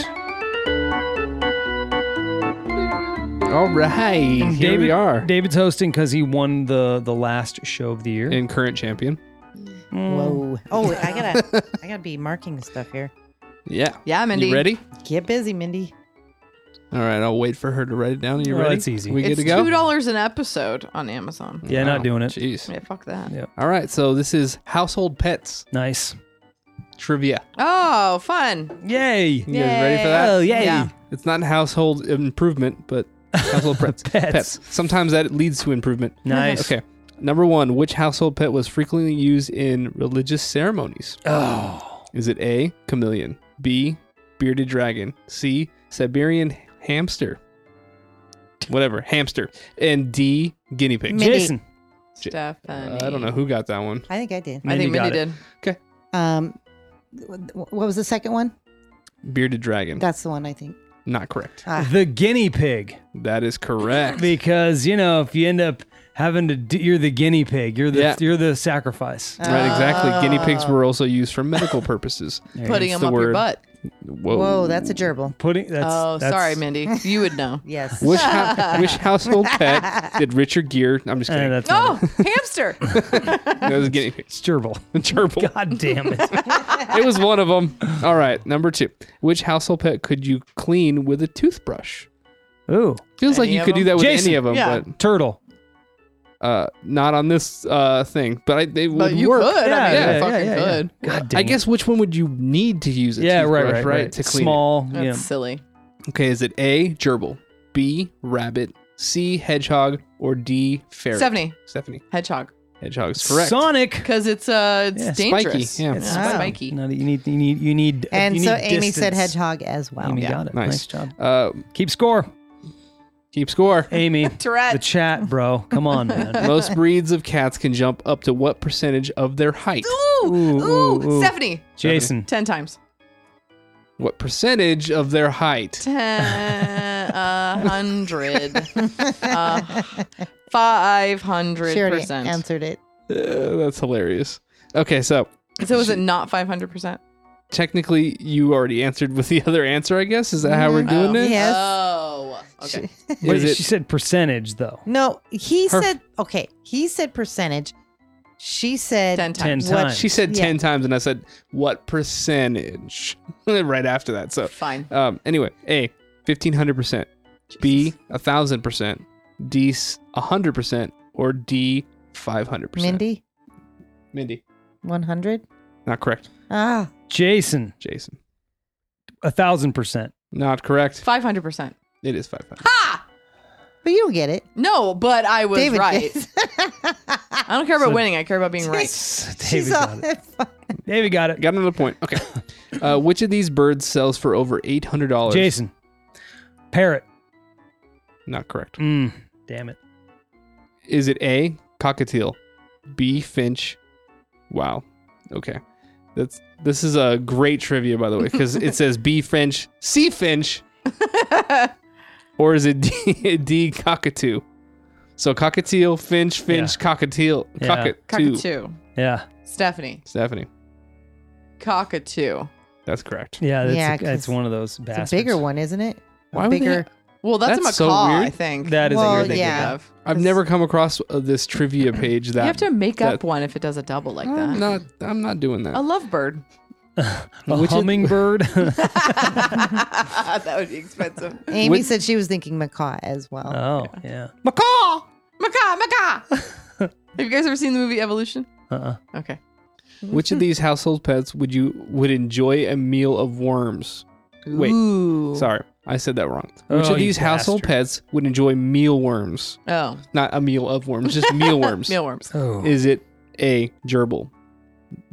S2: All right, here
S1: David,
S2: we are.
S1: David's hosting because he won the the last show of the year.
S2: And current champion.
S1: Mm.
S4: Whoa! Oh, I gotta, I gotta be marking stuff here.
S2: Yeah.
S3: Yeah, Mindy.
S2: You ready?
S4: Get busy, Mindy.
S2: All right, I'll wait for her to write it down. Are you
S1: Oh,
S2: ready?
S1: that's easy.
S2: We good
S3: It's
S2: to go?
S3: two dollars an episode on Amazon.
S1: Yeah, not doing it.
S2: Jeez.
S3: Yeah, fuck that.
S2: All right, so this is household pets
S1: Nice.
S2: trivia.
S3: Oh, fun.
S1: Yay!
S2: You guys ready for that?
S1: Oh, yay.
S3: Yeah.
S2: It's not household improvement, but household pets.
S1: Pets.
S2: Sometimes that leads to improvement.
S1: Nice.
S2: Okay. Number one, which household pet was frequently used in religious ceremonies?
S1: Oh.
S2: Is it A, chameleon, B, bearded dragon, C, Siberian hamster, whatever, hamster, and D, guinea pig?
S4: Mindy.
S1: Jason.
S2: J-
S3: Stephanie.
S2: Uh, I don't know who got that one.
S4: I think I did.
S3: I
S1: Mindy
S3: think
S1: got
S3: Mindy
S1: it.
S3: did.
S4: Um, wh- what was the second one?
S2: Bearded dragon.
S4: That's the one I think.
S2: Not correct.
S4: Ah.
S1: The guinea pig.
S2: That is correct.
S1: Because, you know, if you end up having to do, you're the guinea pig. You're the
S2: Yeah.
S1: you're the sacrifice.
S3: Uh,
S2: Right, exactly. Guinea pigs
S4: Oh.
S2: were also used for medical purposes.
S1: There you
S3: Putting
S2: It's
S3: them
S2: the
S3: up your
S2: word.
S3: butt.
S2: Whoa.
S4: Whoa, that's a gerbil.
S1: go. putting that's
S3: oh,
S1: that's-
S3: sorry, Mindy. You would know.
S4: Yes.
S2: Which, hou- which household pet did Richard Gere? I'm just
S1: Eh,
S2: kidding.
S1: that's not-
S3: Oh, hamster.
S2: That was a guinea pig.
S1: it's gerbil.
S2: Gerbil.
S1: God damn it.
S2: It was one of them. All right, number two. Which household pet could you clean with a toothbrush?
S1: Ooh.
S2: Feels like
S3: Any
S2: you
S3: of
S2: could
S3: them?
S2: do that with
S1: Jason.
S2: any of them,
S3: Yeah.
S1: Turtle.
S2: but uh, not on this uh, thing. But I, they
S3: But
S2: would
S3: you
S2: work.
S1: Yeah,
S3: could. I mean,
S1: yeah,
S3: you
S1: yeah,
S3: fucking
S1: yeah, yeah.
S3: could.
S1: God damn
S2: I
S1: it.
S2: guess which one would you need to use a
S1: Yeah, right,
S2: toothbrush,
S1: right, right.
S2: To clean it?
S1: Small.
S3: That's
S1: yeah.
S3: silly.
S2: Okay, is it A, gerbil, B, rabbit, C, hedgehog, or D, ferret?
S3: Stephanie,
S2: Stephanie.
S3: hedgehog.
S2: Hedgehog's correct.
S1: Sonic.
S3: Because it's uh, it's
S1: Yeah, spiky,
S3: dangerous.
S2: yeah.
S3: It's
S4: Wow.
S3: spiky.
S1: No, you need you need you need
S4: and
S1: you
S4: so
S1: need
S4: Amy said
S1: distance.
S4: hedgehog as well.
S1: Amy
S3: Yeah.
S1: got it.
S2: Nice.
S1: nice job.
S2: Uh,
S1: Keep score.
S2: keep score.
S1: Amy.
S3: Tourette.
S1: the chat, bro. Come on, man.
S2: Most breeds of cats can jump up to what percentage of their height?
S3: Ooh,
S1: Ooh,
S3: ooh,
S1: ooh, ooh.
S3: Stephanie,
S1: Jason.
S3: ten times.
S2: What percentage of their height?
S3: Ten, a hundred, uh, five hundred
S4: She already
S3: percent.
S4: answered it.
S2: Uh, that's hilarious. Okay, so
S3: So is it not five hundred percent?
S2: technically you already answered with the other answer, I guess. Is that how we're doing it?
S4: Yes.
S3: Oh, okay.
S1: Wait,
S2: Is it-
S1: she said percentage though.
S4: No, he
S2: Her-
S4: said okay. He said percentage. She said
S3: Ten times.
S1: Ten
S4: What
S1: times.
S2: She said
S4: Yeah.
S2: 10 times and I said, what percentage? right after that. So,
S3: Fine.
S2: um, anyway, A, 1500%, B, 1000%, D, s- 100%, or D, 500%.
S4: Mindy
S2: Mindy.
S4: one hundred.
S2: Not correct.
S4: Ah,
S1: Jason,
S2: Jason.
S1: a thousand percent.
S2: Not correct.
S3: Five hundred percent.
S2: It is 500.
S3: Ha!
S4: but you don't get it.
S3: No, but I was
S4: David
S3: right.
S4: gets-
S3: I don't care about
S1: So-
S3: winning. I care about being right.
S1: David
S4: She's all
S1: got it. David got it.
S2: Got another point. Okay. Uh, which of these birds sells for over $800?
S1: Jason. Parrot.
S2: Not correct.
S1: Mm, damn it.
S2: Is it A, cockatiel, B, finch? Wow. Okay. That's this is a great trivia by the way cuz it says B finch, C finch. or is it D, D cockatoo? So cockatiel, finch, finch, cockatiel,
S1: Yeah.
S2: cockatoo.
S3: Cockatoo.
S1: Yeah,
S3: Stephanie.
S2: Stephanie.
S3: Cockatoo.
S2: That's correct.
S1: yeah. That's,
S4: Yeah,
S1: a- that's
S4: 'cause
S1: one of those. Bastards.
S4: It's a bigger one, isn't it? A
S2: Why would they-
S4: bigger?
S3: Well, that's, a
S2: That's so
S3: macaw, I
S2: weird.
S3: think.
S1: That is
S4: Well,
S1: a
S3: You're
S1: weird
S3: thinking
S4: yeah.
S3: of.
S2: I've never come across uh, this trivia page that
S3: You have to make up
S2: that- Oh,
S3: one if it does a double like that.
S2: I'm not I'm not doing
S3: A
S2: that.
S3: lovebird.
S1: A
S2: Which is-
S1: hummingbird.
S4: Oh,
S3: that would be expensive.
S4: Amy
S2: Would-
S4: said she was thinking macaw as well.
S1: oh yeah.
S3: Macaw! Macaw! Macaw! Have you guys ever seen the movie Evolution?
S1: Uh-uh.
S3: Okay.
S2: Which of these household pets would you would enjoy a meal of worms? Wait.
S3: Ooh.
S2: Sorry, I said that wrong. Which
S1: Oh,
S2: of
S1: you
S2: these household
S1: bastard.
S2: pets would enjoy mealworms?
S3: Oh,
S2: Not a meal of worms, just mealworms.
S3: mealworms.
S1: Oh.
S2: Is it A, gerbil,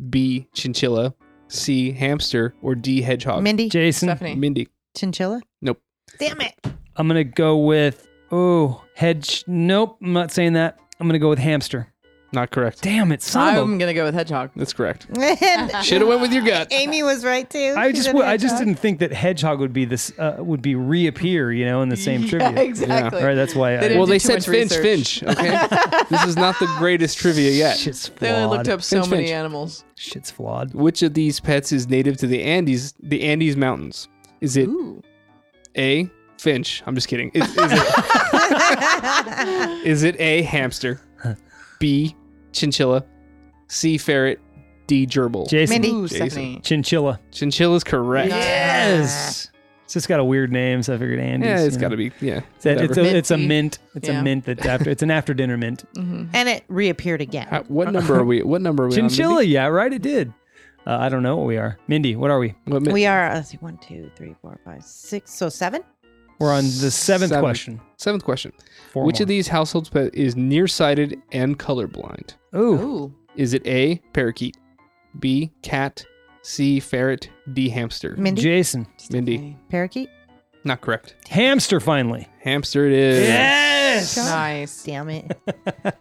S2: B, chinchilla, C, hamster, or D,
S1: Uh,
S2: hedgehog?
S4: Mindy,
S1: Jason.
S3: Stephanie.
S2: Mindy.
S4: chinchilla.
S2: Nope.
S4: Damn it!
S1: I'm gonna go with oh hedge. Nope, I'm not saying that. I'm gonna go with hamster.
S2: Not correct.
S1: Damn it, son of a-
S3: I'm going to go with hedgehog.
S2: That's correct.
S4: And
S2: Should have went with your gut.
S4: Amy was right too.
S1: I
S4: She
S1: just
S4: said
S1: w- I just
S4: hedgehog.
S1: didn't think that hedgehog would be this uh, would be reappear. You know, in the same
S3: Yeah,
S1: trivia.
S3: Exactly.
S1: All right, that's why.
S3: They
S1: I,
S3: didn't
S2: Well,
S3: do
S2: they
S3: too
S2: said
S3: much
S2: finch, finch. Okay, this is not the greatest trivia yet.
S1: shit's flawed.
S3: They only looked up so
S2: Finch,
S3: many
S2: finch.
S3: animals.
S1: Shit's flawed.
S2: Which of these pets is native to the Andes, the Andes Mountains? Is it
S3: Ooh.
S2: A, finch? I'm just kidding. Is- is it Is it A, hamster, B, chinchilla, C, ferret, D, gerbil?
S1: Jason.
S4: Mindy.
S3: Ooh,
S2: Jason.
S3: Stephanie.
S1: Chinchilla.
S2: Chinchilla's correct.
S3: Yeah.
S1: Yes. It's just got a weird name, so I figured Andy's.
S2: Yeah, it's
S1: you know.
S2: got to be. Yeah.
S1: It's a, it's,
S2: whatever.
S1: a, it's a
S3: Minty.
S1: mint. It's
S3: Yeah.
S1: a mint that after it's an after dinner mint.
S3: Mhm.
S4: and it reappeared again.
S2: How- what number are we? What number are we
S1: Chinchilla, yeah, right. It did. Uh, I don't know what we are. Mindy, what are we?
S2: on? Mindy? What mi-
S4: We are let's see, one, two, three, four, five, six, so seven.
S1: We're on the seventh
S2: Seven.
S1: question.
S2: Seventh question.
S1: Four
S2: Which
S1: more.
S2: of these households pet is nearsighted and colorblind?
S1: Ooh,
S3: Ooh.
S2: Is it A, parakeet, B, cat, C, ferret, D, hamster?
S4: Mindy,
S1: Jason,
S2: Mindy.
S4: parakeet.
S2: Not correct.
S1: hamster, finally.
S2: Hamster it is.
S1: Yes.
S3: Nice.
S4: Damn it!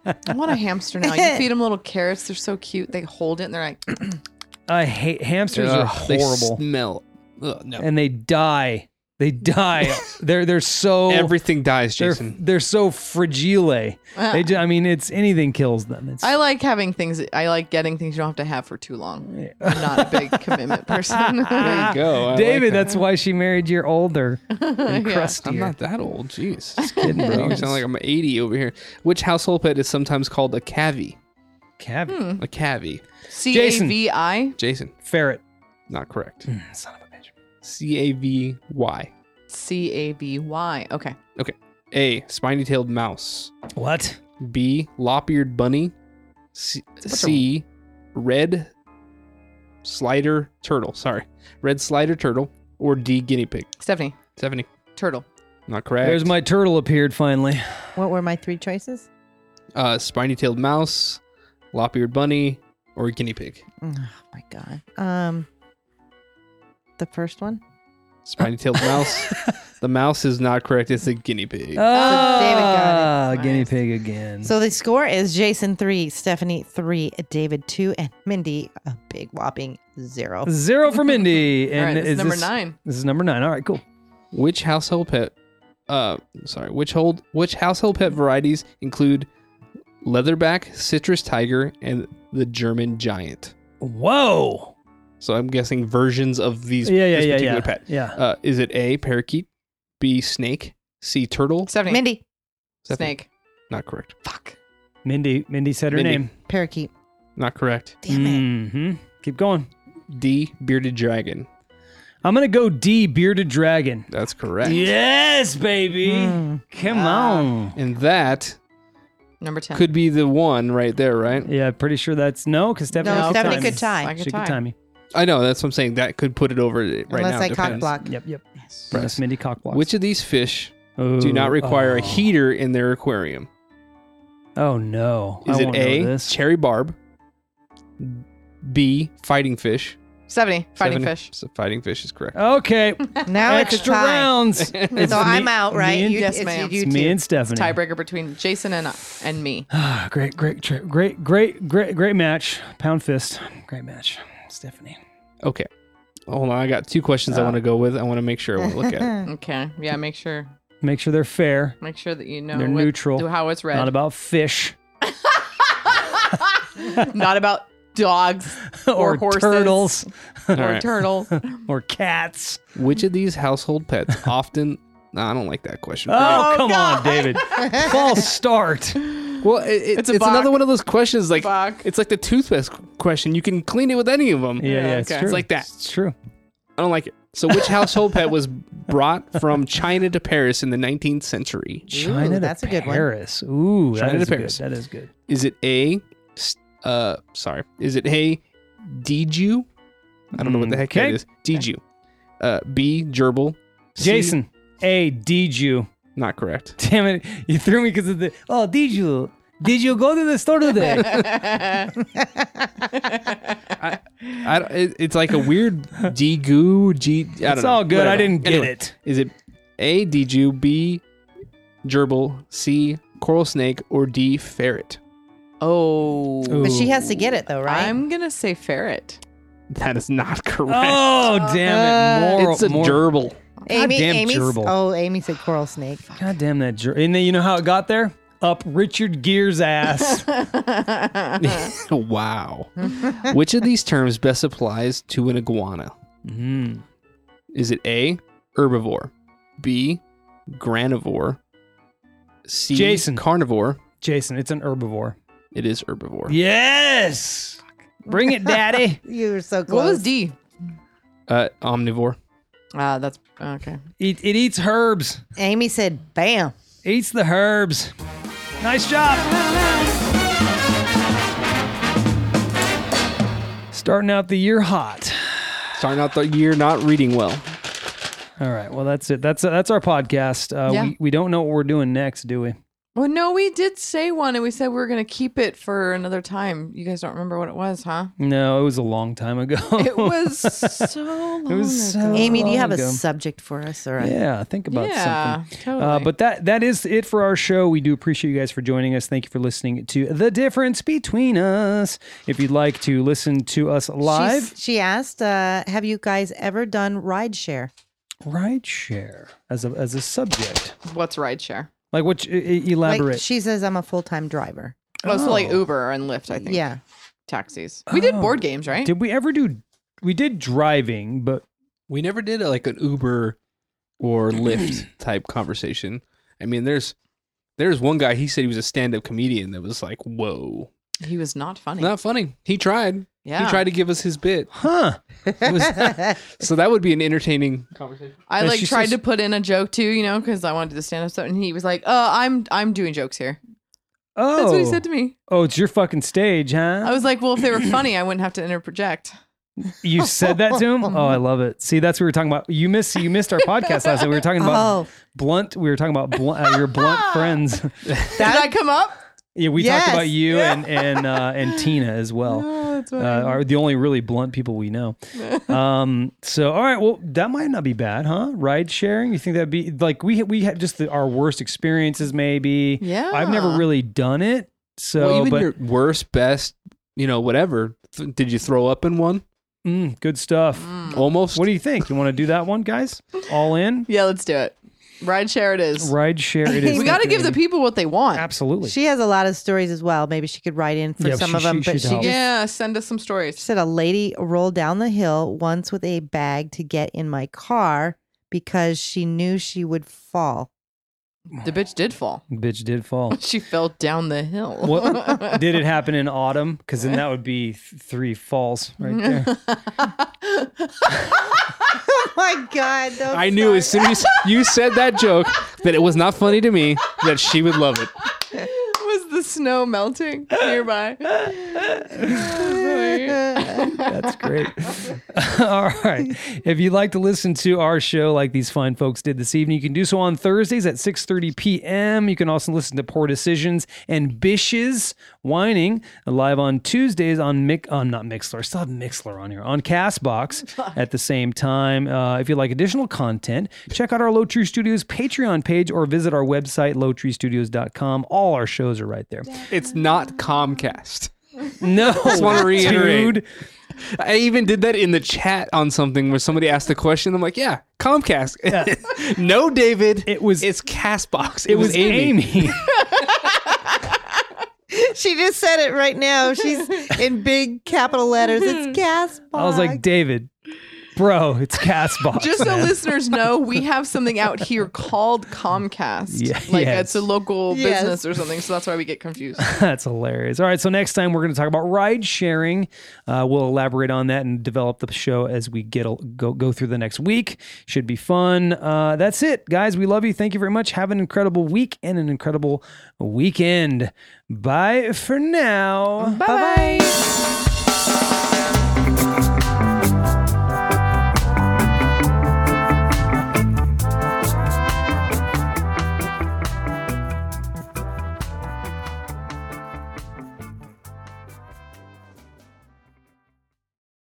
S3: I want a hamster now. You feed them little carrots. They're so cute. They hold it and they're like,
S1: I hate hamsters. are
S2: Ugh, they
S1: horrible,
S2: smell. Ugh, no.
S1: and they die They die. they're they're so
S2: Everything dies,
S1: they're
S2: Jason.
S1: they're so fragile.
S3: Uh,
S1: They ju- I mean, it's anything kills them. It's
S3: I like having things. I like getting things you don't have to have for too long. I'm not a big commitment person.
S2: There you go. I like
S1: David.
S2: that.
S1: that's why she married you older and
S3: Yeah.
S1: crustier.
S2: I'm not that old. Jeez. Just kidding,
S1: bro.
S2: bro. You sound like I'm 80 over here. Which household pet is sometimes called a cavy?
S1: Cav-
S3: Hmm.
S2: A cavy.
S3: C A V I
S2: Jason,
S1: ferret.
S2: not correct.
S1: Son of a bitch.
S2: C A V Y.
S3: C A B Y. Okay.
S2: A. Spiny tailed mouse.
S1: What?
S2: B. Lop eared bunny. C. C red slider turtle. Sorry. Red slider turtle. Or D. Guinea pig.
S3: Stephanie,
S2: 70.
S3: turtle.
S2: Not correct.
S1: There's my turtle appeared finally.
S3: Oh,
S4: What were my three choices?
S2: uh, spiny tailed mouse, lop eared bunny, or guinea pig.
S4: Oh my god. Um, the first one.
S2: Spiny tailed mouse. The mouse is not correct. It's a guinea pig.
S1: Oh. Ah,
S3: David got it.
S1: guinea
S3: Nice.
S1: pig again.
S4: So the score is Jason three, Stephanie three, David two, and Mindy a big whopping zero.
S1: Zero for Mindy.
S3: All
S1: And
S3: right, this
S1: is
S3: is number
S1: this,
S3: nine.
S1: This is number nine. All right, cool.
S2: Which household pet? Uh, sorry. Which hold? Which household pet varieties include leatherback, citrus tiger, and the German giant?
S1: Whoa.
S2: So I'm guessing versions of these.
S1: Yeah, yeah,
S2: this
S1: yeah,
S2: particular
S1: yeah.
S2: pet.
S1: Yeah.
S2: Uh, is it A. Parakeet, B. Snake, C. Turtle?
S3: Stephanie,
S4: Mindy
S2: Stephanie,
S3: snake.
S2: Not correct.
S3: Fuck.
S1: Mindy. Mindy said her
S2: Mindy.
S1: name.
S4: parakeet.
S2: Not correct.
S4: Damn it.
S1: hmm Keep going.
S2: D. Bearded dragon.
S1: I'm gonna go D. Bearded dragon.
S2: That's correct.
S1: Yes, baby.
S4: Mm.
S1: Come
S3: Ah.
S1: on.
S2: And that
S3: Number ten.
S2: could be the one right there, right?
S1: Yeah, pretty sure that's no, because Stephanie,
S4: No,
S1: could
S4: Stephanie
S1: time
S4: could
S1: me.
S4: tie.
S3: I could
S1: She
S3: tie.
S1: could time me.
S2: I know that's what I'm saying. That could put it over it right now.
S4: Unless I
S2: Depends.
S4: cock block.
S1: Yep, yep.
S2: Right.
S1: That's Mindy Cockblock.
S2: Which of these fish
S1: oh,
S2: do not require
S1: oh.
S2: a heater in their aquarium?
S1: Oh no.
S2: Is
S1: I
S2: it
S1: won't know
S2: A
S1: this.
S2: cherry barb, B fighting fish,
S3: Stephanie, fighting
S2: Seven-
S3: fish.
S2: so fighting fish is correct.
S1: Okay.
S4: Now it's a
S1: Extra
S4: tie.
S1: rounds. It's
S4: So
S1: me-
S4: I'm out, right?
S1: Me and,
S4: You-
S3: Yes,
S4: it's
S3: ma'am.
S4: you
S1: it's me
S4: two.
S1: and Stephanie.
S3: Tiebreaker between Jason and and me.
S1: Ah, great, great, tri- great, great, great, great match. Pound fist. Great match. Stephanie.
S2: Okay, hold on. I got two questions I
S1: Uh.
S2: want to go with. I want to make sure I want to look at. It.
S3: Okay. Yeah. Make sure.
S1: Make sure they're fair.
S3: Make sure that you know
S1: They're
S3: what-
S1: neutral.
S3: how it's read.
S1: Not about fish
S3: Not about dogs
S1: or,
S3: Or horses.
S1: turtles
S3: or
S2: All right.
S3: turtles.
S1: or cats.
S2: Which of these household pets often? No, I don't like that question.
S1: Oh,
S3: Oh,
S1: come
S3: God.
S1: on, David. False start.
S2: Well, it, it-
S3: It's
S2: it's,
S3: a Bach.
S2: another one of those questions. Like
S3: Bach.
S2: it's like the toothpaste question. You can clean it with any of them.
S1: Yeah, yeah, it's
S3: okay.
S1: true.
S2: It's like that.
S1: It's true.
S2: I don't like it. So, which household pet was brought from China to Paris in the 19th century?
S1: China
S4: that's
S1: to
S4: a good one.
S1: Paris. Ooh, that
S2: China to
S1: is
S2: Paris.
S1: good. That is good.
S2: Is it A? s- Uh, sorry. Is it A? Diju? I don't know what the heck
S1: Mm, Okay.
S2: that is. Diju. Uh, B. Gerbil. C-
S1: Jason, A, did you?
S2: Not correct.
S1: Damn it. You threw me because of the. Oh, did you? Did you go to the store today?
S2: I, don't- it, it's like a weird Digu. G. I don't
S1: it's
S2: know.
S1: all good. I
S2: Whatever.
S1: didn't get
S2: Anyway,
S1: it.
S2: Is it A. Diju? B. Gerbil. C. Coral snake. Or D. Ferret?
S3: oh.
S1: Ooh.
S4: But she has to get it though, right?
S3: I'm gonna say ferret.
S2: That is not correct.
S1: Oh, damn it.
S4: Uh,
S1: Moral,
S2: it's a
S1: moral-
S2: gerbil.
S4: Amy,
S1: goddamn
S4: Amy's-
S1: gerbil.
S4: Oh, Amy said coral snake.
S1: God damn that jerk. And then you know how it got there? Up Richard Gere's ass.
S3: Uh,
S2: wow. Which of these terms best applies to an iguana?
S1: mm.
S2: Is it A, herbivore, B, granivore, C,
S1: Jason.
S2: carnivore?
S1: Jason, it's an herbivore.
S2: It is herbivore.
S1: Yes. Bring it, daddy.
S4: You were so close.
S3: what was D?
S2: Uh, omnivore.
S3: Ah, that's okay.
S1: it, it eats herbs.
S4: Amy said, "Bam."
S1: Eats the herbs. Nice job. Starting out the year hot.
S2: Starting out the year not reading well.
S1: All right. Well, that's it. That's that's our podcast. Uh,
S3: Yeah.
S1: we, we don't know what we're doing next, do we?
S3: Well, no, we did say one, and we said we were gonna keep it for another time. You guys don't remember what it was, huh?
S1: No, it was a long time ago.
S3: It was so long.
S1: It was so
S3: ago.
S4: Amy, do you have a
S1: Long ago.
S4: subject for us or a
S1: Oh, yeah, think about something.
S3: yeah, totally.
S1: Uh, but that that is it for our show. We do appreciate you guys for joining us. Thank you for listening to The Difference Between Us. If you'd like to listen to us live,
S4: She's- she asked, uh, "Have you guys ever done rideshare?"
S1: rideshare as a as a subject?
S3: What's rideshare?
S1: Like, what?
S4: Like
S1: Elaborate.
S4: she says, I'm a full time driver.
S3: Oh, so like
S1: Oh.
S3: Uber and Lyft, I think.
S4: Yeah.
S3: Taxis. We did
S1: Oh.
S3: board games, right?
S1: Did we ever do? We did driving, but
S2: We never did uh, like an Uber or Lyft type conversation. I mean, there's there's one guy. He said he was a stand-up comedian. That was like, whoa,
S3: he was not funny.
S2: not funny. He tried.
S3: yeah.
S2: He tried to give us his bit.
S1: huh?
S2: It was- so that would be an entertaining conversation.
S3: I
S1: And
S3: like
S1: she
S3: tried
S1: says-
S3: to put in a joke too, you know, because I wanted to stand up stuff, and he was like, "Uh, I'm I'm doing jokes here."
S1: Oh,
S3: That's what he said to me. Oh.
S1: oh, it's your fucking stage, huh?
S3: I was like, "Well, if they were funny, I wouldn't have to interject."
S1: You said that to him. Oh, I love it. See, that's what we were talking about. You missed you missed our podcast last night. We were talking about
S4: oh,
S1: blunt. We were talking about blunt, uh, your blunt friends.
S3: Did I come up?
S1: Yeah, we
S4: Yes.
S1: talked about you and and uh, and Tina as well.
S3: Oh, that's
S1: Uh,
S3: funny.
S1: are the only really blunt people we know. Um, so all right, well that might not be bad, huh? Ride sharing. You think that'd be like we we had just the, our worst experiences maybe.
S3: yeah,
S1: I've never really done it. So,
S2: well, even
S1: but
S2: your worst, best, you know, whatever. Th- did you throw up in one?
S1: mm, good stuff.
S3: Mm.
S2: Almost.
S1: What do you think? You want to do that one, guys? All in
S3: Yeah, let's do it. Ride share it is.
S1: ride share. It is.
S3: We got to
S1: Thank you,
S3: give the
S1: Amy.
S3: people what they want.
S1: absolutely.
S4: Oh, she has a lot of stories as well. Maybe she could write in for
S1: Yeah,
S4: some
S1: she-
S4: of them.
S1: she
S4: but
S1: should
S4: she
S1: help.
S4: just
S3: Yeah, send us some stories.
S4: said a lady rolled down the hill once with a bag to get in my car because she knew she would fall.
S3: The bitch did fall.
S1: Bitch did fall.
S3: She fell down the hill.
S1: What did it happen in autumn? Because then that would be th- three falls right there.
S4: Oh my God.
S2: I knew as soon as you said that joke that it was not funny to me that she would love it.
S3: was the snow melting nearby?
S1: That's great. All right. If you'd like to listen to our show like these fine folks did this evening, you can do so on Thursdays at 6.30 p.m. You can also listen to Poor Decisions and Bish's Whining live on Tuesdays on Mick, um, not Mixler, I still have Mixler on here, on CastBox at the same time. Uh, if you'd like additional content, check out our Low Tree Studios Patreon page or visit our website, lowtreestudios.com. All our shows are right there.
S2: It's not Comcast.
S1: No,
S2: Just wanna reiterate.
S1: dude.
S2: I even did that in the chat on something where somebody asked a question. I'm like, yeah, Comcast. no, David.
S1: It was-
S2: It's Castbox.
S1: It, was, Amy.
S4: she just said it right now. She's in big capital letters. It's gas.
S1: I was like, David, bro, it's Castbox.
S3: Just so
S1: man.
S3: listeners know, we have something out here called Comcast.
S1: Yeah,
S3: like
S1: yes.
S3: it's a local
S4: Yes.
S3: business or something, so that's why we get confused.
S1: That's hilarious. All right, so next time we're going to talk about ride sharing. Uh, we'll elaborate on that and develop the show as we get al- go go through the next week. Should be fun. Uh, that's it, guys. We love you. Thank you very much. Have an incredible week and an incredible weekend. Bye for now.
S4: Bye bye.